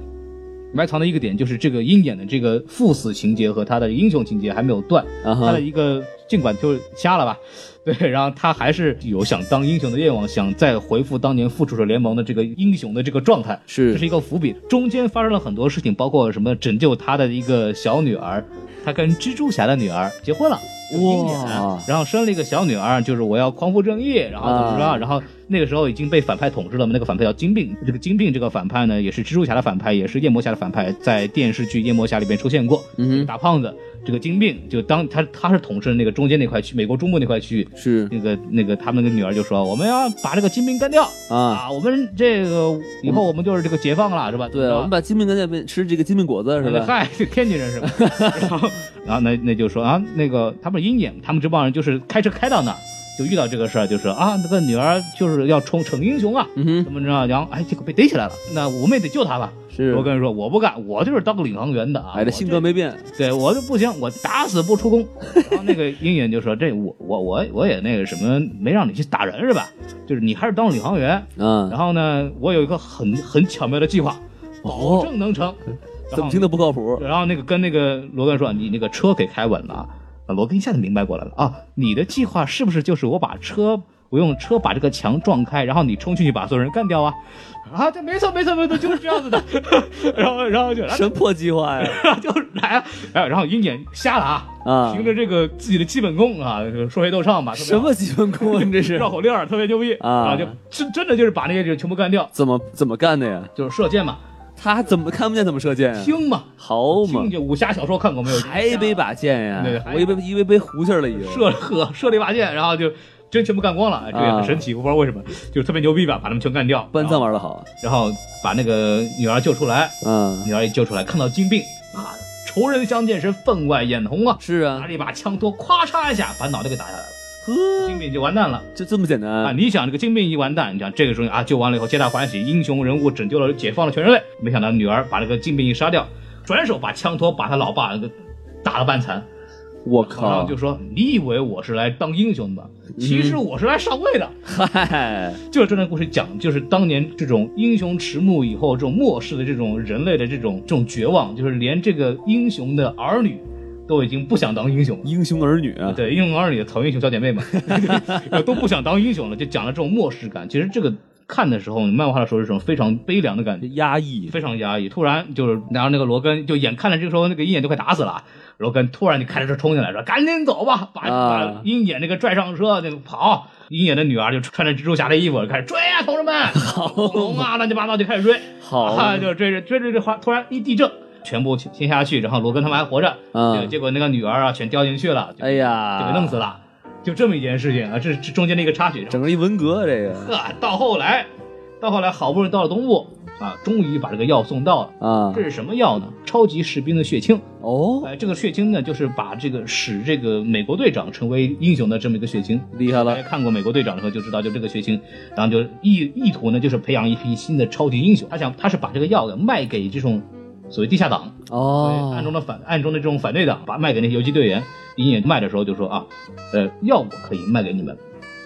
Speaker 4: 埋藏的一个点就是这个鹰眼的这个赴死情节和他的英雄情节还没有断，他
Speaker 5: 啊哈
Speaker 4: 的，一个尽管就瞎了吧，对，然后他还是有想当英雄的愿望，想再回复当年复仇者联盟的这个英雄的这个状态，这是
Speaker 5: 是
Speaker 4: 一个伏笔。中间发生了很多事情，包括什么拯救他的一个小女儿，他跟蜘蛛侠的女儿结婚了，有鹰眼
Speaker 5: 哇，
Speaker 4: 啊然后生了一个小女儿，就是我要匡扶正义，然后怎么着，
Speaker 5: 啊
Speaker 4: 然后那个时候已经被反派统治了嘛，那个反派叫金并，这个金并这个反派呢，也是蜘蛛侠的反派，也是夜魔侠的反派，在电视剧《夜魔侠》里边出现过，
Speaker 5: 嗯
Speaker 4: 大胖子。这个金并就当他他是统治那个中间那块区，美国中部那块区域，
Speaker 5: 哼，是
Speaker 4: 那个那个他们那个女儿就说我们要把这个金并干掉，
Speaker 5: 啊，
Speaker 4: 啊，我们这个以后我们就是这个解放了，是吧？
Speaker 5: 对，啊我们把金饼干变吃这个金饼果子是
Speaker 4: 那
Speaker 5: 吧？
Speaker 4: 嗨， 这天津人 是吧？然后，然后那那就说啊，那个他们鹰眼，他们这帮人就是开车开到那儿，就遇到这个事儿，就说啊，那个女儿就是要冲逞英雄啊，
Speaker 5: 嗯哼，
Speaker 4: 怎么着？然后哎，结果被逮起来了，那我们也得救她吧。
Speaker 5: 是
Speaker 4: 我，跟你说，我不干，我就是当个领航员的啊。
Speaker 5: 哎，
Speaker 4: 我
Speaker 5: 这性格没变，
Speaker 4: 对我就不行，我打死不出 宫。然后那个鹰眼就说：“这我我我我也那个什么，没让你去打人是吧？就是你还是当领航员，
Speaker 5: 啊
Speaker 4: 然，后呢，我有一个很很巧妙的计划，保
Speaker 5: 哦，嗯
Speaker 4: 证能成。
Speaker 5: 怎么听都不靠谱，
Speaker 4: 然后那个跟那个罗根说，你那个车给开稳了。啊罗根一下子明白过来了啊，你的计划是不是就是我把车，我用车把这个墙撞开，然后你冲进去把所有人干掉啊？啊，对，没错，没错，没错，就是这样子的。 然后，然后就，然
Speaker 5: 什么破计划呀？
Speaker 4: 后就来啊，然后然后鹰眼瞎了啊，
Speaker 5: 啊
Speaker 4: 凭，着这个自己的基本功啊，这个说学逗唱吧，特别
Speaker 5: 什
Speaker 4: 好
Speaker 5: 么基本功啊？你这是
Speaker 4: 绕口令儿特别牛逼
Speaker 5: 啊
Speaker 4: 就真真的就是把那些就全部干掉，
Speaker 5: 怎么怎么干的呀？
Speaker 4: 就是射箭嘛，
Speaker 5: 他怎么看不见怎么射箭呀？
Speaker 4: 听嘛，
Speaker 5: 好嗯嘛
Speaker 4: 听，就武侠小说看过没有？
Speaker 5: 还背把剑
Speaker 4: 对
Speaker 5: 呀？
Speaker 4: 还
Speaker 5: 我以为以为背胡线了，以为
Speaker 4: 射呵射了一把 箭，然后就真全部干光了，哎这个
Speaker 5: 啊
Speaker 4: 很神奇，我不知道为什么，就是特别牛逼吧，把他们全干掉。啊
Speaker 5: 班藏玩的好，啊
Speaker 4: 然后，然后把那个女儿救出来，
Speaker 5: 嗯，
Speaker 4: 女儿一救出来，看到金并啊，仇人相见时分外眼红啊，
Speaker 5: 是
Speaker 4: 拿
Speaker 5: 啊，
Speaker 4: 着一把枪托，咵嚓一下把脑袋给打下来了，
Speaker 5: 呵，
Speaker 4: 金并就完蛋了。
Speaker 5: 就这么简
Speaker 4: 啊！
Speaker 5: 单，
Speaker 4: 你想这个金并一完蛋，你想这个时候啊，救完了以后，皆大欢喜，英雄人物拯救了、解放了全人类。没想到女儿把这个金并一杀掉，转手把枪托把他老爸给打了半残。
Speaker 5: 我
Speaker 4: 然后
Speaker 5: 靠嗯
Speaker 4: 就，说：“你以为我是来当英雄的，其实我是来上位的。
Speaker 5: 嗨，
Speaker 4: 就是这段故事讲，就是当年这种英雄迟暮以后，这种末世的这种人类的这种这种绝望，就是连这个英雄的儿女都已经不想当英雄了。
Speaker 5: 英雄儿女啊，
Speaker 4: 对，英雄儿女的草原英雄小姐妹嘛， 都不想当英雄了，就讲了这种末世感。其实这个看的时候，你漫画的时候是一种非常悲凉的感觉。
Speaker 5: 压抑，
Speaker 4: 非常压抑。突然就是，然后那个罗根就眼看着这个时候那个鹰眼就快打死了，罗根突然就开着车冲进来说：“赶紧走吧，把、
Speaker 5: 啊
Speaker 4: 把鹰眼那个拽上车，那个跑。”鹰眼的女儿就穿着蜘蛛侠的衣服开始追啊，同志 们，恐龙啊，乱七八糟就开始追，
Speaker 5: 好
Speaker 4: 啊，就追着追着追着，突然一地震。全部陷下去，然后罗根他们还活着，
Speaker 5: 啊
Speaker 4: 对结果那个女儿啊全掉进去了，就
Speaker 5: 哎呀
Speaker 4: 就给弄死了，就这么一件事情啊，这是中间的一个插曲，然后
Speaker 5: 整了一文革啊这个
Speaker 4: 呵，到后来，到后来好不容易到了东部啊，终于把这个药送到了。
Speaker 5: 啊
Speaker 4: 这，是什么药呢？超级士兵的血清。
Speaker 5: 哦，
Speaker 4: 哎，这个血清呢，就是把这个使这个美国队长成为英雄的这么一个血清。
Speaker 5: 厉害
Speaker 4: 大
Speaker 5: 了
Speaker 4: 家，看过美国队长的时候就知道，就这个血清，然后就意意图呢，就是培养一批新的超级英雄。他想，他是把这个药给卖给这种所谓地下党，对，暗中
Speaker 5: 哦，
Speaker 4: 的反暗中的这种反对党，把卖给那些游击队员。鹰眼卖的时候就说啊，呃，药我可以卖给你们，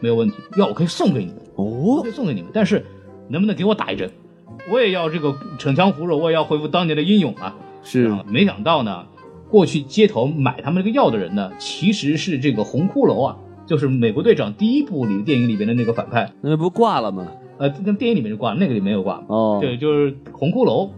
Speaker 4: 没有问题，药我可以送给你们。我
Speaker 5: 哦，
Speaker 4: 可以送给你们，但是能不能给我打一针？我也要这个逞强扶弱，我也要恢复当年的英勇啊！
Speaker 5: 是
Speaker 4: 啊没想到呢，过去街头买他们这个药的人呢，其实是这个红骷髅啊，就是美国队长第一部里电影里边的那个反派，
Speaker 5: 那不挂了吗？
Speaker 4: 呃，那电影里面就挂了，那个里面有挂，
Speaker 5: 哦，
Speaker 4: 对，就是红骷髅，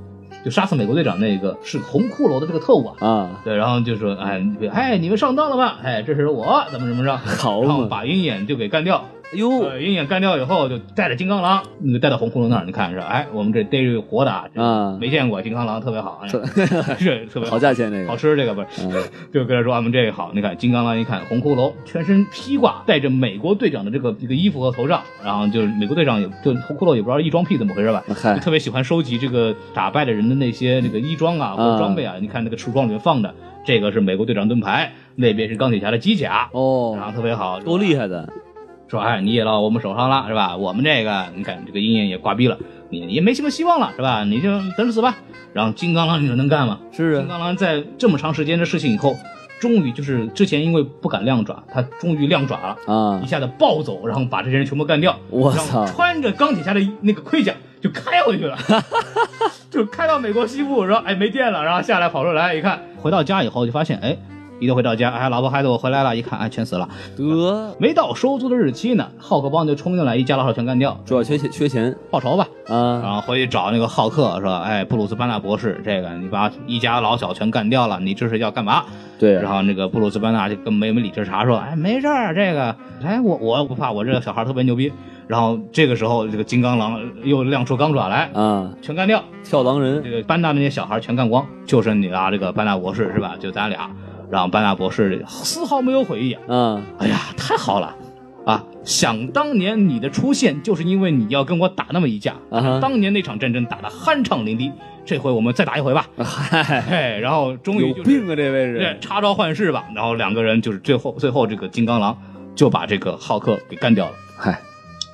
Speaker 4: 就杀死美国队长那个是红骷髅的这个特务啊。
Speaker 5: 啊，
Speaker 4: 对，然后就说，哎，你哎，你们上当了吧？哎，这是我，怎么怎么着，
Speaker 5: 好
Speaker 4: 然后
Speaker 5: 嘛，
Speaker 4: 把鹰眼就给干掉，
Speaker 5: 哎呦，
Speaker 4: 呃，鹰眼干掉以后，就带着金刚狼，那个带到红骷髅那儿，你看是吧，哎，我们这逮着活的啊，这
Speaker 5: 啊
Speaker 4: 没见过金刚狼，特别好，哎 是特别
Speaker 5: 好价钱这
Speaker 4: 好
Speaker 5: 个，
Speaker 4: 吃这个不是，
Speaker 5: 嗯
Speaker 4: 就跟他说俺们这个好，你看金刚狼一看红骷髅，全身披挂，带着美国队长的这个这个衣服和头上，然后就是美国队长也就红骷髅也不知道异装癖怎么回事吧。就
Speaker 5: 嗨，
Speaker 4: 特别喜欢收集这个打败的人的那些那个衣装啊或者
Speaker 5: 啊
Speaker 4: 装备啊，你看那个橱窗里面放着，这个是美国队长盾牌，那边是钢铁侠的机甲，然后
Speaker 5: 哦，
Speaker 4: 特别好，
Speaker 5: 多
Speaker 4: 害。
Speaker 5: 厉害的，
Speaker 4: 说哎，你也到我们手上了是吧？我们这个你看这个鹰眼也挂逼了，你你也没什么希望了是吧？你就等着死吧。然后金刚狼你说能干吗？
Speaker 5: 是
Speaker 4: 金
Speaker 5: 啊，
Speaker 4: 刚狼在这么长时间的事情以后，终于就是之前因为不敢亮爪，他终于亮爪了，
Speaker 5: 啊
Speaker 4: 一，下子暴走，然后把这些人全部干掉，
Speaker 5: 我
Speaker 4: 然后
Speaker 5: 操，
Speaker 4: 穿着钢铁侠的那个盔甲就开回去 了，就开到美国西部，然后哎没电了，然后下来跑出来一看，回到家以后就发现哎，一到回到家，哎老婆孩子我回来了，一看哎全死了，
Speaker 5: 得，
Speaker 4: 没到收租的日期呢，浩克帮就冲进来一家老少全干掉，
Speaker 5: 主要缺钱缺钱
Speaker 4: 报仇吧。然
Speaker 5: 啊，
Speaker 4: 后回去找那个浩克说：“哎，布鲁斯班纳博士，这个你把一家老小全干掉了，你这是要干嘛？”
Speaker 5: 对啊
Speaker 4: 然后那个布鲁斯班纳就跟没没理智查说：“哎，没事儿，这个，哎，我我不怕，我这个小孩特别牛逼。”然后这个时候，这个金刚狼又亮出钢爪来，
Speaker 5: 啊，
Speaker 4: 全干掉。
Speaker 5: 跳狼
Speaker 4: 这
Speaker 5: 人
Speaker 4: 个班纳那些小孩全干光，就剩你啊，这个班纳博士是吧？就咱俩。然后班纳博士丝毫没有悔意啊，
Speaker 5: 啊，
Speaker 4: 哎呀，太好了，啊！想当年你的出现，就是因为你要跟我打那么一架。
Speaker 5: 啊哈
Speaker 4: 当年那场战争打得酣畅淋漓，这回我们再打一回吧。
Speaker 5: 嗨，
Speaker 4: 哎，然后终于
Speaker 5: 啊有
Speaker 4: 就是
Speaker 5: 病啊，这位
Speaker 4: 对
Speaker 5: 置，
Speaker 4: 插招换式吧。然后两个人就是最后最后这个金刚狼就把这个浩克给干掉了。
Speaker 5: 嗨，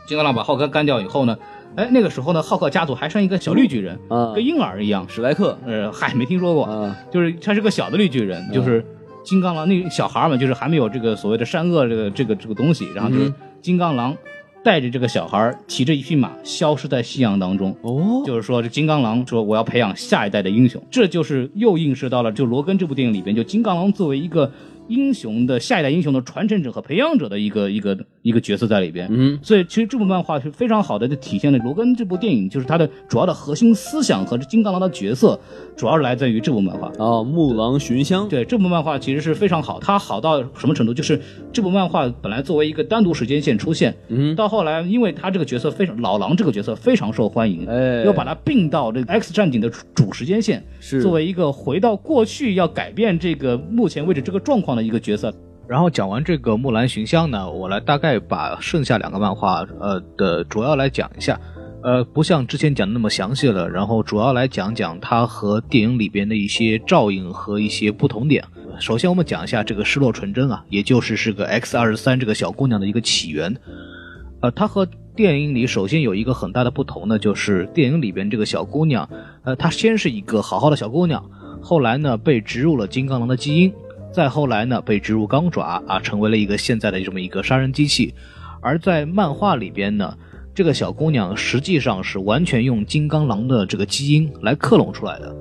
Speaker 4: 金刚狼把浩克干掉以后呢，哎，那个时候呢，浩克家族还剩一个小绿巨人，
Speaker 5: 啊
Speaker 4: 跟婴儿一样。
Speaker 5: 史莱克
Speaker 4: 呃，嗨，没听说过。
Speaker 5: 啊，
Speaker 4: 就是他是个小的绿巨人，
Speaker 5: 嗯
Speaker 4: 就是金刚狼那个小孩儿嘛，就是还没有这个所谓的善恶这个这个这个东西，然后就是
Speaker 5: 嗯
Speaker 4: 金刚狼带着这个小孩儿骑着一匹马消失在夕阳当中。
Speaker 5: 哦，
Speaker 4: 就是说，这金刚狼说我要培养下一代的英雄，这就是又映射到了就罗根这部电影里边，就金刚狼作为一个英雄的下一代英雄的传承者和培养者的一个一个一个角色在里边。
Speaker 5: 嗯，
Speaker 4: 所以其实这部漫画是非常好的，就体现了罗根这部电影就是它的主要的核心思想和这金刚狼的角色，主要是来自于这部漫画。
Speaker 5: 啊，木狼寻香，
Speaker 4: 对这部漫画其实是非常好，它好到什么程度？就是这部漫画本来作为一个单独时间线出现，
Speaker 5: 嗯，
Speaker 4: 到后来因为它这个角色非常老狼这个角色非常受欢迎，
Speaker 5: 哎
Speaker 4: 又把它并到这个 X 战警的主主时间线，
Speaker 5: 是
Speaker 4: 作为一个回到过去要改变这个目前为止这个状况的一个角色。然后讲完这个木兰寻香呢，我来大概把剩下两个漫画呃的主要来讲一下。呃，不像之前讲的那么详细了，然后主要来讲讲它和电影里边的一些照应和一些不同点。首先，我们讲一下这个失落纯真啊，也就是是个 X 二十三这个小姑娘的一个起源。呃，它和电影里首先有一个很大的不同呢，就是电影里边这个小姑娘，呃，她先是一个好好的小姑娘，后来呢被植入了金刚狼的基因，再后来呢被植入钢爪啊，成为了一个现在的这么一个杀人机器。而在漫画里边呢，这个小姑娘实际上是完全用金刚狼的这个基因来克隆出来的。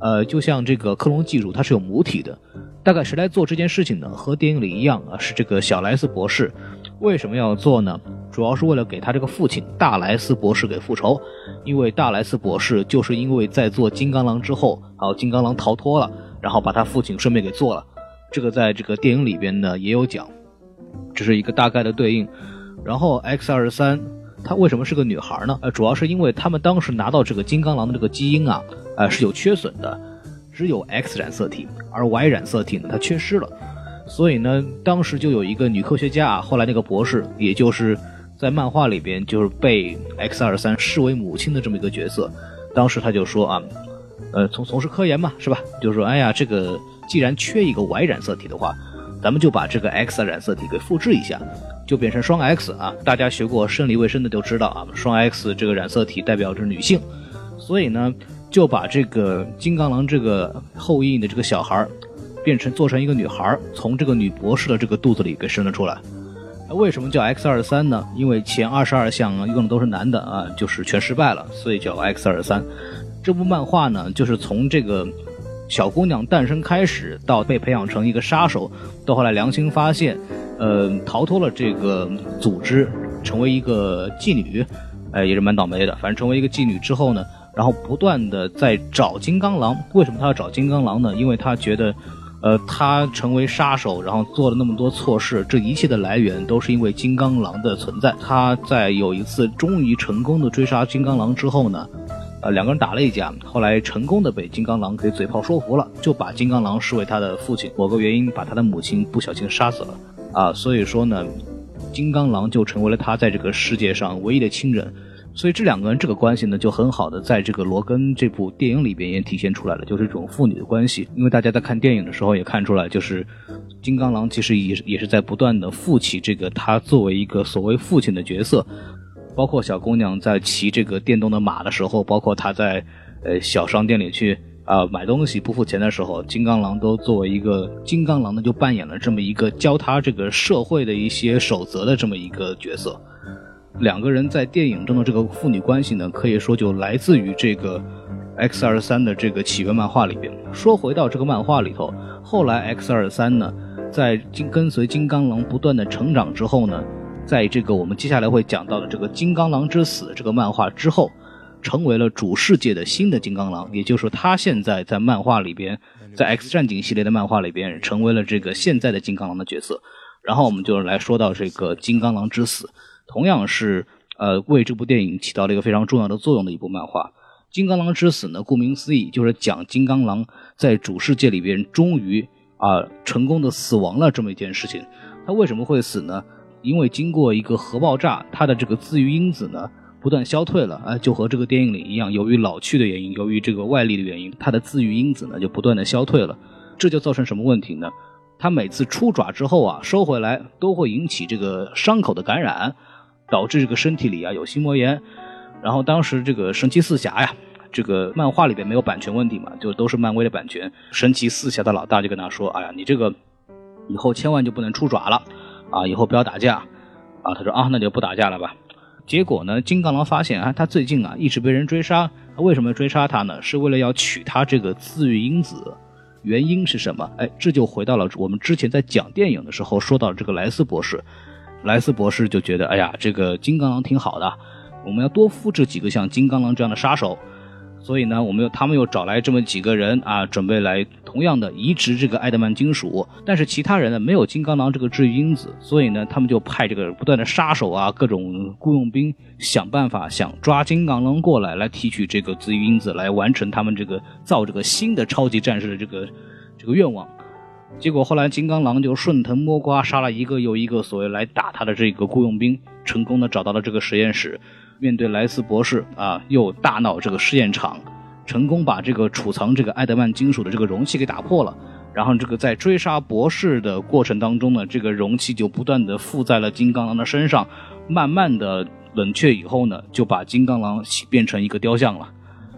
Speaker 4: 呃，就像这个克隆技术，它是有母体的。大概谁来做这件事情呢？和电影里一样啊，是这个小莱斯博士。为什么要做呢？主要是为了给他这个父亲大莱斯博士给复仇，因为大莱斯博士就是因为在做金刚狼之后，然后金刚狼逃脱了，然后把他父亲顺便给做了。这个在这个电影里边呢也有讲，只是一个大概的对应。然后 X 二十三，她为什么是个女孩呢？呃，主要是因为他们当时拿到这个金刚狼的这个基因啊，呃是有缺损的，只有 X 染色体，而 Y 染色体呢它缺失了。所以呢，当时就有一个女科学家，后来那个博士，也就是在漫画里边就是被 X 二三视为母亲的这么一个角色，当时他就说啊，呃，从从事科研嘛，是吧？就说哎呀，这个既然缺一个 Y 染色体的话，咱们就把这个 X 染色体给复制一下，就变成双 X 啊。大家学过生理卫生的就知道啊，双 X 这个染色体代表着女性，所以呢，就把这个金刚狼这个后裔的这个小孩儿，变成做成一个女孩儿，从这个女博士的这个肚子里给生了出来。为什么叫 X 二三呢？因为前二十二项啊，用的都是男的啊，就是全失败了，所以叫 X 二三。这部漫画呢，就是从这个小姑娘诞生开始，到被培养成一个杀手，到后来良心发现，呃，逃脱了这个组织，成为一个妓女，呃，也是蛮倒霉的。反正成为一个妓女之后呢，然后不断的在找金刚狼。为什么他要找金刚狼呢？因为他觉得，呃，他成为杀手，然后做了那么多错事，这一切的来源都是因为金刚狼的存在。他在有一次终于成功的追杀金刚狼之后呢，呃，两个人打了一架，后来成功的被金刚狼给嘴炮说服了，就把金刚狼视为他的父亲，某个原因把他的母亲不小心杀死了啊，所以说呢，金刚狼就成为了他在这个世界上唯一的亲人。所以这两个人这个关系呢，就很好的在这个罗根这部电影里边也体现出来了，就是一种父女的关系。因为大家在看电影的时候也看出来，就是金刚狼其实也是也是在不断的负起这个他作为一个所谓父亲的角色，包括小姑娘在骑这个电动的马的时候，包括她在呃小商店里去啊、买东西不付钱的时候，金刚狼都作为一个金刚狼呢，就扮演了这么一个教她这个社会的一些守则的这么一个角色。两个人在电影中的这个父女关系呢，可以说就来自于这个 X 二三的这个起源漫画里边。说回到这个漫画里头，后来 X 二三呢，在金跟随金刚狼不断的成长之后呢，在这个我们接下来会讲到的这个《金刚狼之死》这个漫画之后，成为了主世界的新的金刚狼，也就是说，他现在在漫画里边，在 X 战警系列的漫画里边，成为了这个现在的金刚狼的角色。然后我们就来说到这个《金刚狼之死》，同样是呃为这部电影起到了一个非常重要的作用的一部漫画。《金刚狼之死》呢，顾名思义就是讲金刚狼在主世界里边终于啊、成功的死亡了这么一件事情。他为什么会死呢？因为经过一个核爆炸，它的这个自愈因子呢不断消退了，哎，就和这个电影里一样，由于老去的原因，由于这个外力的原因，它的自愈因子呢就不断的消退了，这就造成什么问题呢？它每次出爪之后啊，收回来都会引起这个伤口的感染，导致这个身体里啊有心膜炎。然后当时这个神奇四侠呀，这个漫画里边没有版权问题嘛，就都是漫威的版权。神奇四侠的老大就跟他说：“哎呀，你这个以后千万就不能出爪了，啊，以后不要打架。”啊，他说：“啊，那就不打架了吧。”结果呢，金刚狼发现啊，他最近啊一直被人追杀。为什么追杀他呢？是为了要取他这个自愈因子。原因是什么？哎，这就回到了我们之前在讲电影的时候说到这个莱斯博士，莱斯博士就觉得，哎呀，这个金刚狼挺好的，我们要多复制几个像金刚狼这样的杀手。所以呢，我们又他们又找来这么几个人啊，准备来同样的移植这个艾德曼金属，但是其他人呢没有金刚狼这个治愈因子，所以呢，他们就派这个不断的杀手啊，各种雇佣兵想办法想抓金刚狼过来，来提取这个自愈因子，来完成他们这个造这个新的超级战士的这个这个愿望。结果后来金刚狼就顺藤摸瓜杀了一个又一个所谓来打他的这个雇佣兵，成功的找到了这个实验室。面对莱斯博士啊，又大闹这个试验场，成功把这个储藏这个埃德曼金属的这个容器给打破了。然后这个在追杀博士的过程当中呢，这个容器就不断的附在了金刚狼的身上，慢慢的冷却以后呢，就把金刚狼变成一个雕像了。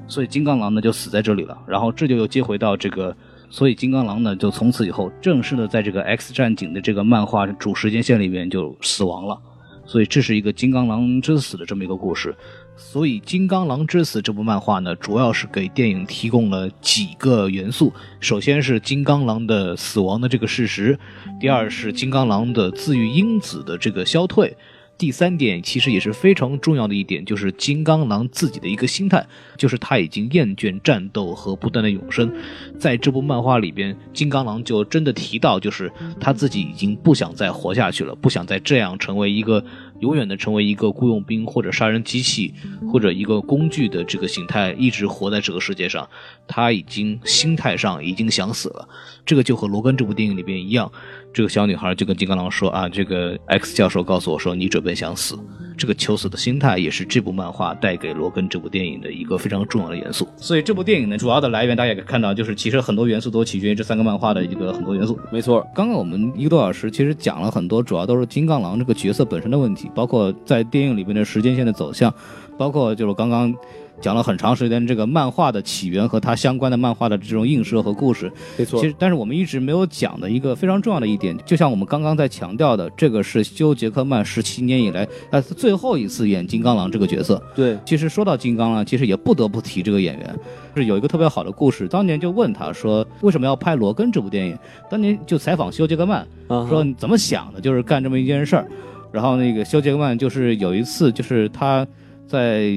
Speaker 4: 所以金刚狼呢就死在这里了。然后这就又接回到这个，所以金刚狼呢就从此以后正式的在这个 X 战警的这个漫画主时间线里面就死亡了。所以这是一个金刚狼之死的这么一个故事。所以《金刚狼之死》这部漫画呢，主要是给电影提供了几个元素。首先是金刚狼的死亡的这个事实，第二是金刚狼的自愈因子的这个消退，第三点其实也是非常重要的一点，就是金刚狼自己的一个心态，就是他已经厌倦战斗和不断的永生。在这部漫画里边，金刚狼就真的提到，就是他自己已经不想再活下去了，不想再这样成为一个永远的成为一个雇佣兵或者杀人机器或者一个工具的这个形态，一直活在这个世界上。他已经心态上已经想死了。这个就和罗根这部电影里边一样，这个小女孩就跟金刚狼说啊，这个 X 教授告诉我说你准备想死。这个求死的心态也是这部漫画带给罗根这部电影的一个非常重要的元素。所以这部电影呢，主要的来源大家也可以看到，就是其实很多元素都起源于这三个漫画的一个很多元素。
Speaker 5: 没错，
Speaker 4: 刚刚我们一个多小时其实讲了很多，主要都是金刚狼这个角色本身的问题，包括在电影里面的时间线的走向，包括就是我刚刚讲了很长时间这个漫画的起源和它相关的漫画的这种映射和故事。
Speaker 5: 没错
Speaker 4: 其实，但是我们一直没有讲的一个非常重要的一点，就像我们刚刚在强调的，这个是休·杰克曼十七年以来呃最后一次演金刚狼这个角色。
Speaker 5: 对，
Speaker 4: 其实说到金刚啊狼，其实也不得不提这个演员，是有一个特别好的故事。当年就问他说，为什么要拍《罗根》这部电影？当年就采访休·杰克曼，
Speaker 5: 啊
Speaker 4: 说你怎么想的，就是干这么一件事儿。然后那个休·杰克曼就是有一次，就是他在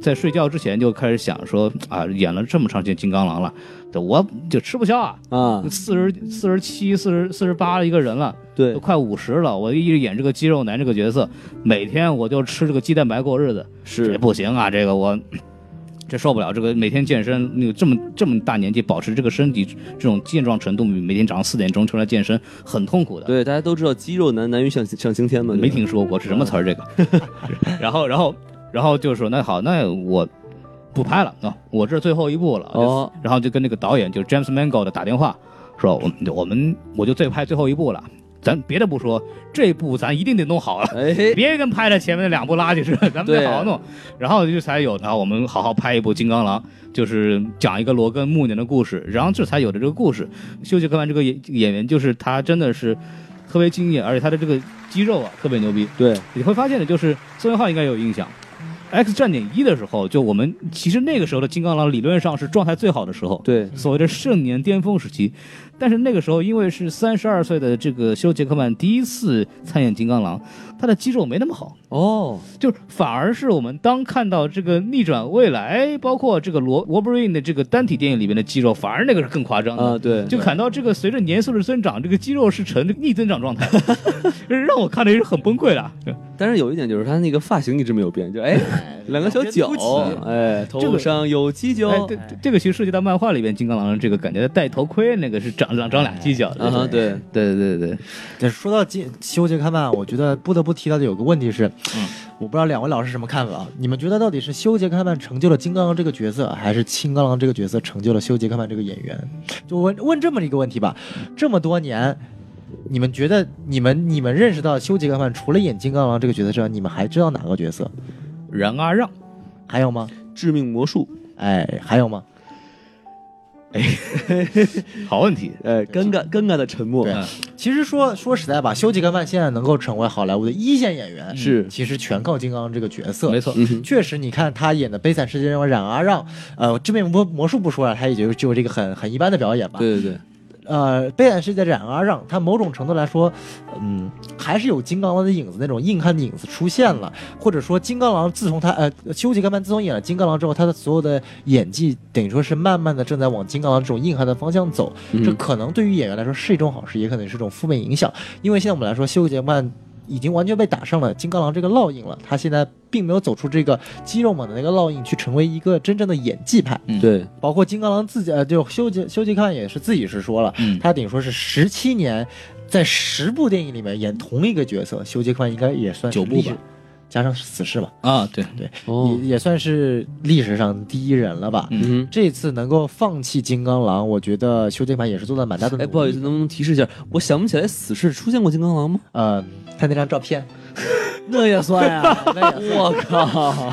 Speaker 4: 在睡觉之前就开始想说啊，演了这么长时间金刚狼了，对我就吃不消啊，
Speaker 5: 啊，
Speaker 4: 四十四十七、四十四十八的一个人了，
Speaker 5: 对
Speaker 4: 都，快五十了，我一直演这个肌肉男这个角色，每天我就吃这个鸡蛋白过日子，这
Speaker 5: 是
Speaker 4: 不行啊，这个我。这受不了，这个每天健身，那个这么这么大年纪保持这个身体这种健壮程度，每天早上四点钟出来健身很痛苦的。
Speaker 5: 对，大家都知道肌肉男难于上上青天嘛，
Speaker 4: 没听说过是什么词儿这个。 然后，然后，然后就说那好，那我不拍了，那、我这是最后一部了。
Speaker 5: 哦
Speaker 4: 就然后就跟那个导演就是 James Mangold 打电话说，我们我们我就最拍最后一部了，咱别的不说，这部咱一定得弄好啊了。
Speaker 5: 哎，
Speaker 4: 别跟拍了前面那两部垃圾似的，咱们
Speaker 5: 对
Speaker 4: 再好好弄。然后就才有，然后我们好好拍一部《金刚狼》，就是讲一个罗根暮年的故事，然后这才有的这个故事。休杰克曼这个演这个演员，就是他真的是特别惊艳，而且他的这个肌肉啊特别牛逼。
Speaker 5: 对，
Speaker 4: 你会发现的就是宋元浩应该有印象，《X 战警一》的时候，就我们其实那个时候的金刚狼理论上是状态最好的时候，
Speaker 5: 对，
Speaker 4: 所谓的盛年巅峰时期。但是那个时候，因为是三十二岁的这个休·杰克曼第一次参演金刚狼，他的肌肉没那么好，
Speaker 5: 哦，
Speaker 4: 就是反而是我们当看到这个逆转未来，包括这个罗罗伯瑞的这个单体电影里面的肌肉，反而那个是更夸张的。
Speaker 5: 啊，对，
Speaker 4: 就感到这个随着年岁的增长，这个肌肉是呈逆增长 状态，让我看的也是很崩溃的。
Speaker 5: 但是有一点就是他那个发型一直没有变，就哎，两个小角
Speaker 4: 别凸起，
Speaker 5: 哎，
Speaker 4: 这
Speaker 5: 头
Speaker 4: 个
Speaker 5: 上有犄角
Speaker 4: 哎，，这这这个其实涉及到漫画里边金刚狼的这个感觉，戴头盔那个是长长长俩犄角的。
Speaker 5: 啊哈，对，
Speaker 4: 对对对对，
Speaker 2: 但是说到金修杰克曼，我觉得不得不提到的有个问题是，
Speaker 4: 嗯
Speaker 2: 我不知道两位老师什么看法啊？你们觉得到底是修杰克曼成就了金刚狼这个角色，还是金刚狼这个角色成就了修杰克曼这个演员？就问问这么一个问题吧，这么多年。你们觉得你们你们认识到修杰克曼除了演金刚狼这个角色之外，你们还知道哪个角色？
Speaker 4: 然而让
Speaker 2: 还有吗？
Speaker 5: 致命魔术，
Speaker 2: 哎，还有吗？
Speaker 4: 好问题，
Speaker 5: 哎，尴尬尴尬的沉默，
Speaker 4: 啊
Speaker 2: 对其实说说实在吧，休·杰克曼现在能够成为好莱坞的一线演员，
Speaker 5: 是
Speaker 2: 其实全靠金刚这个角色。
Speaker 4: 没错。
Speaker 5: 嗯哼，
Speaker 2: 确实，你看他演的《悲惨世界》中的冉阿让，呃，这面魔魔术不说了，他也就就这个很很一般的表演吧。
Speaker 5: 对对对，
Speaker 2: 呃，《悲惨世界》冉阿让，他某种程度来说，嗯，还是有金刚狼的影子，那种硬汉的影子出现了，或者说金刚狼自从他呃，休·杰克曼自从演了金刚狼之后，他的所有的演技等于说是慢慢的正在往金刚狼这种硬汉的方向走，这
Speaker 5: 嗯
Speaker 2: 可能对于演员来说是一种好事，也可能是一种负面影响。因为现在我们来说，休·杰克曼已经完全被打上了金刚狼这个烙印了，他现在并没有走出这个肌肉猛的那个烙印，去成为一个真正的演技派。
Speaker 5: 对，
Speaker 2: 包括金刚狼自己，呃，就休杰休杰克曼也是自己是说了，
Speaker 4: 嗯
Speaker 2: 他顶说是十七年，在十部电影里面演同一个角色，休杰克曼应该也算是
Speaker 4: 九部
Speaker 2: 历史
Speaker 4: 吧，
Speaker 2: 加上死侍吧，
Speaker 4: 啊，对，
Speaker 5: 哦，
Speaker 2: 也也算是历史上第一人了吧。
Speaker 4: 嗯
Speaker 5: 嗯哼。
Speaker 2: 这次能够放弃金刚狼，我觉得休杰克曼也是做了蛮大的努力。
Speaker 5: 哎，不好意思，能不能提示一下？我想不起来死侍出现过金刚狼吗？
Speaker 2: 呃，他那张照 片，那也算呀，那也算。
Speaker 5: 我靠！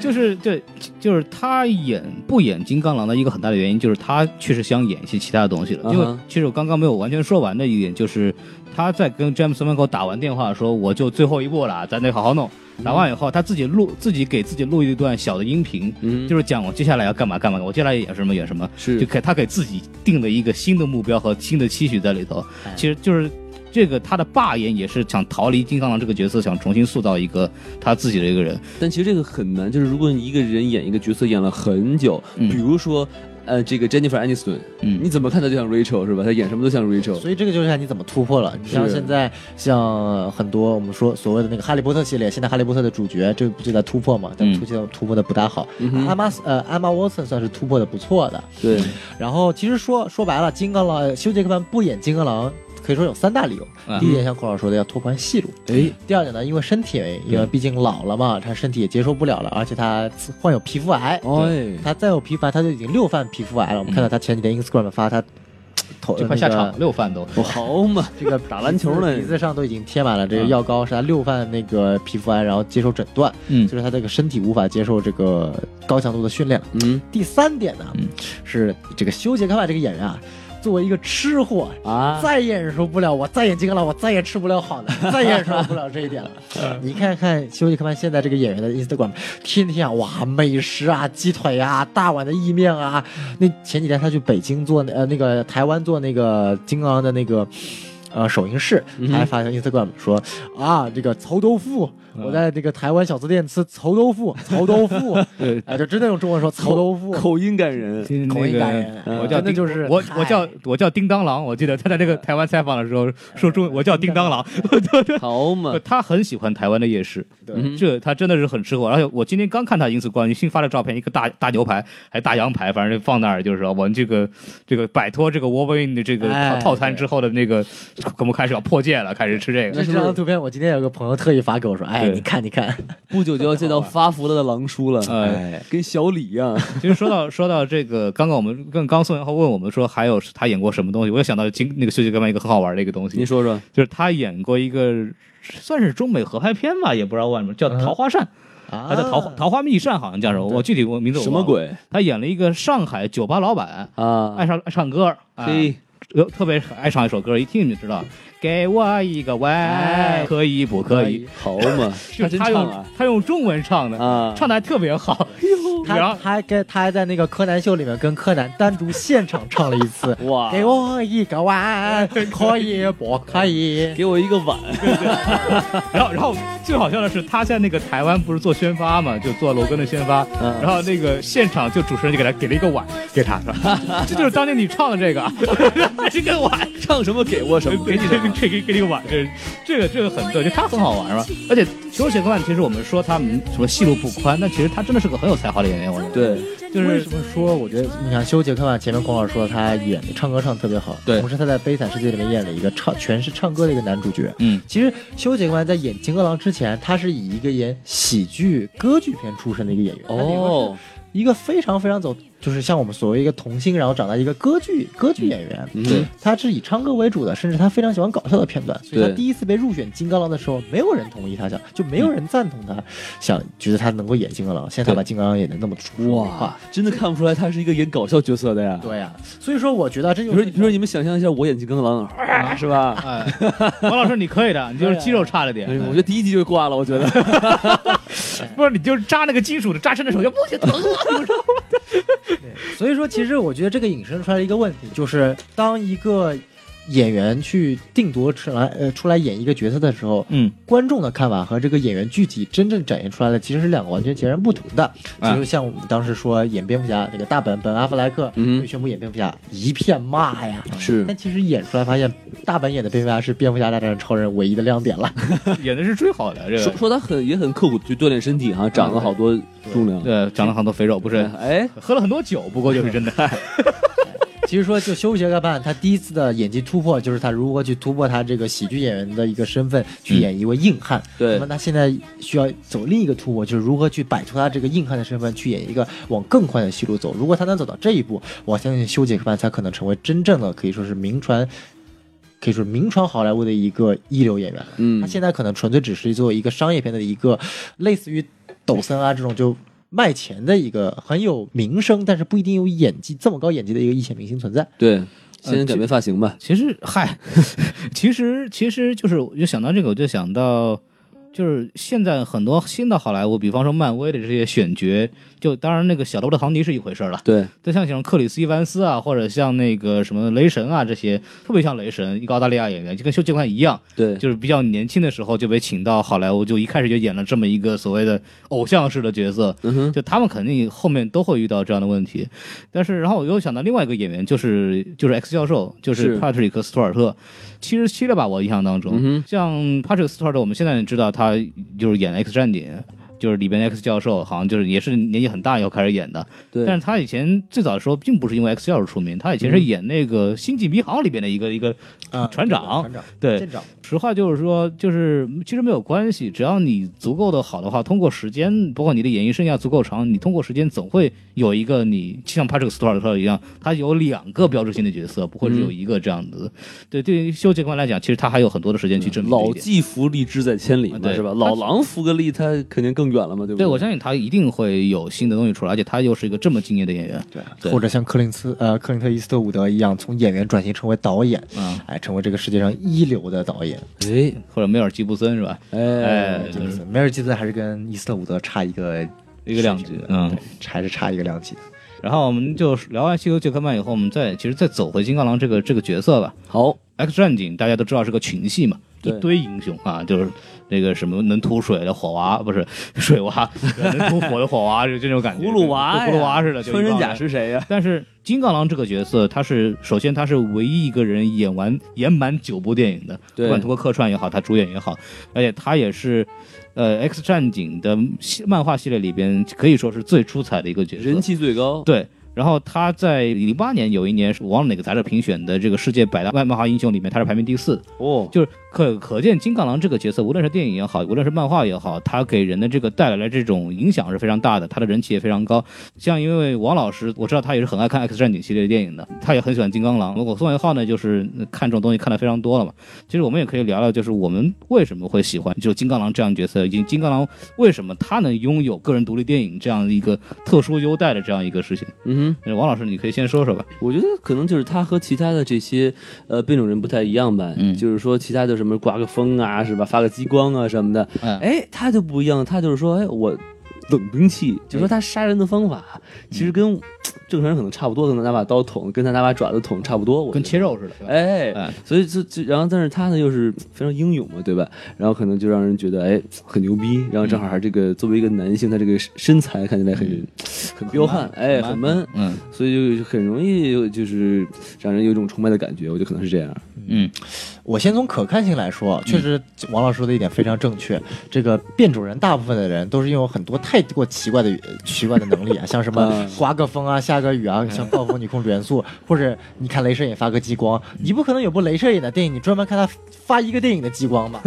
Speaker 4: 就是对，就是他演不演金刚狼的一个很大的原因，就是他确实想演一些其他的东西了。
Speaker 5: 嗯哼
Speaker 4: 因为其实我刚刚没有完全说完的一点就是，他在跟詹姆斯曼口打完电话说，我就最后一步了，咱得好好弄。打完以后，他自己录，自己给自己录一段小的音频，
Speaker 5: 嗯
Speaker 4: 就是讲我接下来要干嘛干嘛，我接下来演什么演什么，
Speaker 5: 是
Speaker 4: 就给他给自己定了一个新的目标和新的期许在里头
Speaker 2: 哎。
Speaker 4: 其实就是这个他的霸演也是想逃离金刚狼这个角色，想重新塑造一个他自己的一个人。
Speaker 5: 但其实这个很难，就是如果你一个人演一个角色演了很久，
Speaker 4: 嗯
Speaker 5: 比如说，呃，这个 Jennifer Aniston，
Speaker 4: 嗯
Speaker 5: 你怎么看她就像 Rachel 是吧？她演什么都像 Rachel，
Speaker 2: 所以这个就是看你怎么突破了。你像
Speaker 5: 是
Speaker 2: 现在像很多我们说所谓的那个《哈利波特》系列，现在《哈利波特》的主角这不就在突破嘛？但
Speaker 4: 嗯
Speaker 2: 突破突破的不大好。
Speaker 5: 嗯哼
Speaker 2: 阿玛呃阿玛沃森算是突破的不错的。
Speaker 5: 对，
Speaker 2: 然后其实说说白了，金刚狼呃休杰克曼不演金刚狼，可以说有三大理由。
Speaker 4: 嗯
Speaker 2: 第一点，像孔老师说的，要拓宽戏路。
Speaker 5: 哎，
Speaker 2: 第二点呢，因为身体原因，因
Speaker 4: 嗯
Speaker 2: 为毕竟老了嘛，他身体也接受不了了，而且他患有皮肤癌。
Speaker 5: 哎，
Speaker 2: 他再有皮肤癌，他就已经六犯皮肤癌了。我们看到他前几天 Instagram 发他头
Speaker 4: 就快下场了，
Speaker 2: 呃那个
Speaker 4: 六犯都。
Speaker 5: 好嘛，
Speaker 2: 这个
Speaker 5: 打篮球呢嗯
Speaker 2: 鼻子上都已经贴满了这个药膏，是他六犯那个皮肤癌，然后接受诊断，
Speaker 4: 嗯
Speaker 2: 就是他这个身体无法接受这个高强度的训练了。
Speaker 5: 嗯
Speaker 2: 第三点呢，是这个休·杰克曼这个演员啊，作为一个吃货，
Speaker 5: 啊，
Speaker 2: 再也忍受不了，我再也金刚狼，我再也吃不了好的，再也忍受不了这一 点了。你看看休·杰克曼现在这个演员的 Instagram，天天啊，哇，美食啊，鸡腿啊，大碗的意面啊。那前几天他去北京做那呃那个台湾做那个金刚狼的那个。呃，首映式
Speaker 5: 嗯
Speaker 2: 他还发现 Instagram 说、啊，这个臭豆腐，
Speaker 5: 嗯
Speaker 2: 我在这个台湾小吃店吃臭豆腐，臭豆 腐，
Speaker 5: 对
Speaker 2: 哎、就真的用中文说臭豆腐，
Speaker 5: 口音感 人，
Speaker 2: 口音感人
Speaker 4: 那个我叫
Speaker 2: 真的
Speaker 4: 叮
Speaker 2: 就是
Speaker 4: 我
Speaker 2: 嗨嗯
Speaker 4: 我叫我叫叮当狼，我记得他在那个台湾采访的时候说中我叫叮当狼，
Speaker 5: 好嘛，
Speaker 4: 他很喜欢台湾的夜市，
Speaker 2: 对
Speaker 5: 嗯
Speaker 4: 这他真的是很吃货。而且我今天刚看他 Instagram 新发的照片，一个大大牛排，还大羊排，反正放那儿就是说我们这个这个摆脱这个 w a r w i n 的这个
Speaker 2: 哎
Speaker 4: 套套餐之后的那个，我们开始要破戒了，开始吃这
Speaker 2: 这
Speaker 4: 个。
Speaker 2: 这张图片，我今天有个朋友特意发给我说，哎，
Speaker 4: 对
Speaker 2: 你看，你看，
Speaker 5: 不久就要见到发福了的狼叔了，
Speaker 4: 呃，
Speaker 2: 哎，
Speaker 5: 跟小李一 样，
Speaker 4: 其实说到说到这个，刚刚我们跟刚宋元浩问我们说还有他演过什么东西，我又想到金那个休杰克曼一个很好玩的一个东西，
Speaker 5: 您说说，
Speaker 4: 就是他演过一个算是中美合拍片吧，也不知道为什么叫《
Speaker 5: 嗯
Speaker 4: 桃花扇》，
Speaker 2: 还
Speaker 4: 还叫《桃花桃花密扇》，好像叫什么，我具体我名字我
Speaker 5: 啊什么
Speaker 4: 忘了？
Speaker 5: 鬼
Speaker 4: 他演了一个上海酒吧老板，
Speaker 5: 啊？
Speaker 4: 爱上爱唱歌，哎
Speaker 5: 嘿，哎
Speaker 4: 呃特别爱唱一首歌，一听你就知道，给我一个吻，可以不可以？，
Speaker 5: 好 嘛，
Speaker 4: 就是
Speaker 5: 他真
Speaker 4: 他
Speaker 5: 唱
Speaker 4: 用
Speaker 5: 啊
Speaker 4: 他用中文唱的，
Speaker 5: 啊，，
Speaker 4: 唱的还特别好。然
Speaker 2: 他
Speaker 4: 后
Speaker 2: 他还跟他还在那个柯南秀里面跟柯南单独现场唱了一次
Speaker 5: 哇，
Speaker 2: 给我一个 碗，可以不可以？
Speaker 5: 给我一个碗，
Speaker 4: 然后然后最好笑的是，他在那个台湾不是做宣发嘛，就做罗根的宣发，
Speaker 5: 嗯
Speaker 4: 然后那个现场就主持人就给他给了一个碗给他，是 吧这就是当年你唱的这个，这个碗。
Speaker 5: 唱什么给我什么，
Speaker 4: 给你这个这个给你个碗，这这个这个很对，就他很好玩嘛。而且球鞋科曼其实我们说他们什么戏路不宽，但其实他真的是个很有才华的演员，我认为。
Speaker 5: 对，
Speaker 4: 就是
Speaker 2: 为什么说？我觉得你看修杰克曼，前面孔老师说他演唱歌唱得特别好，
Speaker 5: 对
Speaker 2: 同时他在《悲惨世界》里面演了一个唱全是唱歌的一个男主角。
Speaker 4: 嗯，
Speaker 2: 其实修杰克曼在演《金刚狼》之前，他是以一个演喜剧歌剧片出身的一个演员。他顶多
Speaker 5: 哦，
Speaker 2: 一个非常非常走，就是像我们所谓一个童星，然后长大一个歌剧歌剧演员，
Speaker 5: 嗯对，
Speaker 2: 他是以唱歌为主的，甚至他非常喜欢搞笑的片段，所以
Speaker 5: 对
Speaker 2: 他第一次被入选金刚狼的时候，没有人同意他想，就没有人赞同他，想觉得他能够演金刚狼，现在他把金刚狼演得那么出神啊入
Speaker 5: 哇
Speaker 2: 化，，
Speaker 5: 真的看不出来他是一个演搞笑角色的呀。
Speaker 2: 对呀、所以说我觉得这
Speaker 5: 比
Speaker 2: 就
Speaker 5: 如说，
Speaker 2: 是
Speaker 5: 比如说你们想象一下，我演金刚狼，啊是吧？
Speaker 4: 哎，王老师你可以的，你就是肌肉差了点
Speaker 5: 哎，我觉得第一集就挂了，我觉得啊
Speaker 4: 不是你就是扎那个金属的扎针的时候，要不就疼啊。
Speaker 2: 所以说，其实我觉得这个引申出来的一个问题，就是当一个演员去定夺出来，呃，出来演一个角色的时候，
Speaker 4: 嗯，
Speaker 2: 观众的看法和这个演员具体真正展现出来的，其实是两个完全截然不同的。
Speaker 4: 啊
Speaker 2: 就像我们当时说演蝙蝠侠，那个大本本阿弗莱克
Speaker 5: 嗯
Speaker 2: 被宣布演蝙蝠侠，一片骂呀。
Speaker 5: 是
Speaker 2: 但其实演出来发现，大本演的蝙蝠侠是蝙蝠侠大战超人唯一的亮点了。
Speaker 4: 演的是最好的这
Speaker 5: 说
Speaker 4: 个，
Speaker 5: 说他很也很刻苦去锻炼身体哈，长了好多重量。
Speaker 4: 对，长了很多肥肉，不是
Speaker 5: 哎，
Speaker 4: 喝了很多酒，不过就是真的。
Speaker 2: 其实说，就修杰克曼他第一次的演技突破，就是他如何去突破他这个喜剧演员的一个身份，去演一位硬汉。
Speaker 5: 嗯对
Speaker 2: 那么他现在需要走另一个突破，就是如何去摆脱他这个硬汉的身份，去演一个往更宽的戏路走。如果他能走到这一步，我相信修杰克曼才可能成为真正的可以说是名传，可以说名传好莱坞的一个一流演员了。
Speaker 5: 嗯
Speaker 2: 他现在可能纯粹只是作为一个商业片的一个类似于抖森啊这种就卖钱的一个很有名声，但是不一定有演技这么高演技的一个一线明星存在。
Speaker 5: 对，先改变发型吧。
Speaker 4: 其实嗨， 其实其实就是，我就想到这个，我就想到，就是现在很多新的好莱坞，比方说漫威的这些选角，就当然那个小罗伯特·唐尼是一回事儿了，
Speaker 5: 对，
Speaker 4: 但像像克里斯·伊凡斯啊，或者像那个什么雷神啊这些，特别像雷神，一个澳大利亚演员，就跟修杰克曼一样，
Speaker 5: 对，
Speaker 4: 就是比较年轻的时候就被请到好莱坞，就一开始就演了这么一个所谓的偶像式的角色。
Speaker 5: 嗯哼，
Speaker 4: 就他们肯定后面都会遇到这样的问题，但是然后我又想到另外一个演员，就是就是 X 教授，就是
Speaker 5: 是
Speaker 4: 帕特里克·斯图尔特，七十七了吧？我印象当中，
Speaker 5: 嗯
Speaker 4: 像帕特里克·斯图尔特，我们现在知道他就是演《X 战警》，就是里边的 X 教授，好像就是也是年纪很大以后开始演的，
Speaker 5: 对，嗯
Speaker 4: 但是他以前最早的时候并不是因为 X 教授出名，他以前是演那个《星际迷航》里边的一个一个
Speaker 2: 啊
Speaker 4: 船长
Speaker 2: 船长，
Speaker 4: 对
Speaker 2: 舰长，
Speaker 4: 实话就是说，就是其实没有关系，只要你足够的好的话，通过时间，包括你的演艺生涯足够长，你通过时间总会有一个你像帕特克斯图尔特一样，他有两个标志性的角色，不会只有一个这样子。对，对于修杰克曼来讲，其实他还有很多的时间去证明这
Speaker 5: 老
Speaker 4: 一点。
Speaker 5: 骥伏枥之在千里
Speaker 4: 啊
Speaker 5: 嘛，
Speaker 4: 对
Speaker 5: 是吧？
Speaker 4: 他
Speaker 5: 老狼伏个枥，他肯定更远了嘛，对不
Speaker 4: 对，我
Speaker 5: 对
Speaker 4: 相信他一定会有新的东西出来，而且他又是一个这么敬业的演员。对
Speaker 2: 或者像克林斯呃克林特·伊斯特伍德一样，从演员转型成为导演，
Speaker 4: 嗯
Speaker 2: 哎，成为这个世界上一流的导演。
Speaker 4: 或者梅尔吉布森是吧？
Speaker 5: 哎
Speaker 4: 哎，
Speaker 2: 就是梅尔基斯还是跟伊斯特伍德差一个
Speaker 4: 一个量级
Speaker 2: 对
Speaker 4: 嗯
Speaker 2: 还是差一个量级。
Speaker 4: 然后我们就聊完西游杰克曼以后，我们再其实再走回金刚狼这个这个角色吧。
Speaker 5: 好，
Speaker 4: X 战警大家都知道是个群戏嘛，一
Speaker 5: 对
Speaker 4: 堆英雄啊，就是那个什么能吐水的火娃，不是水娃，能吐火的火娃， 就这种感觉，
Speaker 5: 葫芦娃呀，
Speaker 4: 跟葫芦娃似的，就一
Speaker 5: 穿
Speaker 4: 帮
Speaker 5: 山甲
Speaker 4: 人
Speaker 5: 是谁呀？
Speaker 4: 但是金刚狼这个角色，他是首先他是唯一一个人演完 演满九部电影的，
Speaker 5: 对
Speaker 4: 不管通过客串也好，他主演也好，而且他也是，呃，《X 战警》的系漫画系列里边可以说是最出彩的一个角色，
Speaker 5: 人气最高，
Speaker 4: 对。然后他在零八年有一年，是我忘了哪个杂志评选的这个世界百大漫漫画英雄里面，他是排名第四。
Speaker 5: 哦，
Speaker 4: 就是可可见金刚狼这个角色，无论是电影也好，无论是漫画也好，他给人的这个带来的这种影响是非常大的，他的人气也非常高。像因为王老师，我知道他也是很爱看《X 战警》系列电影的，他也很喜欢金刚狼。我宋元浩呢，就是呃看这种东西看的非常多了嘛。其实我们也可以聊聊，就是我们为什么会喜欢就金刚狼这样的角色，以及金刚狼为什么他能拥有个人独立电影这样一个特殊优待的这样一个事情。
Speaker 5: 嗯
Speaker 4: 呃王老师，你可以先说说吧
Speaker 5: 哼。，我觉得可能就是他和其他的这些呃变种人不太一样吧，
Speaker 4: 嗯
Speaker 5: 就是说其他的什么刮个风啊，是吧，发个激光啊什么的，
Speaker 4: 嗯
Speaker 5: 哎，他就不一样，他就是说，哎，我冷兵
Speaker 4: 嗯
Speaker 5: 器，就说他杀人的方法，其实跟正常人可能差不多，可能拿把刀捅，跟他拿把爪子捅差不多，我
Speaker 4: 跟
Speaker 5: 觉得
Speaker 4: 切肉似的，对吧
Speaker 5: 哎，
Speaker 4: 哎
Speaker 5: 所以就就然后，但是他呢又是非常英勇嘛，对吧？然后可能就让人觉得哎很牛逼，然后正好还这个作为一个男性，他这个身材看起来很、很彪悍，哎，很 man，
Speaker 4: 嗯
Speaker 5: 所以就很容易就是让人有一种崇拜的感觉，我觉得可能是这样。
Speaker 4: 嗯，
Speaker 2: 我先从可看性来说，
Speaker 5: 嗯
Speaker 2: 确实王老师说的一点非常正确。这个变种人大部分的人都是拥有很多太过奇怪的语奇怪的能力啊，像什么
Speaker 5: 嗯
Speaker 2: 刮个风啊、下个雨啊，像暴风女控制元素，或者你看镭射眼发个激光，你不可能有部镭射眼的电影，你专门看他发一个电影的激 光吧？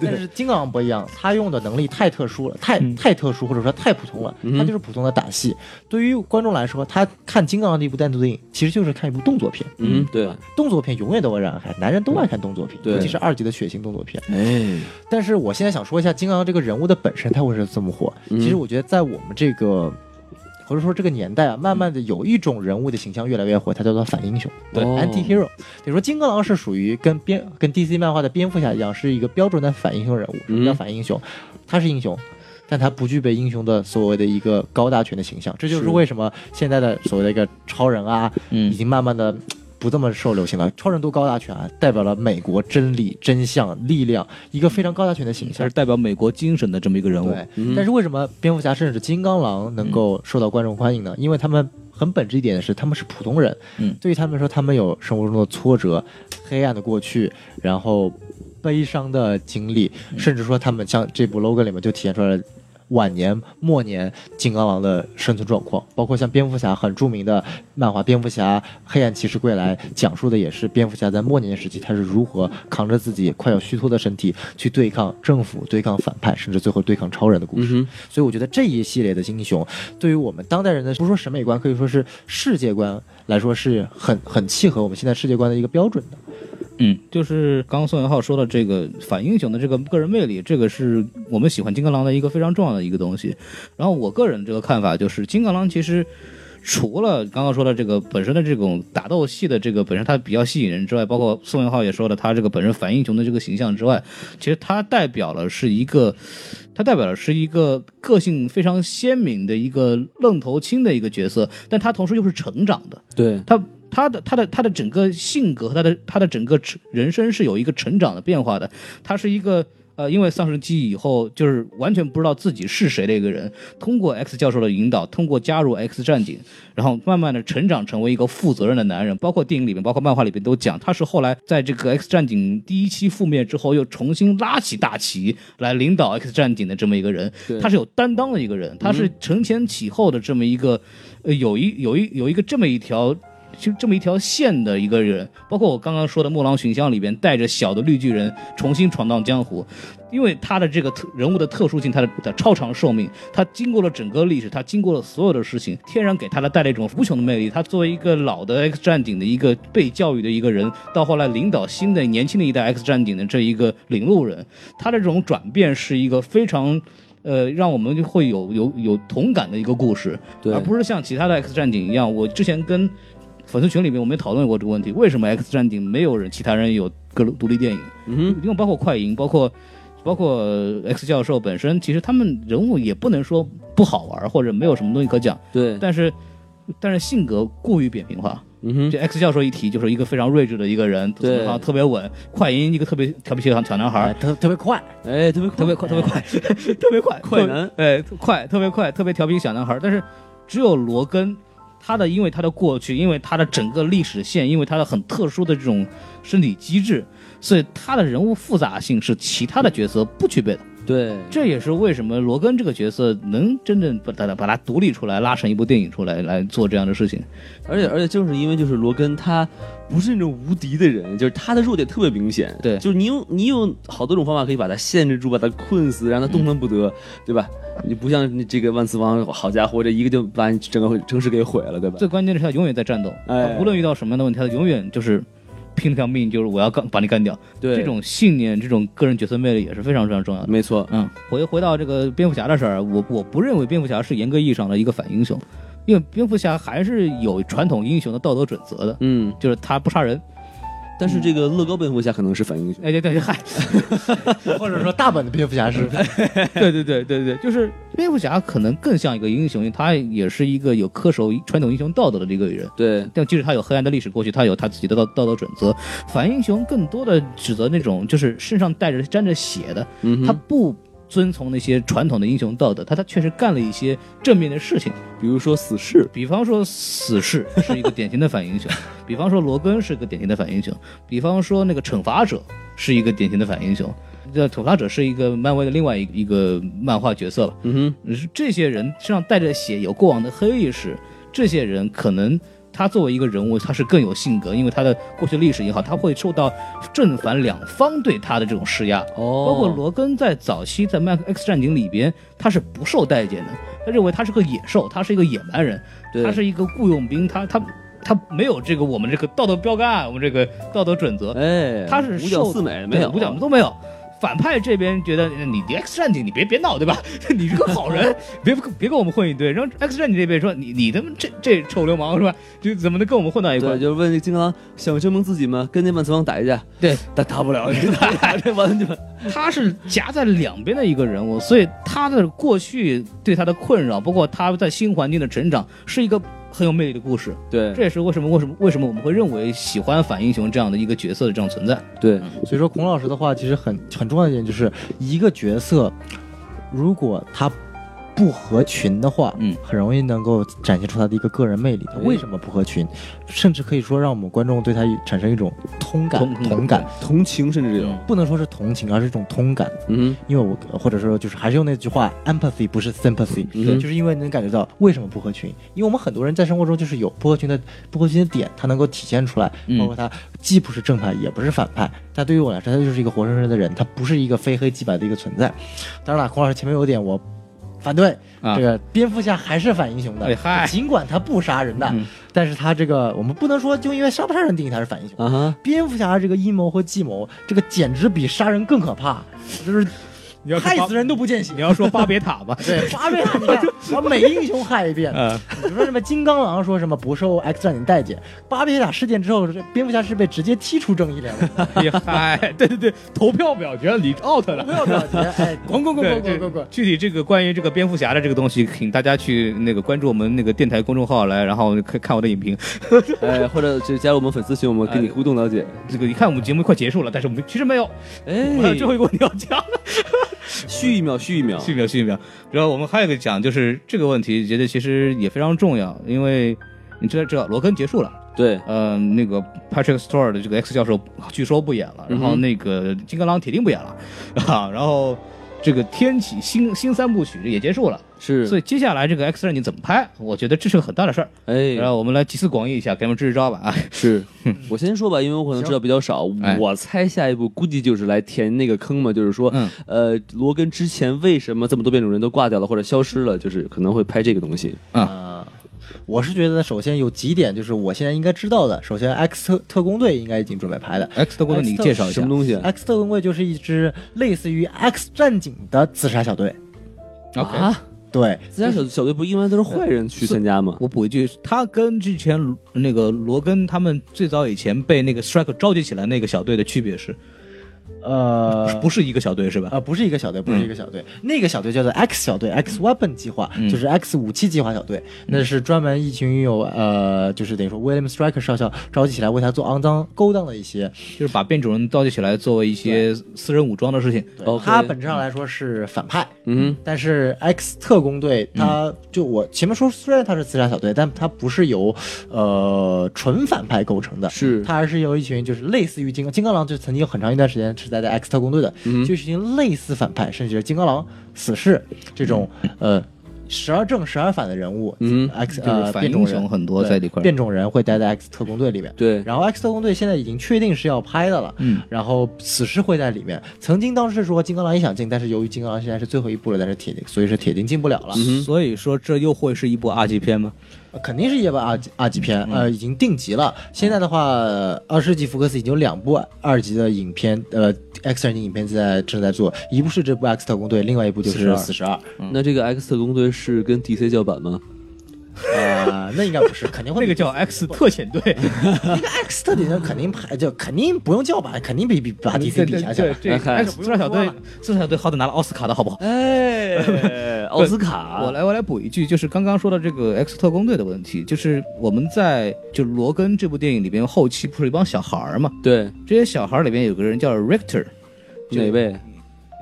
Speaker 2: 但是金刚狼不一样，他用的能力太特殊了，太
Speaker 5: 嗯
Speaker 2: 太特殊或者说太普通了，他就是普通的打戏。对于观众来说，他看金刚狼的一部单独电影，其实就是看一部动作片。
Speaker 5: 嗯，对，
Speaker 2: 动作片永远都会让人看，男人都爱看动作片，
Speaker 5: 对
Speaker 2: 尤其是二级的血腥动作片。
Speaker 5: 哎，
Speaker 2: 但是我现在想说一下金刚这个人物的本身，他为什么这么火？
Speaker 5: 嗯
Speaker 2: 其实我觉得在我们这个。或者说这个年代啊，慢慢的有一种人物的形象越来越火，它叫做反英雄，
Speaker 5: 对哦
Speaker 2: anti hero。得说金刚狼是属于跟蝙跟 DC 漫画的蝙蝠侠一样，是一个标准的反英雄人物。什么叫
Speaker 5: 嗯
Speaker 2: 反英雄？他是英雄，但他不具备英雄的所谓的一个高大全的形象。这就是
Speaker 5: 是
Speaker 2: 为什么现在的所谓的一个超人啊，
Speaker 4: 嗯
Speaker 2: 已经慢慢的不这么受流行了。超人多高大全啊，代表了美国真理、真相、力量，一个非常高大全的形
Speaker 4: 他
Speaker 2: 象
Speaker 4: 是。代表美国精神的这么一个人物。
Speaker 2: 对，但是为什么蝙蝠侠甚至金刚狼能够受到观众欢迎呢？因为他们很本质一点的是，他们是普通人。
Speaker 4: 嗯
Speaker 2: 对于他们来说，他们有生活中的挫折、黑暗的过去，然后悲伤的经历，
Speaker 4: 嗯
Speaker 2: 甚至说他们像这部 logo 里面就体现出来了。晚年、末年，金刚狼的生存状况，包括像蝙蝠侠很著名的漫画《蝙蝠侠：黑暗骑士归来》，讲述的也是蝙蝠侠在末年时期他是如何扛着自己快要虚脱的身体去对抗政府、对抗反派，甚至最后对抗超人的故事。
Speaker 5: 嗯
Speaker 2: 所以我觉得这一系列的英雄，对于我们当代人的不说审美观，可以说是世界观来说是很很契合我们现在世界观的一个标准的。
Speaker 4: 嗯，就是刚刚宋元浩说的这个反英雄的这个个人魅力，这个是我们喜欢金刚狼的一个非常重要的一个东西。然后我个人这个看法就是，金刚狼其实除了刚刚说的这个本身的这种打斗戏的这个本身它比较吸引人之外，包括宋元浩也说了，他这个本身反英雄的这个形象之外，其实它代表了是一个，它代表了是一个个性非常鲜明的一个愣头青的一个角色，但他同时又是成长的。
Speaker 5: 哼，对，
Speaker 4: 他他的他的他的整个性格和他的他的整个成人生是有一个成长的变化的。他是一个呃，因为丧失记忆以后，就是完全不知道自己是谁的一个人。通过 X 教授的引导，通过加入 X 战警，然后慢慢的成长成为一个负责任的男人。包括电影里面，包括漫画里面都讲，他是后来在这个 X 战警第一期覆灭之后，又重新拉起大旗来领导 X 战警的这么一个人
Speaker 5: 对。
Speaker 4: 他是有担当的一个人，他是承前启后的这么一个，呃，有一有一有一个这么一条就这么一条线的一个人，包括我刚刚说的《木狼寻香》里边带着小的绿巨人重新闯荡江湖，因为他的这个特人物的特殊性，他的的超长寿命，他经过了整个历史，他经过了所有的事情，天然给他的带来一种无穷的魅力。他作为一个老的 X 战警的一个被教育的一个人，到后来领导新的年轻的一代 X 战警的这一个领路人，他的这种转变是一个非常。呃，让我们会有有有同感的一个故事，
Speaker 5: 对
Speaker 4: 啊而不是像其他的 X 战警一样。我之前跟粉丝群里面我们也讨论过这个问题，为什么 X 战警没有人其他人有个独立电影？
Speaker 5: 嗯
Speaker 4: 因为包括快银，包括包括呃 X 教授本身，其实他们人物也不能说不好玩或者没有什么东西可讲，
Speaker 5: 哼，对，
Speaker 4: 但是但是性格过于扁平化。
Speaker 5: 嗯哼，
Speaker 4: 这 X 教授一提就是一个非常睿智的一个人，
Speaker 5: 对
Speaker 4: 好像特别稳。快银一个特别调皮小小男孩
Speaker 2: 哎，，特特别快，
Speaker 5: 哎，特别
Speaker 4: 特
Speaker 5: 特
Speaker 4: 别快，特别快， 特别快，
Speaker 5: 哎 快
Speaker 4: 特别
Speaker 5: 男，
Speaker 4: 哎，快，特别快，特别调皮一个小男孩。但是只有罗根，他的因为他的过去，因为他的整个历史线，因为他的很特殊的这种身体机制，所以他的人物复杂性是其他的角色不具备的。
Speaker 5: 对，
Speaker 4: 这也是为什么罗根这个角色能真正把它把它独立出来，拉成一部电影出来来做这样的事情。
Speaker 5: 而
Speaker 4: 嗯
Speaker 5: 且而且正是因为就是罗根他不是那种无敌的人，就是他的弱点特别明显。
Speaker 4: 对
Speaker 5: 就是你有你有好多种方法可以把他限制住，把他困死，让他动弹不
Speaker 4: 嗯
Speaker 5: 得，对吧？你不像你这个万磁王，好家伙，这一个就把你整个城市给毁了，对吧？
Speaker 4: 最关键的是他永远在战斗，
Speaker 5: 哎
Speaker 4: 他无论遇到什么样的问题，他永远就是拼了条命，就是我要干把你干掉。
Speaker 5: 对，
Speaker 4: 这种信念，这种个人角色魅力也是非常非常重要的。
Speaker 5: 没错，
Speaker 4: 嗯，回回到这个蝙蝠侠的事儿，我我不认为蝙蝠侠是严格意义上的一个反英雄，因为蝙蝠侠还是有传统英雄的道德准则的，
Speaker 5: 嗯，
Speaker 4: 就是他不杀人。
Speaker 5: 但是这个乐高蝙蝠侠可能是反英雄，
Speaker 4: 哎，对对对， 嗨，
Speaker 2: 或者说大本的蝙蝠侠是
Speaker 4: 对对对对对，就是蝙蝠侠可能更像一个英雄，因为他也是一个有恪守传统英雄道德的一个人。
Speaker 5: 对，
Speaker 4: 但即使他有黑暗的历史过去，他有他自己的道道德准则。反英雄更多的指责那种就是身上带着沾着血的，
Speaker 5: 嗯
Speaker 4: 他
Speaker 5: 哼，
Speaker 4: 不遵从那些传统的英雄道德，他他确实干了一些正面的事情。
Speaker 5: 比如说死侍，
Speaker 4: 比方说死侍是一个典型的反英雄，比方说罗根是个典型的反英雄，比方说那个惩罚者是一个典型的反英雄。这惩罚者是一个漫威的另外一一个漫画角色了。
Speaker 5: 嗯
Speaker 4: 是这些人身上带着血，有过往的黑历史，这些人可能他作为一个人物，他是更有性格，因为他的过去历史也好，他会受到正反两方对他的这种施压。
Speaker 5: 哼，哦，
Speaker 4: 包括罗根在早期在《麦克 X 战警》里边，他是不受待见的，他认为他是个野兽，他是一个野蛮人，
Speaker 5: 对
Speaker 4: 他是一个雇佣兵，他他他没有这个我们这个道德标杆，我们这个道德准则，
Speaker 5: 哎，
Speaker 4: 他是
Speaker 5: 五角
Speaker 4: 受
Speaker 5: 四美没有
Speaker 4: 对五角都没有。反派这边觉得你你 X 战警你别别闹对吧？ 你是个好人，别别跟我们混一堆。然后 X 战警这边说你你他妈这这臭流氓是吧？就怎么能跟我们混到一块
Speaker 5: 对，
Speaker 4: 儿？
Speaker 5: 就是问那金刚狼想证明自己吗？跟那万磁王打一架，
Speaker 4: 对，
Speaker 5: 打打不 了， 打不了这完全
Speaker 4: 他是夹在两边的一个人物，所以他的过去对他的困扰，包括他在新环境的成长，是一个很有魅力的故事。
Speaker 5: 对
Speaker 4: 这也是为什么为什么为什么我们会认为喜欢反英雄这样的一个角色的这种存在。
Speaker 5: 对
Speaker 2: 所以说，孔老师的话其实很很重要的一点就是，一个角色如果他不合群的话，
Speaker 4: 嗯，
Speaker 2: 很容易能够展现出他的一个个人魅力。他为什么不合群？甚至可以说让我们观众对他产生一种通感、
Speaker 4: 同
Speaker 2: 同
Speaker 4: 同感
Speaker 2: 感，
Speaker 5: 同情甚至有，
Speaker 2: 不能说是同情，而是一种通感。
Speaker 5: 嗯
Speaker 2: 因为我或者说就是还是用那句话，empathy 不是 sympathy，、
Speaker 5: 嗯哼
Speaker 2: 就是因为能感觉到为什么不合群，因为我们很多人在生活中就是有不合群的不合群的点，它能够体现出来，
Speaker 4: 嗯
Speaker 2: 包括他既不是正派也不是反派，但对于我来说，他就是一个活生生的人，他不是一个非黑即白的一个存在。当然了，孔老师前面有点我。反对、
Speaker 4: 啊
Speaker 2: 这个蝙蝠侠还是反英雄的，
Speaker 4: 哎嗨嗯
Speaker 2: 尽管他不杀人的，但是他这个我们不能说就因为杀不杀人定义他是反英雄，
Speaker 5: 啊哈，
Speaker 2: 蝙蝠侠这个阴谋和计谋，这个简直比杀人更可怕，就是
Speaker 4: 你要说
Speaker 2: 害
Speaker 4: 巴
Speaker 2: 死人都不见血，
Speaker 4: 你。要说巴别塔 吧
Speaker 2: 对，巴贝塔，你看，把每英雄害一遍。
Speaker 4: 呃，
Speaker 2: 比如说什么金刚狼说什么不受 X 战警待见，巴别塔事件之后，这蝙蝠侠是被直接踢出正义联盟，
Speaker 4: 厉害，哎对对对，投票表决你 out 了
Speaker 2: 不。要表决，哎，滚滚滚
Speaker 4: 对
Speaker 2: 滚滚
Speaker 4: 对
Speaker 2: 滚滚。
Speaker 4: 具体这个关于这个蝙蝠侠的这个东西，请大家去那个关注我们那个电台公众号来，然后看看我的影评。
Speaker 5: 哎，或者就加入我们粉丝群，我们跟你互动了解。
Speaker 4: 这个一看我们节目快结束了，但是我们其实没有，我还
Speaker 5: 哎
Speaker 4: 有，最后一个问题要讲。
Speaker 5: 续一秒，哎续一秒，
Speaker 4: 续秒续秒。然后我们还有一个讲，就是这个问题，觉得其实也非常重要，因为你知道知道罗根结束了，
Speaker 5: 对，
Speaker 4: 呃，那个 Patrick Stewart 的这个 X 教授据说不演了，然后
Speaker 5: 嗯哼
Speaker 4: 那个金刚狼铁定不演了，啊，然后这个天启新新三部曲也结束了，
Speaker 5: 是，
Speaker 4: 所以接下来这个 X 战警怎么拍，我觉得这是个很大的事儿。然
Speaker 5: 哎，
Speaker 4: 后我们来集思广益一下，给他们支支招吧啊。
Speaker 5: 是我先说吧，因为我可能知道比较少
Speaker 4: 哎，
Speaker 5: 我猜下一步估计就是来填那个坑嘛，就是说
Speaker 4: 嗯，
Speaker 5: 呃，罗根之前为什么这么多变种人都挂掉了或者消失了，就是可能会拍这个东西。
Speaker 2: 啊，我是觉得首先有几点就是我现在应该知道的，首先 X 特特工队应该已经准备拍了。
Speaker 4: X 的工作你介绍一
Speaker 5: 什
Speaker 4: 下
Speaker 5: 么东西啊？
Speaker 2: X 特工队就是一支类似于 X 战警的自杀小队，
Speaker 4: ，OK。
Speaker 2: 对，
Speaker 5: 自杀小小队不一般都是坏人去参加吗？
Speaker 4: 我补一句，他跟之前那个罗根他们最早以前被那个 Strike 召集起来那个小队的区别是，
Speaker 2: 呃，
Speaker 4: 不是嗯一个小队是吧？
Speaker 2: 呃，不是一个小队，不是一个小队，那个小队叫做 X 小队，X Weapon 计划，
Speaker 4: 嗯
Speaker 2: 就是 X 武器计划小队，那是专门一群有呃，就是等于说 William Striker 少校召集起来为他做肮脏勾当的一些，
Speaker 4: 就是把变种人召集起来作为一些私人武装的事情。
Speaker 2: 对
Speaker 5: OK
Speaker 2: 他本质上来说是反派，
Speaker 5: 嗯
Speaker 2: 但是 X 特工队，他就我前面说，虽然他是自杀小队，但他不是由呃纯反派构成的，
Speaker 5: 是
Speaker 2: 他还是由一群就是类似于金刚金刚狼，就曾经有很长一段时间时代的 X 特工队的，
Speaker 5: 嗯
Speaker 2: 就是进行类似反派，甚至是金刚狼、死侍这种呃时而正时而反的人物。
Speaker 5: 嗯
Speaker 2: X
Speaker 4: 就是
Speaker 2: 呃
Speaker 4: 反
Speaker 2: 变种
Speaker 4: 英雄
Speaker 2: 人
Speaker 4: 很多
Speaker 2: 对
Speaker 4: 在里块儿
Speaker 2: 变种人会待在 X 特工队里面。
Speaker 5: 对，
Speaker 2: 然后 X 特工队现在已经确定是要拍的了，
Speaker 4: 嗯，
Speaker 2: 然后死侍会在里面。曾经当时说金刚狼也想进，但是由于金刚狼现在是最后一步了，但是铁定，所以是铁定进不了了。
Speaker 4: 所以说这又会是一部二级片吗？
Speaker 2: 肯定是一部二级二级片，呃，
Speaker 4: 嗯
Speaker 2: 已经定级了。现在的话，呃二世纪福克斯已经有两部二级的影片，呃，X 战警影片在正在做，一部是这部 X 特工队，另外一部就是
Speaker 4: 42
Speaker 2: 死十二。
Speaker 4: 嗯
Speaker 5: 那这个 X 特工队是跟 DC 叫板吗？
Speaker 2: 啊，那应该不是，肯定会
Speaker 4: 那个叫 X 特遣 队，
Speaker 2: 那个 X 特警队肯定排就肯定不用叫板，肯定比比把 DC 比下去
Speaker 4: 对
Speaker 2: 了。
Speaker 4: 对，
Speaker 5: 哎
Speaker 4: X 自杀小队，自杀小队好歹拿了奥斯卡的好不好？
Speaker 5: 哎，奥 斯
Speaker 4: 我
Speaker 5: 卡，
Speaker 4: 来我来补一句，就是刚刚说到这个 X 特工队的问题，就是我们在就罗根这部电影里边后期不是有一帮小孩儿嘛？
Speaker 5: 对，
Speaker 4: 这些小孩儿里边有个人叫 Richter，就
Speaker 5: 哪位？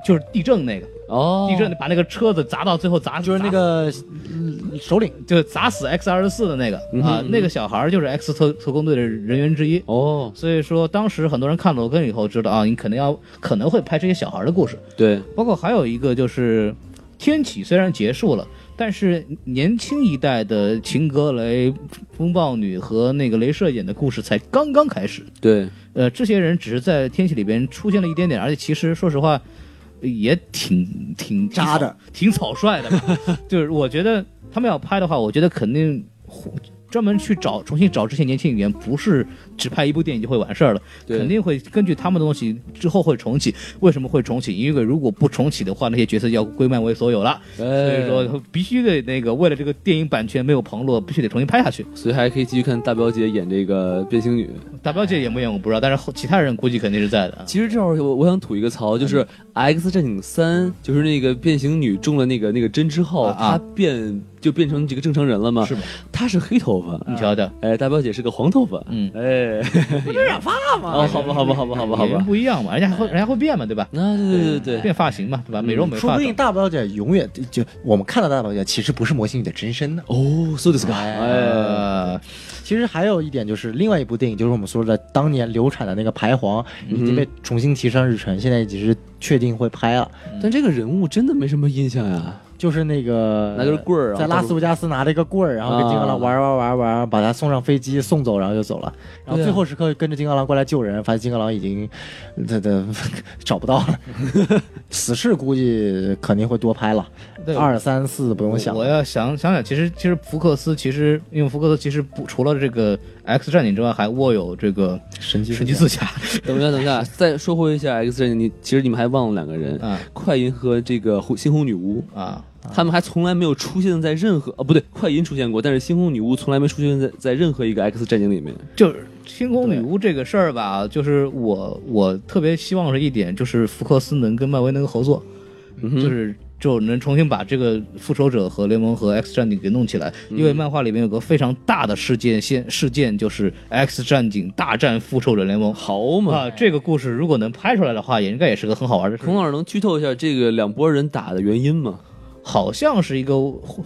Speaker 4: 就是地震那个，
Speaker 5: 哦，
Speaker 4: 地震把那个车子砸到最后砸，
Speaker 2: 就是那个嗯首领，
Speaker 4: 砸就砸死 X 二十四的那个
Speaker 5: 嗯哼
Speaker 4: 啊，那个小孩儿就是 X 特特工队的人员之一。
Speaker 5: 哦，
Speaker 4: 所以说，当时很多人看罗根以后知道啊，你肯定要可能会拍这些小孩儿的故事，
Speaker 5: 对，
Speaker 4: 包括还有一个就是，天启虽然结束了，但是年轻一代的秦格雷、风暴女和那个镭射眼的故事才刚刚开始。
Speaker 5: 对，
Speaker 4: 呃，这些人只是在天启里边出现了一点点，而且其实说实话，呃也挺挺
Speaker 2: 渣的，
Speaker 4: 挺草挺草率的 吧。就是我觉得他们要拍的话，我觉得肯定专门去找重新找这些年轻演员，不是只拍一部电影就会完事儿了，
Speaker 5: 对
Speaker 4: 肯定会根据他们的东西之后会重启。为什么会重启？因为如果不重启的话，那些角色要归漫威所有了，所以
Speaker 5: 哎，
Speaker 4: 说必须得那个为了这个电影版权没有旁落，必须得重新拍下去。
Speaker 5: 所以还可以继续看大表姐演这个变形女。
Speaker 4: 大表姐演不演我不知道，但是后其他人估计肯定是在的啊。
Speaker 5: 其实这会儿我我想吐一个槽，就是《X 战警三》，就是那个变形女中了那个那个针之后，
Speaker 4: 啊啊
Speaker 5: 她变就变成这个正常人了嘛？
Speaker 4: 是吗？
Speaker 5: 她是黑头发，
Speaker 4: 你瞧瞧，
Speaker 5: 哎，大表姐是个黄头发，
Speaker 4: 嗯
Speaker 5: 哎，
Speaker 4: 不染发
Speaker 5: 哦，好吧，好吧，好吧，好吧，好
Speaker 4: 演员
Speaker 5: 吧，
Speaker 4: 不一样嘛，人家还会人家会变嘛，对吧？
Speaker 5: 那对对对对，
Speaker 4: 变发型嘛，对吧？美容美
Speaker 2: 说
Speaker 4: 发
Speaker 2: 不
Speaker 4: 的。
Speaker 2: 定大不了姐永远就我们看到大不了姐其实不是魔形女的真身呢。
Speaker 5: 哦，そうですか，哎，
Speaker 4: 呃，
Speaker 2: 其实还有一点就是另外一部电影，就是我们说的当年流产的那个《排皇》，
Speaker 5: 嗯
Speaker 2: 已经被重新提上日程，现在已经是确定会拍了。
Speaker 5: 但这个人物真的没什么印象呀，
Speaker 2: 就是那个，
Speaker 5: 那就是棍儿啊
Speaker 2: 在拉斯维加斯拿了一个棍儿，然后跟金刚狼玩玩玩玩，把他送上飞机送走，然后就走了。
Speaker 5: 啊
Speaker 2: 然后最后时刻跟着金刚狼过来救人，发现金刚狼已经，他他找不到 了。死侍估计肯定会多拍了，
Speaker 4: 对
Speaker 2: 二三四不用想
Speaker 4: 我。要想想想，其实其实福克斯其实因为福克斯其实不除了这个 X 战警之外，还握有这个
Speaker 2: 神奇
Speaker 4: 神奇四侠
Speaker 5: 等一下，等一下，再说回一下 X 战警，你其实你们还忘了两个人，
Speaker 4: 啊
Speaker 5: 快银和这个红猩红女巫，
Speaker 4: 啊，
Speaker 5: 他们还从来没有出现在任何啊，不对，快银出现过，但是猩红女巫从来没出现在在任何一个 X 战警里面。
Speaker 4: 就是星空女巫这个事儿吧，就是我我特别希望的一点就是福克斯能跟漫威能够合作，
Speaker 2: 嗯
Speaker 4: 就是。就能重新把这个复仇者和联盟和 X 战警给弄起来，
Speaker 2: 嗯
Speaker 4: 因为漫画里面有个非常大的事件线事件，就是 X 战警大战复仇者联盟。
Speaker 5: 好嘛，
Speaker 4: 啊，这个故事如果能拍出来的话，也应该也是个很好玩的事
Speaker 5: 孔。老师能剧透一下这个两拨人打的原因吗？
Speaker 4: 好像是一个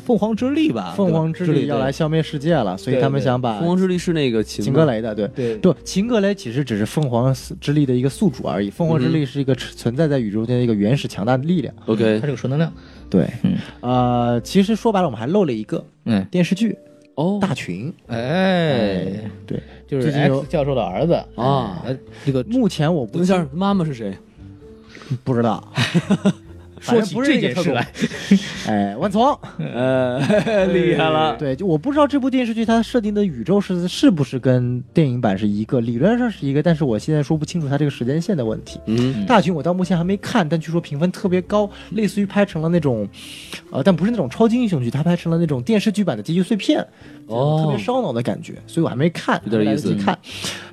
Speaker 4: 凤凰之力吧，
Speaker 2: 凤凰之力
Speaker 4: 啊对吧
Speaker 2: 要来消灭世界了，所以
Speaker 4: 对
Speaker 2: 他们
Speaker 4: 对
Speaker 2: 想把
Speaker 5: 凤凰之力是那个秦
Speaker 2: 秦格雷的，对
Speaker 4: 对
Speaker 2: 对，秦格雷其实只是凤凰之力的一个宿主而已。凤凰之
Speaker 4: 嗯
Speaker 2: 力是一个存在在宇宙间的一个原始强大的力量。
Speaker 5: ，OK，
Speaker 4: 它是个纯能量。
Speaker 2: 对，
Speaker 4: 嗯，
Speaker 2: 呃，其实说白了，我们还漏了一个
Speaker 4: 嗯，
Speaker 2: 电视剧
Speaker 5: 哦
Speaker 2: 《大群》。
Speaker 4: 哎，
Speaker 2: 对，
Speaker 4: 就是
Speaker 2: 最近有
Speaker 4: X 教授的儿子
Speaker 5: 啊，
Speaker 4: 呃，这个
Speaker 2: 目前我不
Speaker 5: 等一下，妈妈是谁？
Speaker 2: 不知道。
Speaker 4: 说起这件 事 来，
Speaker 2: 哎，万磁王，
Speaker 5: 呃，厉害了，
Speaker 2: 对，就我不知道这部电视剧它设定的宇宙是是不是跟电影版是一个，理论上是一个，但是我现在说不清楚它这个时间线的问题。
Speaker 5: 嗯，
Speaker 2: 大群我到目前还没看，但据说评分特别高，类似于拍成了那种，呃，但不是那种超级英雄剧，它拍成了那种电视剧版的《结局碎片》，
Speaker 5: 哦
Speaker 2: 特别烧脑的感觉，所以我还没看，
Speaker 5: 有点意思
Speaker 2: 还没来得及看。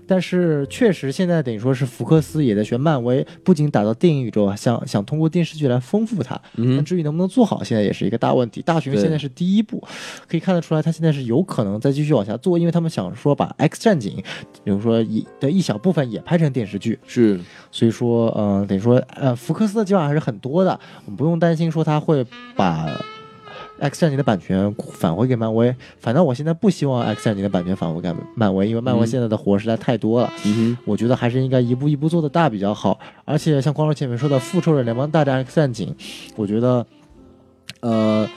Speaker 2: 但是确实现在等于说是福克斯也在学漫威，不仅打造电影宇宙，想想通过电视剧来丰富它。但至于能不能做好，现在也是一个大问题。大群
Speaker 5: 嗯对
Speaker 2: 现在是第一步，可以看得出来，它现在是有可能再继续往下做，因为他们想说把 X 战警，比如说一的一小部分也拍成电视剧。
Speaker 5: 是
Speaker 4: 嗯
Speaker 2: 所以说，呃，等于说，呃，福克斯的计划还是很多的，我们不用担心说他会把 X 战警的版权返回给漫威，反倒我现在不希望 X 战警的版权返回给漫威，因为漫威
Speaker 5: 嗯
Speaker 2: 现在的活实在太多了。
Speaker 5: 嗯
Speaker 2: 我觉得还是应该一步一步做的大比较好。而且像光头前面说的《复仇者联盟大战 X 战警》，我觉得，呃。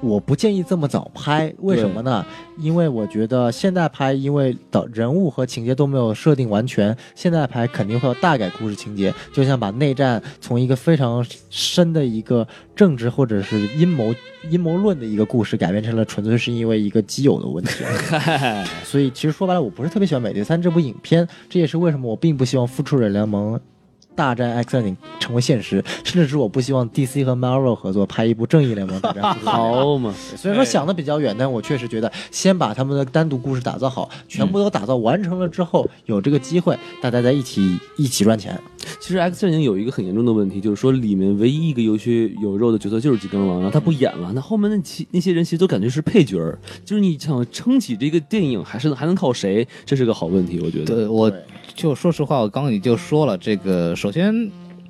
Speaker 2: 我不建议这么早拍，为什么呢？因为我觉得现在拍，因为导人物和情节都没有设定完全，现在拍肯定会要大改故事情节，就像把内战从一个非常深的一个政治或者是阴谋 阴谋论的一个故事，改变成了纯粹是因为一个基友的问题。
Speaker 5: 哼，嗨，
Speaker 2: 所以其实说白了，我不是特别喜欢《美队三》这部影片，这也是为什么我并不希望《复仇者联盟》大战 X 战警成为现实，甚至是我不希望 DC 和 Marvel 合作拍一部《正义联盟大战复仇者联盟》。
Speaker 5: 好嘛，
Speaker 2: 虽然说想的比较远，但我确实觉得先把他们的单独故事打造好，全部都打造完成了之后，有这个机会，大家在一起一起赚钱。
Speaker 5: 其实 X 战警有一个很严重的问题，就是说里面唯一一个有血有肉的角色就是金刚狼，然后他不演了，那后面那其那些人其实都感觉是配角儿，就是你想撑起这个电影，还是还能靠谁？这是个好问题，我觉得。
Speaker 4: 对，我
Speaker 2: 对
Speaker 4: 就说实话，我刚刚也就说了，这个首先，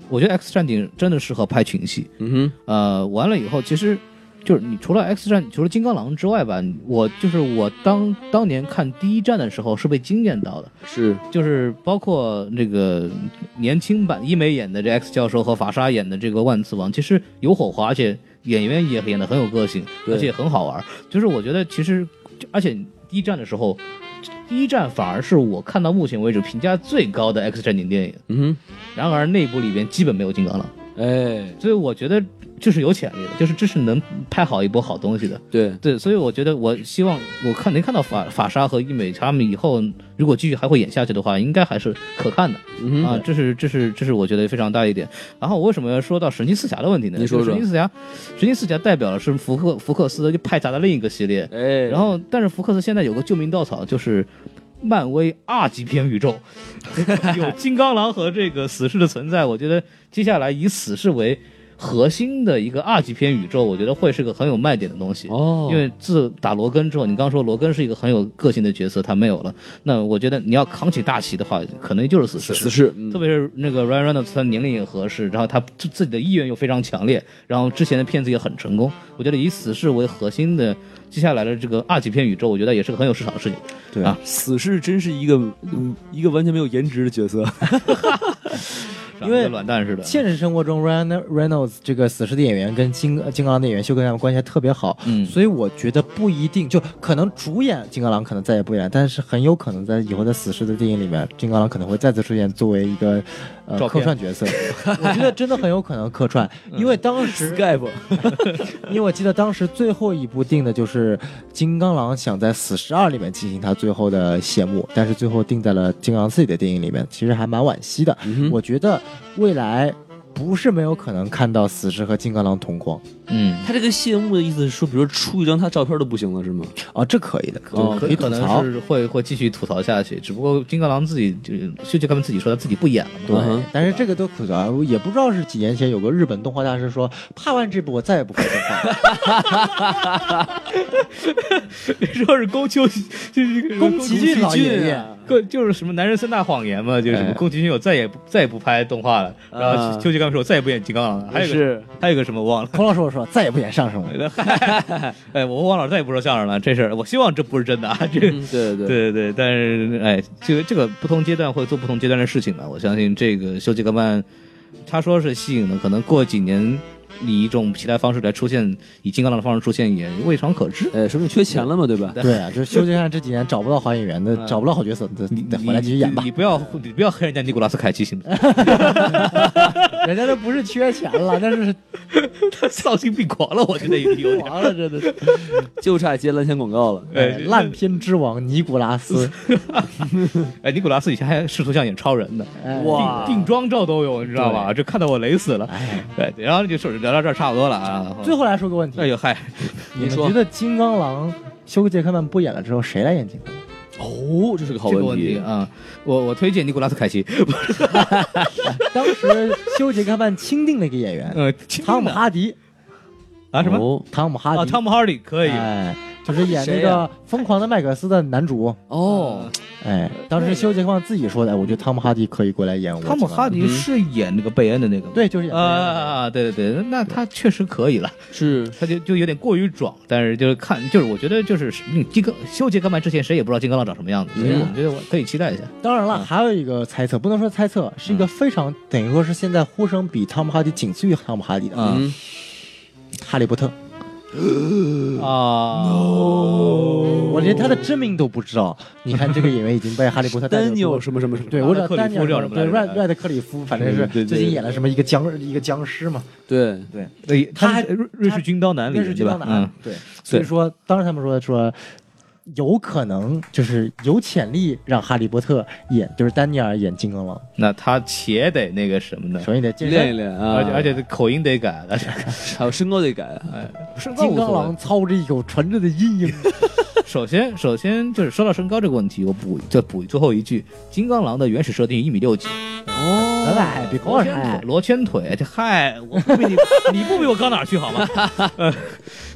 Speaker 4: 我觉得《X 战警》真的适合拍群戏。
Speaker 5: 嗯
Speaker 4: 呃，完了以后，其实就是你除了 X 战，除了金刚狼之外吧，我就是我当当年看第一战的时候是被惊艳到的，
Speaker 5: 哼，是
Speaker 4: 就是包括那个年轻版一美演的这 X 教授和法沙演的这个万磁王，其实有火花，而且演员也演的很有个性，
Speaker 5: 对
Speaker 4: 而且很好玩。就是我觉得其实，就而且第一战的时候。第一战反而是我看到目前为止评价最高的 X 战警电影，
Speaker 5: 嗯
Speaker 4: 然而内部里边基本没有金刚狼，
Speaker 5: 哼，哎，
Speaker 4: 所以我觉得就是有潜力的，就是这是能拍好一波好东西的。
Speaker 5: 对，
Speaker 4: 对，所以我觉得我希望我看能看到法法沙和伊美他们以后如果继续还会演下去的话，应该还是可看的
Speaker 5: 嗯
Speaker 4: 啊
Speaker 5: 哼，。
Speaker 4: 这是这是这是我觉得非常大一点。然后我为什么要说到神奇四侠的问题呢？
Speaker 5: 你说
Speaker 4: 就是
Speaker 5: 说
Speaker 4: 神奇四侠，神奇四侠代表的是福克福克斯就派下的另一个系列。
Speaker 5: 哎，
Speaker 4: 然后，但是福克斯现在有个救命稻草，就是漫威二级片宇宙， 有金刚狼和这个死侍的存在。我觉得接下来以死侍为核心的一个二级片宇宙，我觉得会是个很有卖点的东西。
Speaker 5: 哦，
Speaker 4: 因为自打罗根之后，你刚说罗根是一个很有个性的角色，他没有了。那我觉得你要扛起大旗的话，可能就是死侍。
Speaker 5: 死侍，嗯
Speaker 4: 特别是那个 Ryan Reynolds，他年龄也合适，然后他自自己的意愿又非常强烈，然后之前的片子也很成功。我觉得以死侍为核心的接下来的这个二级片宇宙，我觉得也是个很有市场的事情。
Speaker 2: 对
Speaker 4: 啊
Speaker 5: 死侍真是一个、嗯一个完全没有颜值的角色，
Speaker 4: 长得
Speaker 2: 因为
Speaker 4: 跟卵蛋似的，
Speaker 2: 现实生活中，Ryan Reynolds 这个死侍的演员跟金呃金刚狼的演员休克他们关系还特别好，
Speaker 4: 嗯
Speaker 2: 所以我觉得不一定，就可能主演金刚狼可能再也不演，但是很有可能在以后的死侍的电影里面，金刚狼可能会再次出现作为一个呃
Speaker 4: 照
Speaker 2: 客
Speaker 4: 片嗯
Speaker 2: 串角 色，我觉得真的很有可能客串，因为当 时
Speaker 5: Skype，
Speaker 2: 因为我记得当时最后一部定的就是金刚狼想在《死侍二》里面进行他最后的呃谢幕，但是最后定在了金刚狼自己的电影里面，其实还蛮惋惜的。
Speaker 5: 嗯哼
Speaker 2: 我觉得未来不是没有可能看到死侍和金刚狼同框
Speaker 4: 嗯，
Speaker 5: 他这个谢幕的意思是说，比如说出一张他照片都不行了，是吗？
Speaker 2: 啊，这可以的，可
Speaker 5: 哦
Speaker 4: 嗯可
Speaker 2: 以
Speaker 4: 可
Speaker 2: 吐
Speaker 4: 能
Speaker 2: 槽。
Speaker 4: 是会会继续吐槽下去，只不过金刚狼自己就休杰克曼自己说他自己不演了嘛。
Speaker 5: 对嗯
Speaker 2: 对
Speaker 5: 哼，
Speaker 2: 但是这个都吐槽，也不知道是几年前有个日本动画大师说，拍完这部我再也不拍动画了。
Speaker 4: 你说是宫秋，就是
Speaker 2: 宫崎骏老爷爷
Speaker 5: 啊
Speaker 4: 个就是什么男人三大谎言嘛，就是什么
Speaker 5: 哎
Speaker 4: 宫崎骏有再也不再也不拍动画了，
Speaker 2: 嗯
Speaker 4: 然
Speaker 5: 啊
Speaker 4: 后秋吉刚说我再也不演金刚狼了，还有一个
Speaker 5: 是
Speaker 4: 还有一个什么忘了，
Speaker 2: 孔老师我说再也不演相声了。
Speaker 4: 哎，我忘了再也不说相声了，这事儿我希望这不是真 的啊，这个。
Speaker 5: 嗯对对，
Speaker 4: 对对对，但是哎，这个这个不同阶段会做不同阶段的事情啊吧。我相信这个休杰克曼，他说是吸引了，可能过几年以一种其他方式来出现，以金刚狼的方式出现也未尝可知。
Speaker 5: 哎，说明缺钱了嘛，对吧？
Speaker 2: 对啊，就是休杰克曼这几年找不到好演员的，找不到好角色，得得回来继续演吧
Speaker 4: 你。你不要你不要黑人家尼古拉斯凯奇行吗？
Speaker 2: 人家都不是缺钱了，但是
Speaker 4: 他丧心病狂了，我觉得有有点。
Speaker 2: 完了，真的是。
Speaker 5: 就差接蓝钱广告了。
Speaker 4: 哎
Speaker 2: 哎，烂片之王尼古拉斯，
Speaker 4: 哎，尼古拉斯以前还试图想演超人呢，
Speaker 2: 哎
Speaker 5: 哇
Speaker 4: 定定妆照都有，你知道吧？这看得我雷死了。对，然后就是聊到这儿差不多了啊。
Speaker 2: 最后来说个问题
Speaker 4: 哎，呦嗨，
Speaker 2: 你们
Speaker 5: 说
Speaker 2: 觉得金刚狼休杰克曼不演了之后，谁来演金刚狼？
Speaker 5: 哦，这是个好
Speaker 4: 这个
Speaker 5: 问
Speaker 4: 问题啊，我我推荐尼古拉斯凯奇，
Speaker 2: 当时休杰克曼钦定了一个演员，
Speaker 4: 呃，
Speaker 2: 汤姆哈迪，
Speaker 4: 啊什么
Speaker 5: 哦
Speaker 2: 汤姆哈迪，
Speaker 4: 哦啊，汤姆哈迪可以，
Speaker 2: 哎，就是演那
Speaker 5: 谁
Speaker 2: 个
Speaker 5: 呀
Speaker 2: 《疯狂的麦克斯》的男主。
Speaker 5: 哦，
Speaker 2: 哎，当时休杰克曼自己说的，我觉得汤姆哈迪可以过来演我。
Speaker 4: 汤姆哈迪
Speaker 5: 嗯
Speaker 4: 是演那个贝恩的那个吗？
Speaker 2: 对，就是演贝恩的那个。
Speaker 4: 啊，对对对，那他确实可以了，
Speaker 5: 是
Speaker 4: 他就就有点过于壮，但是就是看，就是我觉得就是嗯金刚修杰克曼之前谁也不知道金刚狼长什么样子，所以
Speaker 5: 嗯
Speaker 4: 我觉得我可以期待一下。
Speaker 2: 当然了，还有一个猜测，不能说猜测，是一个非常等于说是现在呼声比汤姆哈迪仅次于汤姆哈迪的
Speaker 4: 嗯
Speaker 2: 哈利波特。
Speaker 4: 啊，
Speaker 5: 嗯
Speaker 2: 我连他的真名都不知道。你看这个演员已经被哈利波 特带
Speaker 5: 丹
Speaker 2: 走
Speaker 5: 尼
Speaker 2: 多
Speaker 5: 尔什么什么什么，
Speaker 2: 对，我知道
Speaker 4: 克里
Speaker 2: 丹尼
Speaker 4: 夫
Speaker 2: 尔
Speaker 4: 叫
Speaker 2: 什
Speaker 4: 什
Speaker 2: 么
Speaker 4: 么
Speaker 2: 对
Speaker 4: 来着
Speaker 2: ，Red Red 克里夫，反正是
Speaker 5: 嗯对对
Speaker 2: 最近
Speaker 5: 对
Speaker 2: 演了什么一个僵一个僵尸嘛，
Speaker 5: 对，
Speaker 4: 哎
Speaker 2: 对，
Speaker 4: 对，
Speaker 2: 他还
Speaker 4: 是瑞瑞士军刀男里
Speaker 2: 那是
Speaker 4: 面
Speaker 2: 军
Speaker 4: 对
Speaker 2: 刀
Speaker 4: 吧？
Speaker 2: 男
Speaker 4: 嗯，，
Speaker 2: 啊对，所以
Speaker 5: 对
Speaker 2: 说当时他们说说。有可能就是有潜力让哈利波特演，就是丹尼尔演金刚狼，
Speaker 4: 那他且得那个什么呢？
Speaker 2: 首先得健
Speaker 5: 练一
Speaker 2: 身。
Speaker 5: 练啊，
Speaker 4: 而且而且口音得改，而且
Speaker 5: 还有身高得改，啊
Speaker 4: 哎身高
Speaker 2: 金
Speaker 4: 无
Speaker 2: 刚
Speaker 4: 所谓
Speaker 2: 狼操着一口纯正的阴 影，
Speaker 4: 首先，首先就是说到身高这个问题，我补再补最后一句：金刚狼的原始设定一米六几，
Speaker 5: 哦，
Speaker 2: 咱俩哎别光
Speaker 4: 罗
Speaker 2: 着
Speaker 4: 圈腿
Speaker 2: 看，，
Speaker 4: 罗圈腿，这嗨，我不比你，你不比我高哪儿去好吗？呃，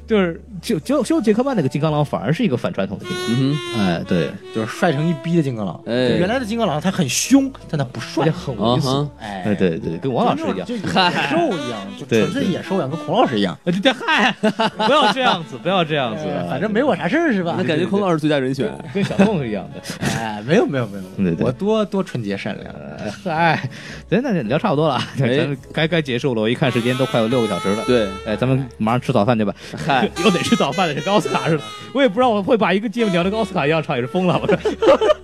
Speaker 4: 就是就就就杰克曼那个金刚狼反而是一个反传统的电影，
Speaker 5: 嗯
Speaker 4: 哎，对，
Speaker 2: 就是帅成一逼的金刚狼。
Speaker 5: 哎
Speaker 2: 原来的金刚狼他很凶，但他不
Speaker 4: 而
Speaker 2: 帅
Speaker 4: 且，很
Speaker 5: 哼，啊
Speaker 4: 猥
Speaker 5: 哈
Speaker 4: 琐，，
Speaker 2: 哎，
Speaker 4: 哎，对对，跟王老师一样
Speaker 2: 就，野兽一样，就
Speaker 4: 对
Speaker 2: 纯粹野兽一样，跟孔老师一样，
Speaker 4: 呃对对，嗨，不要这样子，不要这样子啊
Speaker 2: 哎，反正没我啥事儿是吧？
Speaker 5: 那感觉孔老师最佳人选，
Speaker 4: 跟小凤是一样的。
Speaker 2: 哎，没有没有没有，
Speaker 4: 对对
Speaker 2: 我多多纯洁善良。
Speaker 4: 呃嗨，咱那聊差不多了，啊咱
Speaker 2: 哎
Speaker 4: 们该该结束了。我一看时间都快有六个小时了。
Speaker 5: 对，
Speaker 4: 哎，咱们马上吃早饭去吧。
Speaker 5: 嗨，
Speaker 4: 又得吃早饭了，是跟奥斯卡似的。我也不知道我会把一个节目聊的跟奥斯卡一样长，也是疯了。我这，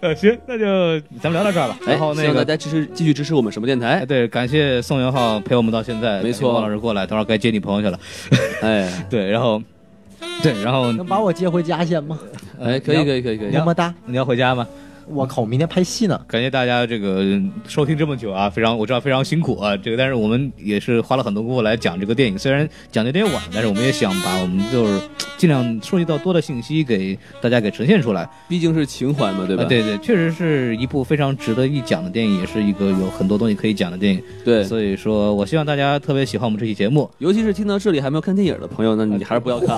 Speaker 4: 呃，行，那就咱们聊到这儿吧。
Speaker 5: 哎，
Speaker 4: 然后
Speaker 5: 希
Speaker 4: 那
Speaker 5: 望大
Speaker 4: 个，
Speaker 5: 家支持继续支持我们什么电
Speaker 4: 哎，
Speaker 5: 台，
Speaker 4: 对，感谢宋元浩陪我们到现在。
Speaker 5: 没错
Speaker 4: 王老师过来，等会儿该接你朋友去了。
Speaker 5: 哎
Speaker 4: 对，然后，对，然后呃
Speaker 2: 能把我接回家先吗？
Speaker 5: 哎，可以可以可以可以
Speaker 2: 么，么哒！
Speaker 4: 你要回家吗？
Speaker 2: 我靠，我明天拍戏呢。
Speaker 4: 感谢大家这个嗯收听这么久啊，非常我知道非常辛苦啊，这个但是我们也是花了很多功夫来讲这个电影，虽然讲的有点晚，但是我们也想把我们就是尽量收集到多的信息给大家给呈现出来。
Speaker 5: 毕竟是情怀嘛，对吧？
Speaker 4: 啊对对，确实是一部非常值得一讲的电影，也是一个有很多东西可以讲的电影。
Speaker 5: 对，
Speaker 4: 所以说我希望大家特别喜欢我们这期节目，
Speaker 5: 尤其是听到这里还没有看电影的朋友，那你还是不要看，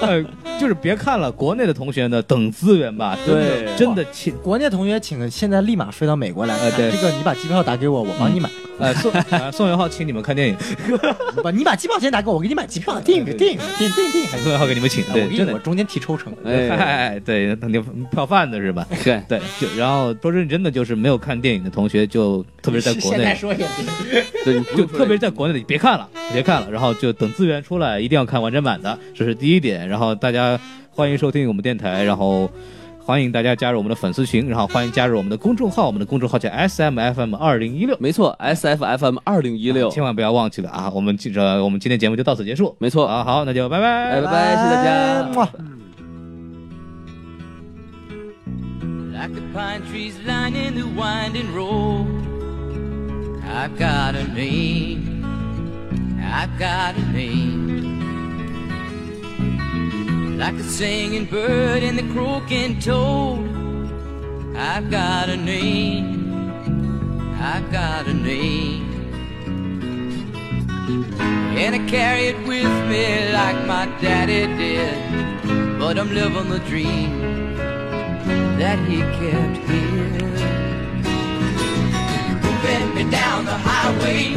Speaker 4: 呃，就是别看了，国内的同学呢等资源吧，真的
Speaker 5: 对
Speaker 4: 真的亲。
Speaker 2: 国内同学，请现在立马飞到美国来。
Speaker 4: 哎对
Speaker 2: 这个你把机票打给我，我帮你买。
Speaker 4: 呃，宋呃宋元浩，请你们看电影，嗯
Speaker 2: 不，你把机票钱打给我，我给你买机票。电影电影电影电影电影还
Speaker 4: 宋
Speaker 2: 行。
Speaker 4: 元浩给你们请，
Speaker 2: 哎
Speaker 4: 对
Speaker 2: 我，给
Speaker 4: 真
Speaker 2: 你，
Speaker 4: 的
Speaker 2: 我，中间提抽成。
Speaker 5: 哎，
Speaker 4: 哎，对，那你票贩子是吧？
Speaker 5: 对，
Speaker 4: 对，就然后说认真的，就是没有看电影的同学，就特别是在国
Speaker 2: 现在
Speaker 4: 内，
Speaker 2: 说也别
Speaker 5: 对，
Speaker 4: 就特别是在国内的，别看了，别看了，然后就等资源出来，一定要看完整版的，这是第一点。然后大家欢迎收听我们电台，然后。欢迎大家加入我们的粉丝群，然后欢迎加入我们的公众号，我们的公众号叫 S M F M 二零一六，
Speaker 5: 没错，S F F M 二零一六，
Speaker 4: 千万不要忘记了啊！我们记着，我们今天节目就到此结束。
Speaker 5: 没错，
Speaker 4: 啊，好，那就拜拜
Speaker 5: 哎，拜拜，谢谢大家。
Speaker 2: 么。
Speaker 6: like the pine trees lining the winding road. I've got a name, I've got a name. Like the singing bird and the croaking toad. I've got a name, I've got a name. And I carry it with me like my daddy did. But I'm living the dream that he kept here. Rolling me down the highway,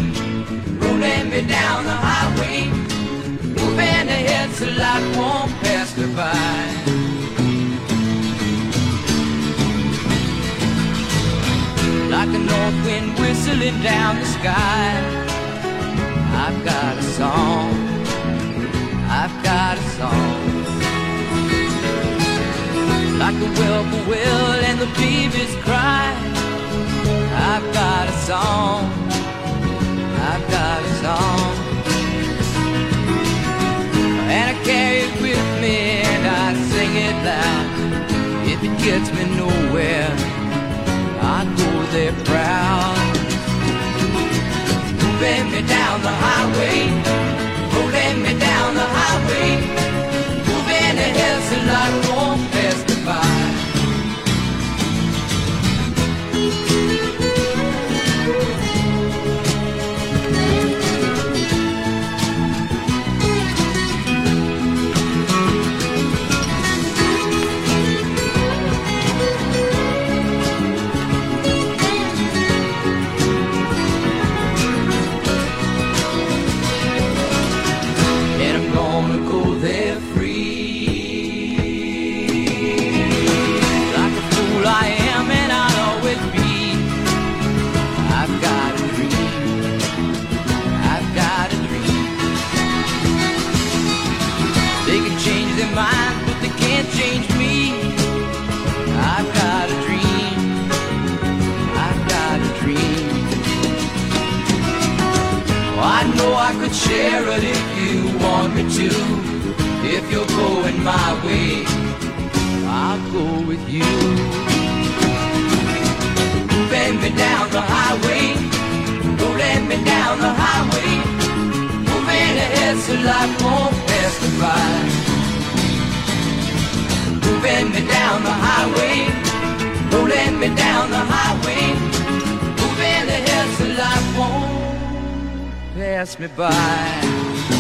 Speaker 6: rolling me down the highway, moving ahead so life won't pass her by. Like a north wind whistling down the sky, I've got a song, I've got a song like a whelp will and the babies cry. I've got a song, I've got a song, and I carry it with me and I sing it loud. If it gets me nowhere, I go there proud. Moving me down the highway, rolling me down the highway moving ahead so life won't pass me by. carefree. Like a fool I am and I'll always be. I've got a dream. I've got a dream. They can change their minds, but they can't change me. I've got a dream. I've got a dream. Oh, I know I could share it if you want me to. If you're going my way, I'll go with you. Bend me down the highway. Go let me down the highway. Moving ahead so life won't pass me by. Bend me down the highway. Go let me down the highway. Moving ahead so life won't pass me by.